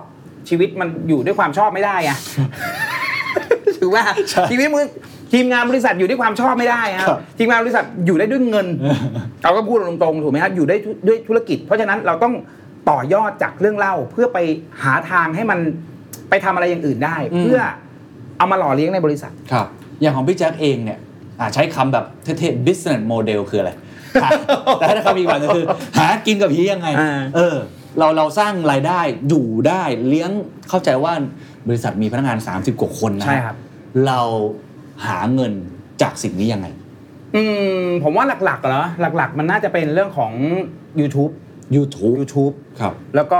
Speaker 1: ชีวิตมันอยู่ด้วยความชอบไม่ได้อะ ถือว่าชีวิตมึงทีมงานบริษัทอยู่ด้วยความชอบไม่ได้ครับ
Speaker 3: ครับ
Speaker 1: ทีมงานบริษัทอยู่ได้ด้วยเงิน เราก็พูดตรงๆถูกไหมครับอยู่ได้ด้วยธุรกิจ เพราะฉะนั้นเราต้องต่อยอดจากเรื่องเล่าเพื่อไปหาทางให้มันไปทำอะไรอย่างอื่นได้
Speaker 3: อืม
Speaker 1: เพื่อเอามาหล่อเลี้ยงในบริษัท
Speaker 3: ครับ อย่างของพี่แจ็คเองเนี่ยอ่าใช้คำแบบเท่ๆ business model คืออะไร หาแต่ถ้าคำอีกแบบนึงคือ หากินกับผียังไง
Speaker 1: อ่า
Speaker 3: เออ เราเราสร้างรายได้อยู่ได้เลี้ยงเข้าใจว่าบริษัทมีพนักงาน 30 กว่าคนนะ
Speaker 1: ใช่ครับ
Speaker 3: เราหาเงินจากสิ่งนี้ยังไง
Speaker 1: อืมผมว่าหลักๆเหรอหลัก ๆ มันน่าจะเป็นเรื่องของ YouTube
Speaker 3: YouTube
Speaker 1: YouTube
Speaker 3: ครับ
Speaker 1: แล้วก็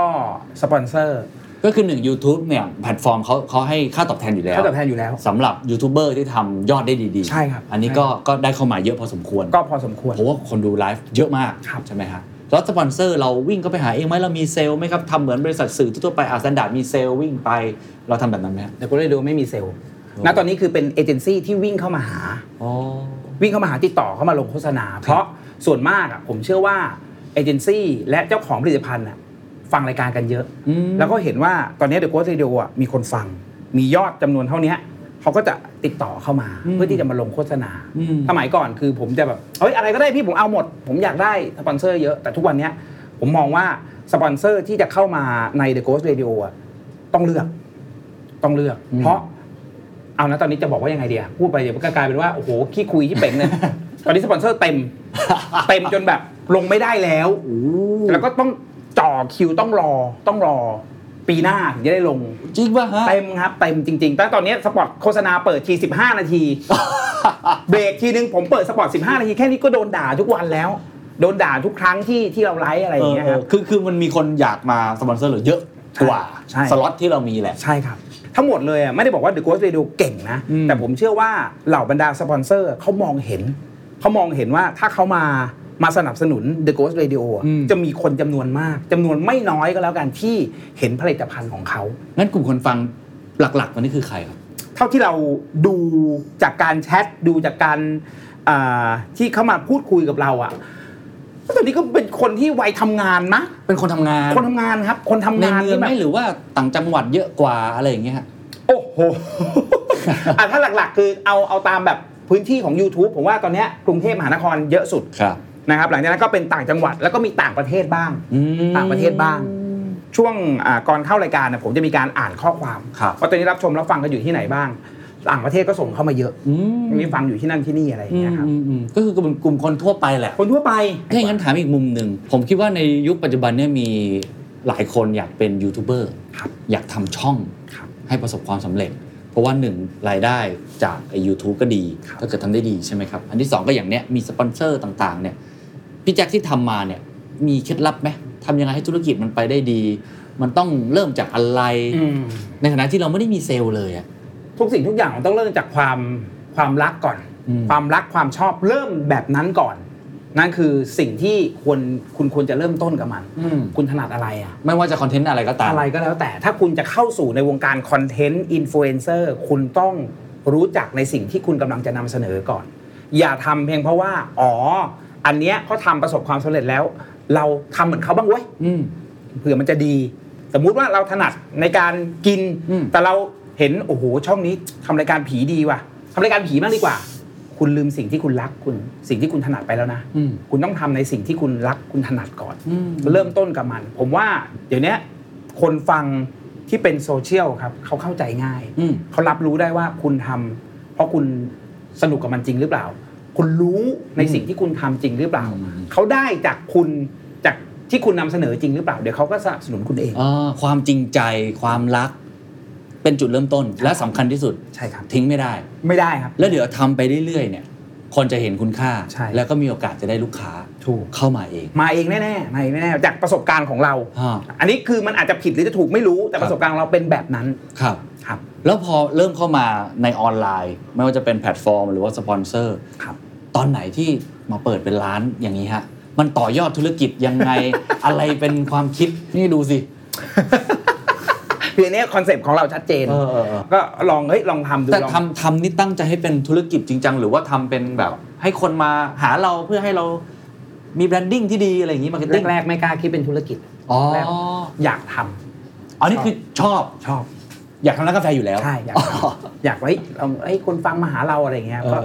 Speaker 1: สปอนเซอร์
Speaker 3: ก็คือหนึ่ง YouTube เนี่ยแพลตฟอร์มเขาเขาให้ค่าตอบแทนอยู่แล้ว
Speaker 1: เขาตอบแทนอยู่แล้ว
Speaker 3: สำหรับยูทูบเบอร์ที่ทำยอดได้ดีๆ
Speaker 1: ใช่ครับ
Speaker 3: อันนี้
Speaker 1: ใช่
Speaker 3: ก็ก็ได้เข้ามาเยอะพอสมควร
Speaker 1: ก็พอสมควร
Speaker 3: เพราะว่าคนดูไลฟ์เยอะมาก
Speaker 1: ครับ
Speaker 3: ใช่ไหมฮะแล้วสปอนเซอร์เราวิ่งก็ไปหาเองไหมเรามีเซลล์ไหมครับทำเหมือนบริษัทสื่อทั่วๆไปอาสันดามีเซลล์วิ่งไปเราทำแบบนั้นไหมฮะ
Speaker 1: แต่ก็เลยดูไม่มีเซลล์
Speaker 3: อ้
Speaker 1: ณตอนนี้คือเป็นเอเจนซี่ที่วิ่งเข้ามาหา
Speaker 3: อ๋อ
Speaker 1: วิ่งเข้ามาหาติดต่อเข้ามาลงโฆษณา เพราะส่วนมากอะผมเชื่อว่าเอเจนซี่และเจ้าของผลิตภัณฑ์อะ ฟังรายการกันเยอะ แล้วก็เห็นว่าตอนนี้เดอะโกสเรดิโอ่ะมีคนฟัง มียอดจำนวนเท่านี้เขาก็จะติดต่อเข้ามาเพื่อที่จะมาลงโฆษณา สมัยก่อนคือผมจะแบบเอ้ยอะไรก็ได้พี่ผมเอาหมด ผมอยากได้สปอนเซอร์เยอะแต่ทุกวันเนี้ยผมมองว่าสปอนเซอร์ที่จะเข้ามาใน The Ghost Radio อ่ะต้องเลือก ต้องเลือก เพราะเอานะตอนนี้จะบอกว่ายังไงเดียพูดไปเดี๋ยวมันก็กลายเป็นว่าโอ้โหขี้คุยที่เป่ งเนี่ย ตอนนี้สปอนเซอร์เต็ม เต็มจนแบบลงไม่ได้แล้วแล้วก็ต้องจ่อคิวต้องรอต้องรอปีหน้าถึงจะได้ลง
Speaker 3: จริงป่ะฮะ
Speaker 1: เต็มครับเต็มจริงๆแต่ตอนนี้สปอตโฆษณาเปิดที15 นาที เบรกทีนึงผมเปิดสปอต15 นาทีแค่นี้ก็โดนด่าทุกวันแล้ว โดนด่าทุกครั้งที่ที่เราไลฟ์อะไรอย่างเงี้ยครับ
Speaker 3: เออเออคือคือมันมีคนอยากมาสปอนเซอร์เหรือเยอะกว่า
Speaker 1: ใช่
Speaker 3: สล็อตที่เรามีแหละ
Speaker 1: ใช่ครับ ทั้งหมดเลยอะไม่ได้บอกว่า The Ghost Radio เก่งนะ แต่ผมเชื่อว่าเหล่าบรรดาสปอนเซอร์เขามองเห็น เขามองเห็นว่าถ้าเขามามาสนับสนุน The Ghost Radio อะ
Speaker 3: อืม
Speaker 1: จะมีคนจำนวนมากจำนวนไม่น้อยก็แล้วกันที่เห็นผลิตภัณฑ์ของเขา
Speaker 3: งั้นกลุ่มคนฟังหลักๆ มันนี่คือใครครับ
Speaker 1: เท่าที่เราดูจากการแชทดูจากการอ่าที่เข้ามาพูดคุยกับเราอะก็ตอนนี้ก็เป็นคนที่วัยทำงานมะ
Speaker 3: เป็นคนทำงาน
Speaker 1: คนทำงานครับ คนทำ
Speaker 3: ใน
Speaker 1: งาน
Speaker 3: เมือง
Speaker 1: ที่แบ
Speaker 3: ไหม
Speaker 1: บ
Speaker 3: หรือว่าต่างจังหวัดเยอะกว่าอะไรอย่างเงี้ยฮะ
Speaker 1: โอ้โห อ่ะถ้าหลักๆ คือเอาเอาตามแบบพื้นที่ของ YouTube ผมว่าตอนเนี้ยกรุงเทพมหานครเยอะสุด
Speaker 3: ครับ
Speaker 1: นะครับ หลังจากนั้นก็เป็นต่างจังหวัดแล้วก็มีต่างประเทศบ้าง
Speaker 3: อืม
Speaker 1: ต่างประเทศบ้าง ช่วงอ่าก่อนเข้ารายการนะผมจะมีการอ่านข้อความ
Speaker 3: ครับ
Speaker 1: ว่าตอนนี้รับชมรับฟังกันอยู่ที่ไหนบ้าง ต่างประเทศก็ส่งเข้ามาเยอะมีฟังอยู่ที่นั่นที่นี่อะไรอย่างเงี้ยครับ
Speaker 3: อืมอืมอืมก็คือกลุ่มกลุ่มคนทั่วไปแหละ
Speaker 1: คนทั่วไป
Speaker 3: ถ้าอย่างนั้นถามอีกมุมหนึ่ง ผมคิดว่าในยุคปัจจุบันเนี่ยมีหลายคนอยากเป็นยูทูบเบอร์
Speaker 1: ครับ
Speaker 3: อยากทำช่อง
Speaker 1: ครับ
Speaker 3: ให้ประสบความสำเร็จ เพราะว่าหนึ่งรายได้จากไอ้ YouTube ก็ดี
Speaker 1: ครับ
Speaker 3: ถ้าเกิดทำได้ดีใช่ไหมครับ อันที่สองก็อย่างเนี้ยมีสปอนเซอร์ต่างๆเนี่ยพี่แจ็คที่ทำมาเนี่ยมีเคล็ดลับไหมทำยังไงให้ธุรกิจมันไปได้ดี มันต้องเริ่มจากอะไร
Speaker 1: อืม
Speaker 3: ในฐานะที่เราไม่ได้มีเซลล์เลยอะ
Speaker 1: ทุกสิ่งทุกอย่างมันต้องเริ่มจากความความรักก่อน
Speaker 3: อืม
Speaker 1: ความรักความชอบเริ่มแบบนั้นก่อน นั่นคือสิ่งที่ควรคุณควรจะเริ่มต้นกับมัน คุณถนัดอะไรอ่ะ
Speaker 3: ไม่ว่าจะคอนเทนต์อะไรก็ตาม
Speaker 1: อะไรก็แล้วแต่ถ้าคุณจะเข้าสู่ในวงการคอนเทนต์อินฟลูเอนเซอร์คุณต้องรู้จักในสิ่งที่คุณกำลังจะนำเสนอก่อน อย่าทำเพียงเพราะว่า อ๋อ อันเนี้ยเขาทำประสบความสำเร็จแล้ว เราทำเหมือนเขาบ้างเว้ย
Speaker 3: อืม
Speaker 1: เผื่อมันจะดี สมมุติว่าเราถนัดในการกิน
Speaker 3: อืม
Speaker 1: แต่เราเห็นโอ้โหช่องนี้ทำรายการผีดีว่ะทำรายการผีมากดีกว่า คุณลืมสิ่งที่คุณรักคุณสิ่งที่คุณถนัดไปแล้วนะ
Speaker 3: อืม
Speaker 1: คุณต้องทำในสิ่งที่คุณรักคุณถนัดก่อน
Speaker 3: อืม
Speaker 1: เริ่มต้นกับมัน ผมว่าเดี๋ยวเนี้ยคนฟังที่เป็นโซเชียลครับเขาเข้าใจง่าย
Speaker 3: อืม
Speaker 1: เขารับรู้ได้ว่าคุณทำเพราะคุณสนุกกับมันจริงหรือเปล่า คุณรู้ในสิ่งที่คุณทำจริงหรือเปล่า
Speaker 3: อืม
Speaker 1: เขาได้จากคุณจากที่คุณนำเสนอจริงหรือเปล่า เดี๋ยวเขาก็สนับสนุนคุณเอง
Speaker 3: เอ่อความจริงใจความรัก เป็นจุดเริ่มต้นและสำคัญที่สุด
Speaker 1: ใช่ครับ
Speaker 3: ทิ้งไม่ได้
Speaker 1: ไม่ได้ครับ
Speaker 3: แล้วเดี๋ยวทำไปเรื่อยๆเนี่ย คนจะเห็นคุณค่า
Speaker 1: ใช่
Speaker 3: แล้วก็มีโอกาสจะได้ลูกค้า
Speaker 1: ถูก
Speaker 3: เข้ามาเอง
Speaker 1: มาเองแน่ๆมาเองแน่ๆจากประสบการณ์ของเรา
Speaker 3: อ่า
Speaker 1: อันนี้คือมันอาจจะผิดหรือจะถูกไม่รู้แต่ประสบการณ์ของเราเป็นแบบนั้น
Speaker 3: ครับ
Speaker 1: ครับ
Speaker 3: แล้วพอเริ่มเข้ามาในออนไลน์ ไม่ว่าจะเป็นแพลตฟอร์ม หรือว่าสปอนเซอร์
Speaker 1: ครับ
Speaker 3: ตอนไหนที่มาเปิดเป็นร้านอย่างนี้ฮะ มันต่อยอดธุรกิจยัง ไง อะไรเป็นความคิดนี่ดูสิ
Speaker 1: คืออันเนี้คอนเซปต์ของเราชัดเจน
Speaker 3: เออเออเออ
Speaker 1: ก็ลองเฮ้ยลองทำดู
Speaker 3: แต่
Speaker 1: ลอง
Speaker 3: ทำทำนี่ตั้งใจให้เป็นธุรกิจจริงจังหรือว่าทำเป็นแบบ ให้คนมาหาเราเพื่อให้เรามีแบรนดิ้งที่ดีอะไรอย่างนี้มาร์เก็ตติ้ง
Speaker 1: แรกๆไม่กล้าคิดเป็นธุรกิจ
Speaker 3: อ๋อ
Speaker 1: แรก อยากทำ
Speaker 3: อันนี้คือชอบ
Speaker 1: ชอบ
Speaker 3: อยากทำร้านกาแฟอยู่แล้ว
Speaker 1: ใช่อยาก
Speaker 3: อ๋อ
Speaker 1: ทำ อยากไว้ลองไอ้ยคนฟังมาหาเราอะไรเงี้ย
Speaker 3: เออ
Speaker 1: ก็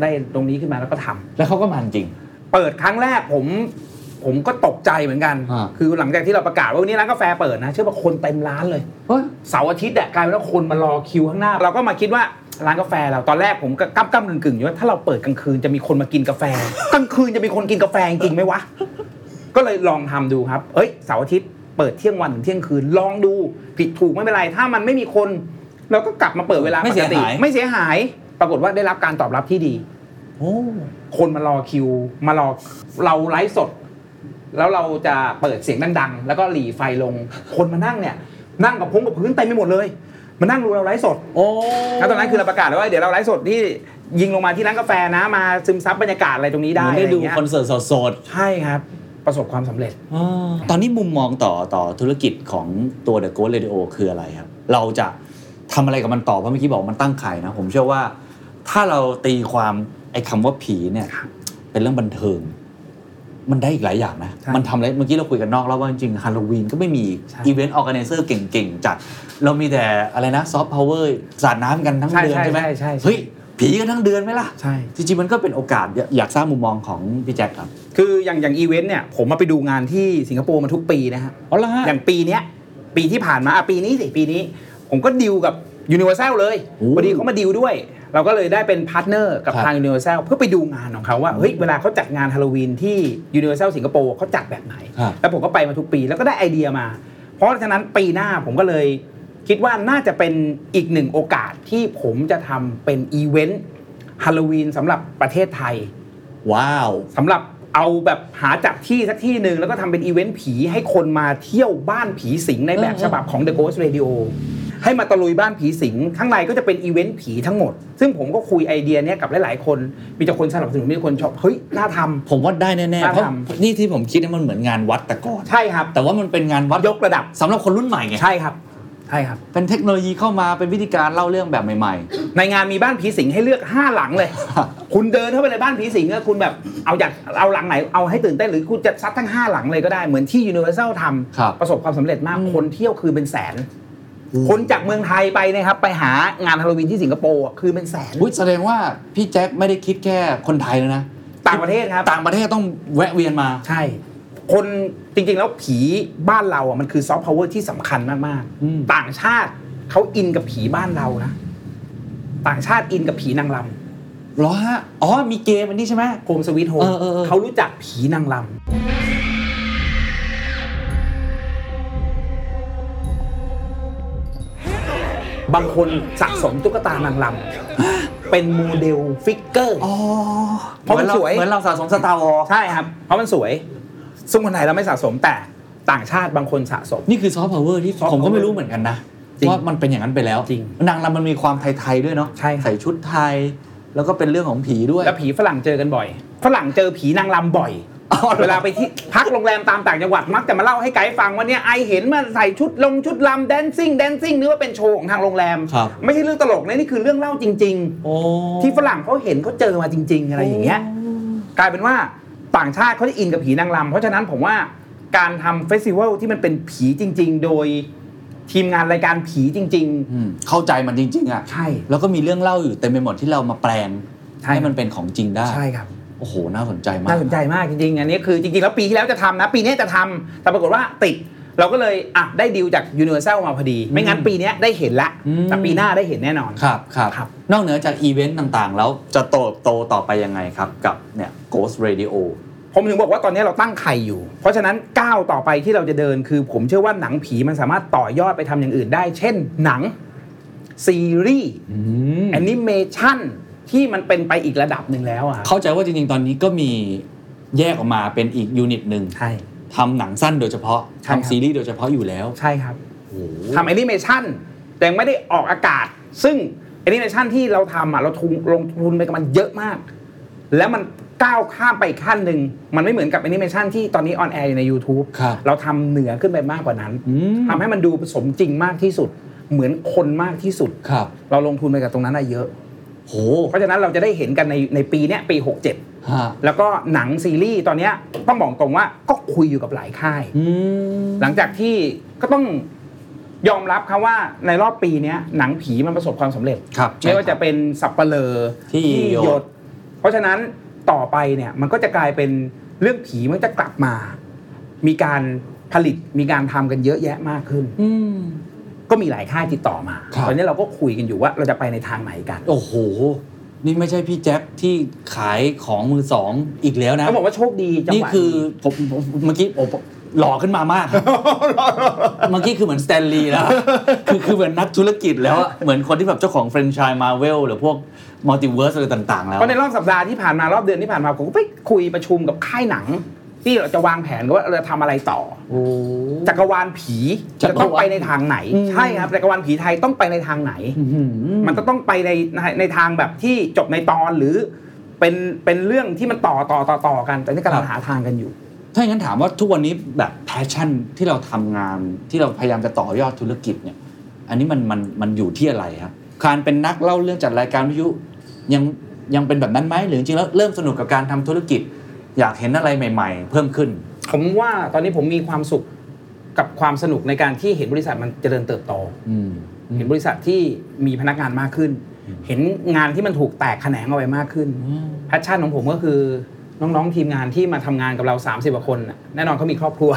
Speaker 1: ได้ตรงนี้ขึ้นมาแล้วก็ทำ
Speaker 3: แล้วเขาก็มาจริง
Speaker 1: เปิดครั้งแรกผมผมก็ตกใจเหมือนกัน
Speaker 3: อ่า
Speaker 1: คือหลังจากที่เราประกาศว่าวันนี้ร้านกาแฟเปิดนะ เชื่อป่ะคนเต็มร้านเลย
Speaker 3: เฮ้ย
Speaker 1: เสาร์อาทิตย์อะกลายเป็นว่าคนมารอคิวข้างหน้า เราก็มาคิดว่าร้านกาแฟเราตอนแรกผมก็กั้มกั้มกึ่งกึ่งๆอยู่ว่าถ้าเราเปิดกลางคืนจะมีคนมากินกาแฟ กลางคืนจะมีคนกินกาแฟจริงไหมวะ ก็เลยลองทำดูครับ เอ้ยเสาร์อาทิตย์เปิดเที่ยงวันถึงเที่ยงคืนลองดูผิดถูกไม่เป็นไร ถ้ามันไม่มีคน เราก็กลับมาเปิดเวลาปกติไม่เสียหาย ปรากฏว่าได้รับการตอบรับที่ดี
Speaker 3: โอ้
Speaker 1: คนมารอคิว มารอเราไลฟ์สด แล้วเราจะเปิดเสียงดังๆ แล้วก็หลีไฟลง คนมานั่งเนี่ย นั่งกับพงกับพื้นเต็มไปหมดเลย มานั่งดูเราไลฟ์สด
Speaker 3: โอ้
Speaker 1: แล้วตอนนั้นคือเราประกาศแล้วว่าเดี๋ยวเราไลฟ์สดที่ยิงลงมาที่ร้านกาแฟนะ มาซึมซับบรรยากาศอะไรตรงนี้ได้
Speaker 3: เหมือนได้ดู
Speaker 1: ะรย่างเงี้ย
Speaker 3: คอนเสิร์ตสด
Speaker 1: ใช่ครับ ประสบความสำเร็จ
Speaker 3: ๆตอนนี้มุมมองต่อต่อธุรกิจของตัว The Ghost Radio คืออะไรครับ เราจะทำอะไรกับมันต่อเพราะเมื่อกี้บอกมันตั้งไข่นะ ผมเชื่อว่า ถ้าเราตีความไอ้คำว่าผีเนี่ย เป็นเรื่องบันเทิง มันได้อีกหลายอย่างนะ มันทำอะไรเมื่อกี้เราคุยกันนอกแล้วว่าจริงฮาโลวีนก็ไม่มีอีเวนต์ออแกเนเซอร์เก่งๆ จัด เรามีแต่อะไรนะซอฟต์พาวเวอร์สาดน้ำกันทั้ง
Speaker 1: ใช่
Speaker 3: เดือน
Speaker 1: ใช่
Speaker 3: ใช่ไหม
Speaker 1: ใช่ใช่ใช่
Speaker 3: เฮ้ย ผีกันทั้งเดือนไหมล่ะ
Speaker 1: ใช่
Speaker 3: จริงๆ มันก็เป็นโอกาสอยากอยากทราบมุมมองของพี่แจ็คครับ
Speaker 1: คืออย่างอย่างอีเวนต์เนี่ยผมมาไปดูงานที่สิงคโปร์มาทุกปีนะฮะ
Speaker 3: อ๋อเหรอฮะ
Speaker 1: อย่างปีเนี้ยปีที่ผ่านมาอ่ะปีนี้สิปีนี้ ผมก็ดิวกับ Universal เลยพอดีเขามาดิวด้วย เราก็เลยได้เป็นพาร์ทเนอร์กับทาง Universal เพื่อไปดูงานของเขาว่าเฮ้ยเวลาเขาจัดงานฮาโลวีนที่ Universal สิงคโปร์เขาจัดแบบไหน แล้วผมก็ไปมาทุกปีแล้วก็ได้ไอเดียมา เพราะฉะนั้นปีหน้าผมก็เลยคิดว่าน่าจะเป็นอีกหนึ่งโอกาสที่ผมจะทำเป็นอีเวนต์ฮาโลวีนสำหรับประเทศไทย
Speaker 3: ว้าว
Speaker 1: สำหรับเอาแบบหาจับที่สักที่หนึ่งแล้วก็ทำเป็นอีเวนต์ผีให้คนมาเที่ยวบ้านผีสิงในแบบ
Speaker 3: เออ
Speaker 1: ฉบับของ The Ghost Radio ให้มาตะลุยบ้านผีสิง ข้างในก็จะเป็นอีเวนต์ผีทั้งหมด ซึ่งผมก็คุยไอเดียเนี้ยกับหลาย ๆ คน มีแต่คนสนับสนุนมีแต่คนชอบเฮ้ยน่าทำ
Speaker 3: ผมว่าได้แน่ๆ
Speaker 1: น่า
Speaker 3: เพราะ
Speaker 1: ทำ
Speaker 3: นี่ที่ผมคิดเนี่ยมันเหมือนงานวัดแต่ก่อน
Speaker 1: ใช่ครับ
Speaker 3: แต่ว่ามันเป็นงานวัด
Speaker 1: ยกระดับ
Speaker 3: สำหรับคนรุ่นใหม่ไง
Speaker 1: ใช่ครับใช่ครับ
Speaker 3: เป็นเทคโนโลยีเข้ามาเป็นวิธีการเล่าเรื่องแบบใหม่
Speaker 1: ในงานมีบ้านผีสิงให้เลือก 5 หลังเลย คุณเดินเข้าไปในบ้านผีสิงก็คุณแบบเอาอยากเอาหลังไหนเอาให้ตื่นเต้นหรือคุณจะซัดทั้ง 5 หลังเลยก็ได้เหมือนที่ Universal ทำ
Speaker 3: ครับ
Speaker 1: ประสบความสำเร็จมากคนเที่ยวคืนเป็นแสน คนจากเมืองไทยไปนะครับ ไปหางานฮาโลวีนที่สิงคโปร์อะคืนเป็นแสน
Speaker 3: ๆอุ๊ยแสดงว่าพี่แจ็คไม่ได้คิดแค่คนไทยแล้วนะ
Speaker 1: ต่างประเทศครับ
Speaker 3: ต่างประเทศต้องแวะเวียนมา
Speaker 1: ใช่ คนจริงๆ แล้วผีบ้านเราอ่ะมันคือซอฟต์พาวเวอร์ที่สำคัญมาก
Speaker 3: อืม
Speaker 1: ๆ ต่างชาติเขาอินกับผีบ้านเรานะ ต่างชาติอินกับผีนางรำ
Speaker 3: เหรอฮะ อ๋อ มีเกมอันนี้ใช่ไหม
Speaker 1: โฮมสวิตโฮม
Speaker 3: เออเออเออ
Speaker 1: เขารู้จักผีนางรำบางคนสะสมตุ๊กตานางรำ เป็นโมเดลฟิกเกอร์
Speaker 3: อ๋อ
Speaker 1: เพราะมันสวย
Speaker 3: เหมือนเราเหมือนเราสะสมสตาร์วอล
Speaker 1: ใช่ครับ เพราะมันสวย ซึ่งคนไทยเราไม่สะสมแต่ต่างชาติบางคนสะสม
Speaker 3: นี่คือซอฟต์พาวเวอร์ที่
Speaker 1: soft
Speaker 3: ผมก็
Speaker 1: power
Speaker 3: ไม่รู้เหมือนกันนะ
Speaker 1: จริง
Speaker 3: ว่ามันเป็นอย่างนั้นไปแล้ว
Speaker 1: จริง
Speaker 3: นางรำมันมีความไทย ๆ ด้วยเนาะ
Speaker 1: ใช่ครับ
Speaker 3: ใส่ชุดไทย แล้วก็เป็นเรื่องของผีด้วย
Speaker 1: แล้วผีฝรั่งเจอกันบ่อย ฝรั่งเจอผีนางรำบ่อย เวลาไปที่พักโรงแรมตามต่างจังหวัดมักจะมาเล่าให้ไกด์ฟังว่าเนี่ยไอเห็นมันใส่ชุดลงชุดลำแดนซิ่งแดนซิ่งนึกว่าเป็นโชว์ของทางโรงแรม
Speaker 3: ครับ
Speaker 1: ไม่ใช่เรื่องตลกนะนี่คือเรื่องเล่าจริง
Speaker 3: โอ้
Speaker 1: ๆ ที่ฝรั่งเขาเห็นเขาเจอมาจริง ๆ อะไรอย่างเงี้ยกลายเป็นว่าต่างชาติเขาได้อินกับผีนางรำเพราะฉะนั้นผมว่าการทำเฟสติวัลที่มันเป็นผีจริง ๆ โดยทีมงานรายการผีจริง
Speaker 3: อืมเข้าใจมันจริง ๆ อ่ะ
Speaker 1: ๆ ใช่
Speaker 3: แล้วก็มีเรื่องเล่าอยู่เต็มไปหมดที่เรามาแปลง ให้มันเป็นของจริงได้
Speaker 1: ใช่ครับ
Speaker 3: โอ้โห น่าสนใจมาก
Speaker 1: น่าสนใจมากจริงๆ อันนี้คือจริงๆ แล้วปีที่แล้วจะทำนะ ปีนี้จะทำแต่ปรากฏว่าติด เราก็เลยอ่ะได้ดีลจาก Universal มาพอดี ไม่งั้นปีนี้ได้เห็นละ
Speaker 3: อืม
Speaker 1: แต่ปีหน้าได้เห็นแน่นอน
Speaker 3: ครับครับ
Speaker 1: ครับ
Speaker 3: นอกเหนือจากอีเวนต์ต่างๆ แล้วจะโตโตต่อไปยังไงครับกับเนี่ย Ghost Radio
Speaker 1: ผมถึงบอกว่าตอนนี้เราตั้งไข่อยู่ เพราะฉะนั้นก้าวต่อไปที่เราจะเดินคือ ผมเชื่อว่าหนังผีมันสามารถต่อยอดไปทำอย่างอื่นได้ เช่นหนัง ซีรีส์แอนิเมชันที่มันเป็นไปอีกระดับหนึ่งแล้วอ่ะ
Speaker 3: เข้าใจว่าจริงๆ ตอนนี้ก็มีแยกออกมาเป็นอีกยูนิตหนึ่ง
Speaker 1: ใช่
Speaker 3: ทำหนังสั้นโดยเฉพาะ
Speaker 1: ใช่ครับ
Speaker 3: ทำซีรีส์โดยเฉพาะอยู่แล้ว
Speaker 1: ใช่ครับ
Speaker 3: โอ้โห
Speaker 1: ทำแอนิเมชันแต่ยังไม่ได้ออกอากาศ ซึ่งแอนิเมชันที่เราทำอ่ะเราทุนลงทุนไปกับมันเยอะมาก แล้วมันก้าวข้ามไปอีกขั้นหนึ่ง มันไม่เหมือนกับแอนิเมชันที่ตอนนี้ออนแอร์อยู่ใน YouTube
Speaker 3: ครับ
Speaker 1: เราทำเหนือขึ้นไปมากกว่านั้น
Speaker 3: อืม
Speaker 1: ทำให้มันดูสมจริงมากที่สุด เหมือนคนมากที่สุด
Speaker 3: ครับ
Speaker 1: เราลงทุนไปกับตรงนั้นอะเยอะ
Speaker 3: โห
Speaker 1: เพราะฉะนั้นเราจะได้เห็นกันในในปีเนี้ยปี 67
Speaker 3: ฮะ
Speaker 1: แล้วก็หนังซีรีส์ตอนเนี้ยต้องบอกตรงว่าก็คุยอยู่กับหลายค่าย
Speaker 3: อืม
Speaker 1: หลังจากที่ก็ต้องยอมรับครับว่าในรอบปีเนี้ยหนังผีมันประสบความสำเร็จ
Speaker 3: ครับใช่
Speaker 1: ไม่ว่าจะ
Speaker 3: ครับ
Speaker 1: เป็นสับเปลอ
Speaker 3: ที่หยด
Speaker 1: เพราะฉะนั้นต่อไปเนี่ยมันก็จะกลายเป็นเรื่องผีมันจะกลับมา มีการผลิตมีการทำกันเยอะแยะมากขึ้น
Speaker 3: อืม
Speaker 1: ก็มีหลายค่ายติดต่อมา
Speaker 3: ครับ
Speaker 1: ตอนนี้เราก็คุยกันอยู่ว่าเราจะไปในทางไหนกัน
Speaker 3: โอ้โห นี่ไม่ใช่พี่แจ็คที่ขายของมือสองอีกแล้วนะ
Speaker 1: เขาบอกว่าโชคดีจังหวะ
Speaker 3: นี่คือผมผมเมื่อกี้ผมผมหล่อขึ้นมามากครับ เมื่อกี้คือเหมือนสแตนลีย์แล้วอะคือคือเหมือนนักธุรกิจแล้วอะเหมือนคนที่แบบเจ้าของแฟรนไชส์มาเวลหรือพวกมัลติเวิร์สอะไรต่างๆ แล้ว
Speaker 1: เพราะในรอบสัปดาห์ที่ผ่านมารอบเดือนที่ผ่านมาผมก็ไปคุยประชุมกับค่ายหนัง ที่เราจะวางแผนกันว่าเราจะทำอะไรต่อ
Speaker 3: โอ้
Speaker 1: จักรวาลผี
Speaker 3: จั
Speaker 1: จะ
Speaker 3: กรวาล
Speaker 1: ต้องไปในทางไหน
Speaker 3: อืม
Speaker 1: ใช่ครับจักรวาลผีไทยต้องไปในทางไหน
Speaker 3: อื้อหือ
Speaker 1: มันจะต้องไปในในในทางแบบที่จบในตอนหรือ เป็นเป็นเรื่องที่มันต่อต่อต่อต่อกัน แต่นี่กำลังหาทางกันอยู่
Speaker 3: ถ้าอย่างนั้นถามว่าทุกวันนี้แบบแพชชั่นที่เราทำงานที่เราพยายามจะต่อยอดธุรกิจเนี่ย อันนี้มันมันมันอยู่ที่อะไรครับการเป็นนักเล่าเรื่องจัดรายการวิทยุยังยังเป็นแบบนั้นไหมหรือจริงๆแล้วเริ่มสนุกกับการทำธุรกิจ อยากเห็นอะไรใหม่ ๆ เพิ่มขึ้น
Speaker 1: ผมว่าตอนนี้ผมมีความสุขกับความสนุกในการที่เห็นบริษัทมันเจริญเติบโต
Speaker 3: อืม
Speaker 1: เห็นบริษัทที่มีพนักงานมากขึ้น เห็นงานที่มันถูกแตกแขนงออกไปมากขึ้นแพชชั่นของผมก็คือน้องๆทีมงานที่มาทำงานกับเรา 30กว่าคนน่ะแน่นอนเขามีครอบครัว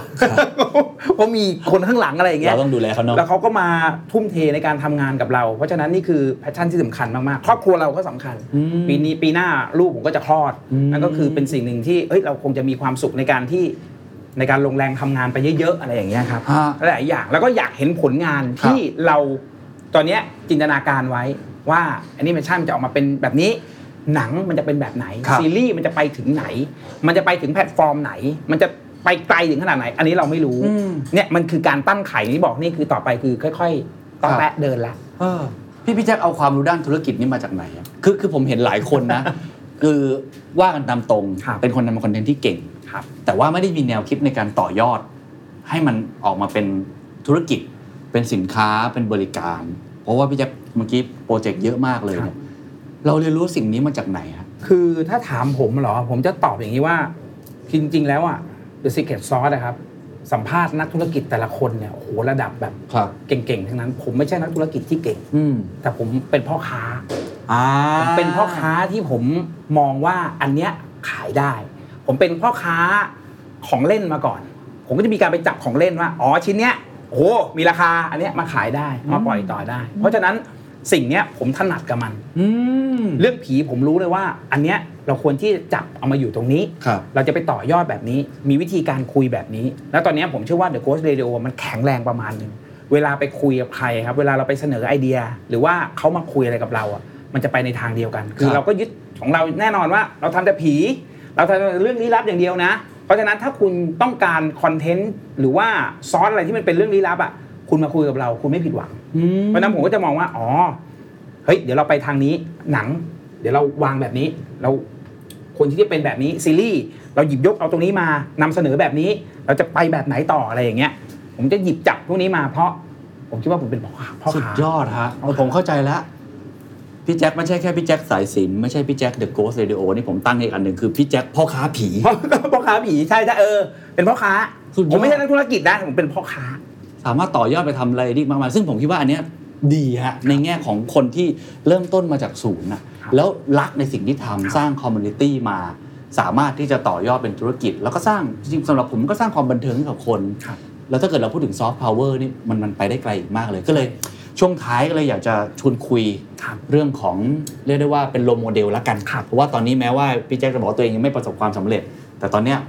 Speaker 1: เขามีคนข้างหลังอะไรอย่างเงี้ย
Speaker 3: เราต้องดูแลเขาเนอะ
Speaker 1: แล้วเขาก็มาทุ่มเทในการทำงานกับเรา เพราะฉะนั้นนี่คือแพชชั่นที่สำคัญมากๆครอบครัวเราก็สำคัญ
Speaker 3: อืม
Speaker 1: ปีนี้ปีหน้าลูกผมก็จะคลอด
Speaker 3: อืม
Speaker 1: นั่นก็คือเป็นสิ่งหนึ่งที่เอ้ยเราคงจะมีความสุขในการที่ในการลงแรงทำงานไปเยอะๆอะไรอย่างเงี้ยครับ
Speaker 3: ฮะ
Speaker 1: หลายๆอย่างแล้วก็อยากเห็นผลงาน
Speaker 3: ครับ
Speaker 1: ที่เราตอนเนี้ยจินตนาการไว้ว่าแอนิเมชันมันจะออกมาเป็นแบบนี้ หนังมันจะเป็นแบบไหน
Speaker 3: ครับ
Speaker 1: ซีรีส์มันจะไปถึงไหน มันจะไปถึงแพลตฟอร์มไหน มันจะไปไกลถึงขนาดไหน อันนี้เราไม่รู้
Speaker 3: อืม
Speaker 1: เนี่ยมันคือการตั้งไข่นี่บอกนี่คือต่อไปคือค่อยๆต้อง
Speaker 3: ครับ
Speaker 1: แตะเดินละ
Speaker 3: เออพี่พี่แจ็คเอาความรู้ด้านธุรกิจนี่มาจากไหนอะคือคือผมเห็นหลายคน นะ คือว่ากันตามตรง
Speaker 1: ครับ
Speaker 3: เป็นคนทำคอนเทนต์ที่เก่ง
Speaker 1: ครับ
Speaker 3: แต่ว่าไม่ได้มีแนวคิดในการต่อยอด ให้มันออกมาเป็นธุรกิจ เป็นสินค้าเป็นบริการ เพราะว่าพี่แจ็คเมื่อกี้โปรเจกต์เยอะมากเลย
Speaker 1: ครับ
Speaker 3: เนี่ยเราเรียนรู้สิ่งนี้มาจากไหนฮะ
Speaker 1: คือถ้าถามผมเหรอ ผมจะตอบอย่างนี้ว่า จริง ๆ แล้วอ่ะ The Secret Sauce นะครับสัมภาษณ์นักธุรกิจแต่ละคนเนี่ยโอ้โหระดับแบบ
Speaker 3: ครับ
Speaker 1: เก่งๆทั้งนั้น ผมไม่ใช่นักธุรกิจที่เก่ง
Speaker 3: อืม
Speaker 1: แต่ผมเป็นพ่อค้า
Speaker 3: อ่า
Speaker 1: ผมเป็นพ่อค้าที่ผมมองว่าอันเนี้ยขายได้ ผมเป็นพ่อค้าของเล่นมาก่อน ผมก็จะมีการไปจับของเล่นว่า อ๋อชิ้นเนี้ยโอ้โหมีราคาอันเนี้ยมาขายได้มาปล่อยต่อได้ เพราะฉะนั้นสิ่งเนี้ยผมถนัดกับมัน
Speaker 3: อืม
Speaker 1: เรื่องผีผมรู้เลยว่า อันเนี้ยเราควรที่จะจับเอามาอยู่ตรงนี้
Speaker 3: ครับ
Speaker 1: เราจะไปต่อยอดแบบนี้ มีวิธีการคุยแบบนี้ แล้วตอนเนี้ยผมเชื่อว่า The Ghost Radio มันแข็งแรงประมาณหนึง เวลาไปคุยกับใครครับ เวลาเราไปเสนอไอเดีย หรือว่าเขามาคุยอะไรกับเราอ่ะ มันจะไปในทางเดียวกัน คือ
Speaker 3: ครับ
Speaker 1: เราก็ยึดของเราแน่นอนว่า เราทำแต่ผี เราทำแต่เรื่องลี้ลับอย่างเดียวนะ เพราะฉะนั้นถ้าคุณต้องการคอนเทนต์หรือว่าซอสอะไรที่มันเป็นเรื่องลี้ลับอ่ะ คุณมาคุยกับเราคุณไม่ผิดหวัง เพราะฉะนั้นผมก็จะมองว่า อ๋อ เฮ้ย เดี๋ยวเราไปทางนี้ หนัง เดี๋ยวเราวางแบบนี้ เราคนที่จะเป็นแบบนี้ซีรีส์ เราหยิบยกเอาตรงนี้มานำเสนอแบบนี้ เราจะไปแบบไหนต่ออะไรอย่างเงี้ย ผมจะหยิบจับพวกนี้มาเพราะ ผมคิดว่าผมเป็นพ่อค้าพ่อ
Speaker 3: สุด
Speaker 1: ค้าย
Speaker 3: อดฮะเอาผมเข้าใจแล้ว พี่แจ็คไม่ใช่แค่พี่แจ็คสายสินไม่ใช่พี่แจ็คเดอะโกสเรดิโอนี่ผมตั้งให้อีกอันหนึ่งคือพี่แจ็คพ่อค้าผี
Speaker 1: พ่อพ่อค้าผีใช่ใช่เออ เป็นพ่อค้า
Speaker 3: สุดยอ
Speaker 1: ผ
Speaker 3: ด
Speaker 1: มไม่ใช่นักธุรกิจนะผมเป็นพ่อค้า
Speaker 3: สามารถต่อยอดไปทำอะไรได้อีกมากมายซึ่งผมคิดว่าอันเนี้ยดีฮะในแง่ของคนที่เริ่มต้นมาจากศูนย์นะครับแล้วรักในสิ่งที่
Speaker 1: ค
Speaker 3: ทำ
Speaker 1: รับ
Speaker 3: สร้างคอมมูนิตี้มา สามารถที่จะต่อยอดเป็นธุรกิจ แล้วก็สร้างจริงๆสำหรับผมก็สร้างความบันเทิงให้กับคน
Speaker 1: ครับ
Speaker 3: แล้วถ้าเกิดเราพูดถึงซอฟต์พาวเวอร์นี่มันมันไปได้ไกลอีกมากเลยก็เลย ช่วงท้ายก็เลยอยากจะชวนคุย
Speaker 1: ครับ
Speaker 3: เรื่องของเรียกได้ว่าเป็นโลโมเดลละกัน
Speaker 1: ครับ
Speaker 3: เพราะว่าตอนนี้แม้ว่าพี่แจ็คจะบอกว่าตัวเองยังไม่ประสบความสำเร็จ แต่ตอนเนี้ย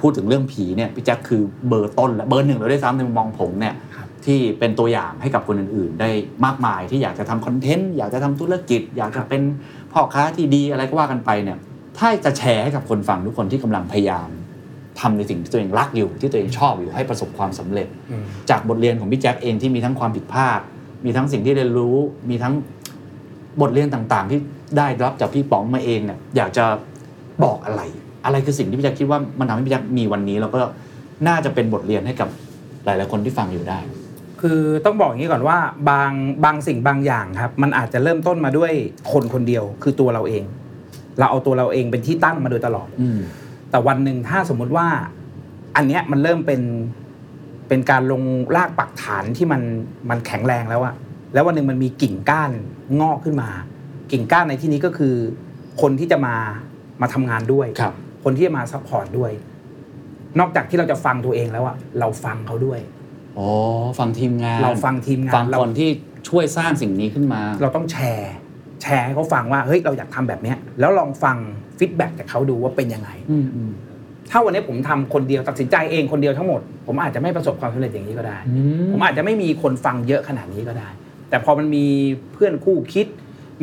Speaker 3: พูดถึงเรื่องผีเนี่ยพี่แจ็คคือเบอร์ต้นและเบอร์หนึ่งเลยด้วยซ้ำในมุมมองผมเนี่ย
Speaker 1: ครับ
Speaker 3: ที่เป็นตัวอย่างให้กับคนอื่นๆ ได้มากมายที่อยากจะทำคอนเทนต์อยากจะทำธุรกิจ อยาก
Speaker 1: ครั
Speaker 3: จะ
Speaker 1: บ
Speaker 3: เป็นพ่อค้าที่ดีอะไรก็ว่ากันไปเนี่ยถ้าจะแชร์ให้กับคนฟังทุกคนที่กำลังพยายามทำในสิ่งที่ตัวเองรักอยู่ที่ตัวเองชอบอยู่ให้ประสบความสำเร็จ จากบทเรียนของพี่แจ็คเองที่มีทั้งความผิดพลาด มีทั้งสิ่งที่เรียนรู้ มีทั้งบทเรียนต่างๆ ที่ได้รับจากพี่ป๋องมาเองเนี่ยอยากจะบอกอะไร อะไรคือสิ่งที่พี่แจ็คคิดว่ามันทำให้พี่แจ็คมีวันนี้ แล้วก็น่าจะเป็นบทเรียนให้กับหลายๆคนที่ฟังอยู่ได้
Speaker 1: คือต้องบอกอย่างนี้ก่อนว่าบางบางสิ่งบางอย่างครับ มันอาจจะเริ่มต้นมาด้วยคนคนเดียวคือตัวเราเอง เราเอาตัวเราเองเป็นที่ตั้งมาโดยตลอด
Speaker 3: อืม
Speaker 1: แต่วันหนึ่งถ้าสมมุติว่า อันเนี้ยมันเริ่มเป็นเป็นการลงรากปักฐานที่มันมันแข็งแรงแล้วอะแล้ววันหนึ่งมันมีกิ่งก้านงอกขึ้นมา กิ่งก้านในที่นี้ก็คือ คนที่จะมามาทำงานด้วย
Speaker 3: ครับ
Speaker 1: คนที่จะมาซัพพอร์ตด้วย นอกจากที่เราจะฟังตัวเองแล้วอะเราฟังเขาด้วย
Speaker 3: อ๋อฟังทีมงาน
Speaker 1: เราฟังทีมงาน
Speaker 3: ฟัง
Speaker 1: เรา
Speaker 3: คนที่ช่วยสร้างสิ่งนี้ขึ้นมา
Speaker 1: เราต้องแชร์ แชร์ให้เขาฟังว่าเฮ้ยเราอยากทำแบบเนี้ยแล้วลองฟังฟีดแบ็กจากเขาดูว่าเป็นยังไง
Speaker 3: อืมอืม
Speaker 1: ถ้าวันนี้ผมทำคนเดียวตัดสินใจเองคนเดียวทั้งหมด ผมอาจจะไม่ประสบความสำเร็จอย่างนี้ก็ได้
Speaker 3: อืม
Speaker 1: ผมอาจจะไม่มีคนฟังเยอะขนาดนี้ก็ได้ แต่พอมันมีเพื่อนคู่คิด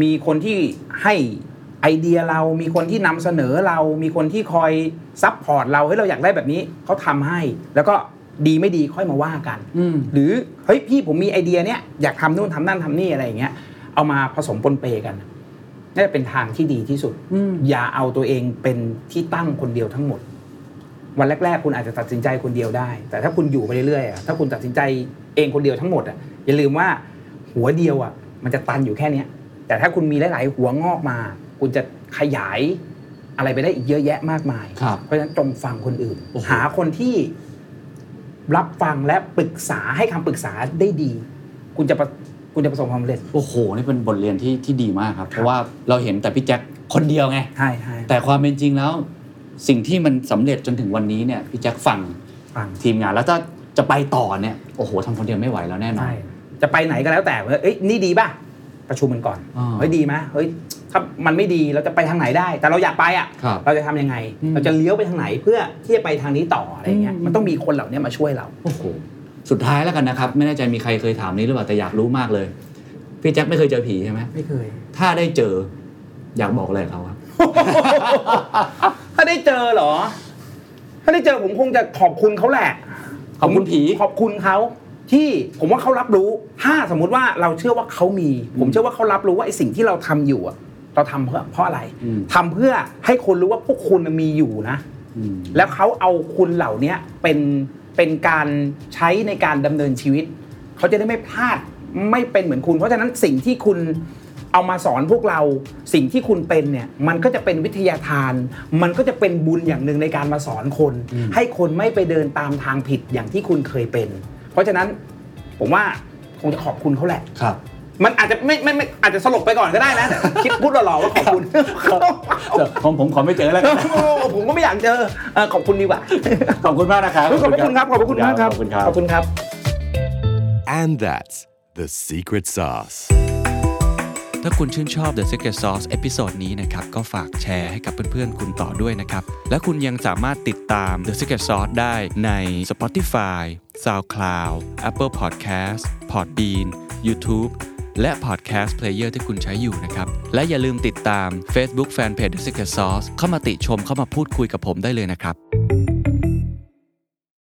Speaker 1: มีคนที่ให้ไอเดียเรา มีคนที่นำเสนอเรา มีคนที่คอยซัพพอร์ตเราเฮ้ยเราอยากได้แบบนี้เขาทำให้ แล้วก็ดีไม่ดีค่อยมาว่ากัน
Speaker 3: อืม
Speaker 1: หรือเฮ้ยพี่ผมมีไอเดียเนี้ยอยากทำนู่นทำนั่นทำนี่อะไรอย่างเงี้ยเอามาผสมปนเปกันน่าจะเป็นทางที่ดีที่สุด
Speaker 3: อืม
Speaker 1: อย่าเอาตัวเองเป็นที่ตั้งคนเดียวทั้งหมด วันแรก ๆ คุณอาจจะตัดสินใจคนเดียวได้ แต่ถ้าคุณอยู่ไปเรื่อยๆอะถ้าคุณตัดสินใจเองคนเดียวทั้งหมดอะอย่าลืมว่าหัวเดียวอะมันจะตันอยู่แค่เนี้ยแต่ถ้าคุณมีหลาย ๆ หัวงอกมา คุณจะขยาย อะไรไปได้อีกเยอะแยะมากมาย เพราะฉะนั้นจงฟังคนอื่น หาคนที่รับฟังและปรึกษาให้คำปรึกษาได้ดี คุณจะประคุณจะประสบความสำเร็จ
Speaker 3: โอ้โห นี่เป็นบทเรียนที่ที่ดีมากครับ เพราะว่าเราเห็นแต่พี่แจ็คคนเดียวไง
Speaker 1: ใช่ใช่
Speaker 3: แต่ความเป็นจริงแล้ว สิ่งที่มันสำเร็จจนถึงวันนี้เนี่ยพี่แจ็คฟัง
Speaker 1: ฟัง
Speaker 3: ทีมงานแล้วถ้าจะไปต่อเนี่ยโอ้โหทำคนเดียวไม่ไหวแล้วแน่นอน
Speaker 1: ใช่ จะไปไหนก็แล้วแต่ว่าเอ้ยนี่ดีป่ะ ประชุมกันก่อน
Speaker 3: อ่า
Speaker 1: เฮ้ยดีไหมเฮ้ยถ้ามันไม่ดีเราจะไปทางไหนได้ แต่เราอยากไปอ่ะ
Speaker 3: ครับ
Speaker 1: เราจะทำยังไง
Speaker 3: อืม
Speaker 1: เราจะเลี้ยวไปทางไหนเพื่อที่จะไปทางนี้ต่ออะไรเงี้ย
Speaker 3: อืม
Speaker 1: มันต้องมีคนเหล่านี้มาช่วยเรา
Speaker 3: โอ้โหสุดท้ายแล้วกันนะครับ ไม่แน่ใจมีใครเคยถามนี้หรือเปล่าแต่อยากรู้มากเลยพี่แจ็คไม่เคยเจอผีใช่ไหม
Speaker 1: ไม่เคย
Speaker 3: ถ้าได้เจอ อยากบอกอะไรกับเขาครับ
Speaker 1: ถ้าได้เจอเหรอ ถ้าได้เจอผมคงจะขอบคุณเขาแหละ
Speaker 3: ขอบคุณผี
Speaker 1: ขอบคุณเขาที่ผมว่าเขารับรู้ ถ้าสมมุติว่าเราเชื่อว่าเขามี ผมเชื่อว่าเขารับรู้ว่าไอ้สิ่งที่เราทำอยู่อะเราทำเพื่อเพราะอะไร
Speaker 3: อืม
Speaker 1: ทำเพื่อให้คนรู้ว่าพวกคุณน่ะมีอยู่นะ
Speaker 3: อืม
Speaker 1: แล้วเขาเอาคุณเหล่าเนี้ยเป็นเป็นการใช้ในการดำเนินชีวิต เขาจะได้ไม่พลาดไม่เป็นเหมือนคุณ เพราะฉะนั้นสิ่งที่คุณเอามาสอนพวกเราสิ่งที่คุณเป็นเนี่ยมันก็จะเป็นวิทยาทาน มันก็จะเป็นบุญอย่างหนึ่งในการมาสอนคน
Speaker 3: อืม
Speaker 1: ให้คนไม่ไปเดินตามทางผิดอย่างที่คุณเคยเป็น เพราะฉะนั้นผมว่าคงจะขอบคุณเขาแหละ
Speaker 3: ครับ
Speaker 1: มันอาจจะไม่ไม่ไม่อาจจะสลบไปก่อนก็ได้นะแต่คิดพูดหล่อๆว่าขอบคุณ
Speaker 3: เดี๋ยวของผมขอไม่เจอแล้วกัน
Speaker 1: โอ้ ผมก็ไม่อยากเจอเอ่อขอบคุณดีกว่า
Speaker 3: ขอบคุณมากนะครับ
Speaker 1: ขอบพระคุณครับ ขอบพระคุณมากครับ
Speaker 3: ขอบคุณครับ
Speaker 1: ขอบคุณครับ
Speaker 4: And that's the secret sauce.
Speaker 6: ถ้าคุณชื่นชอบ The Secret Sauce เอพิโซดนี้นะครับ ก็ฝากแชร์ให้กับเพื่อนๆ คุณต่อด้วยนะครับ และคุณยังสามารถติดตาม The Secret Sauce ได้ใน Spotify, SoundCloud, Apple Podcast, Podbean, YouTube และ Podcast Player ที่คุณใช้อยู่นะครับ และอย่าลืมติดตาม Facebook Fanpage The Secret Sauce เข้ามาติชมเข้ามาพูดคุยกับผมได้เลยนะครับ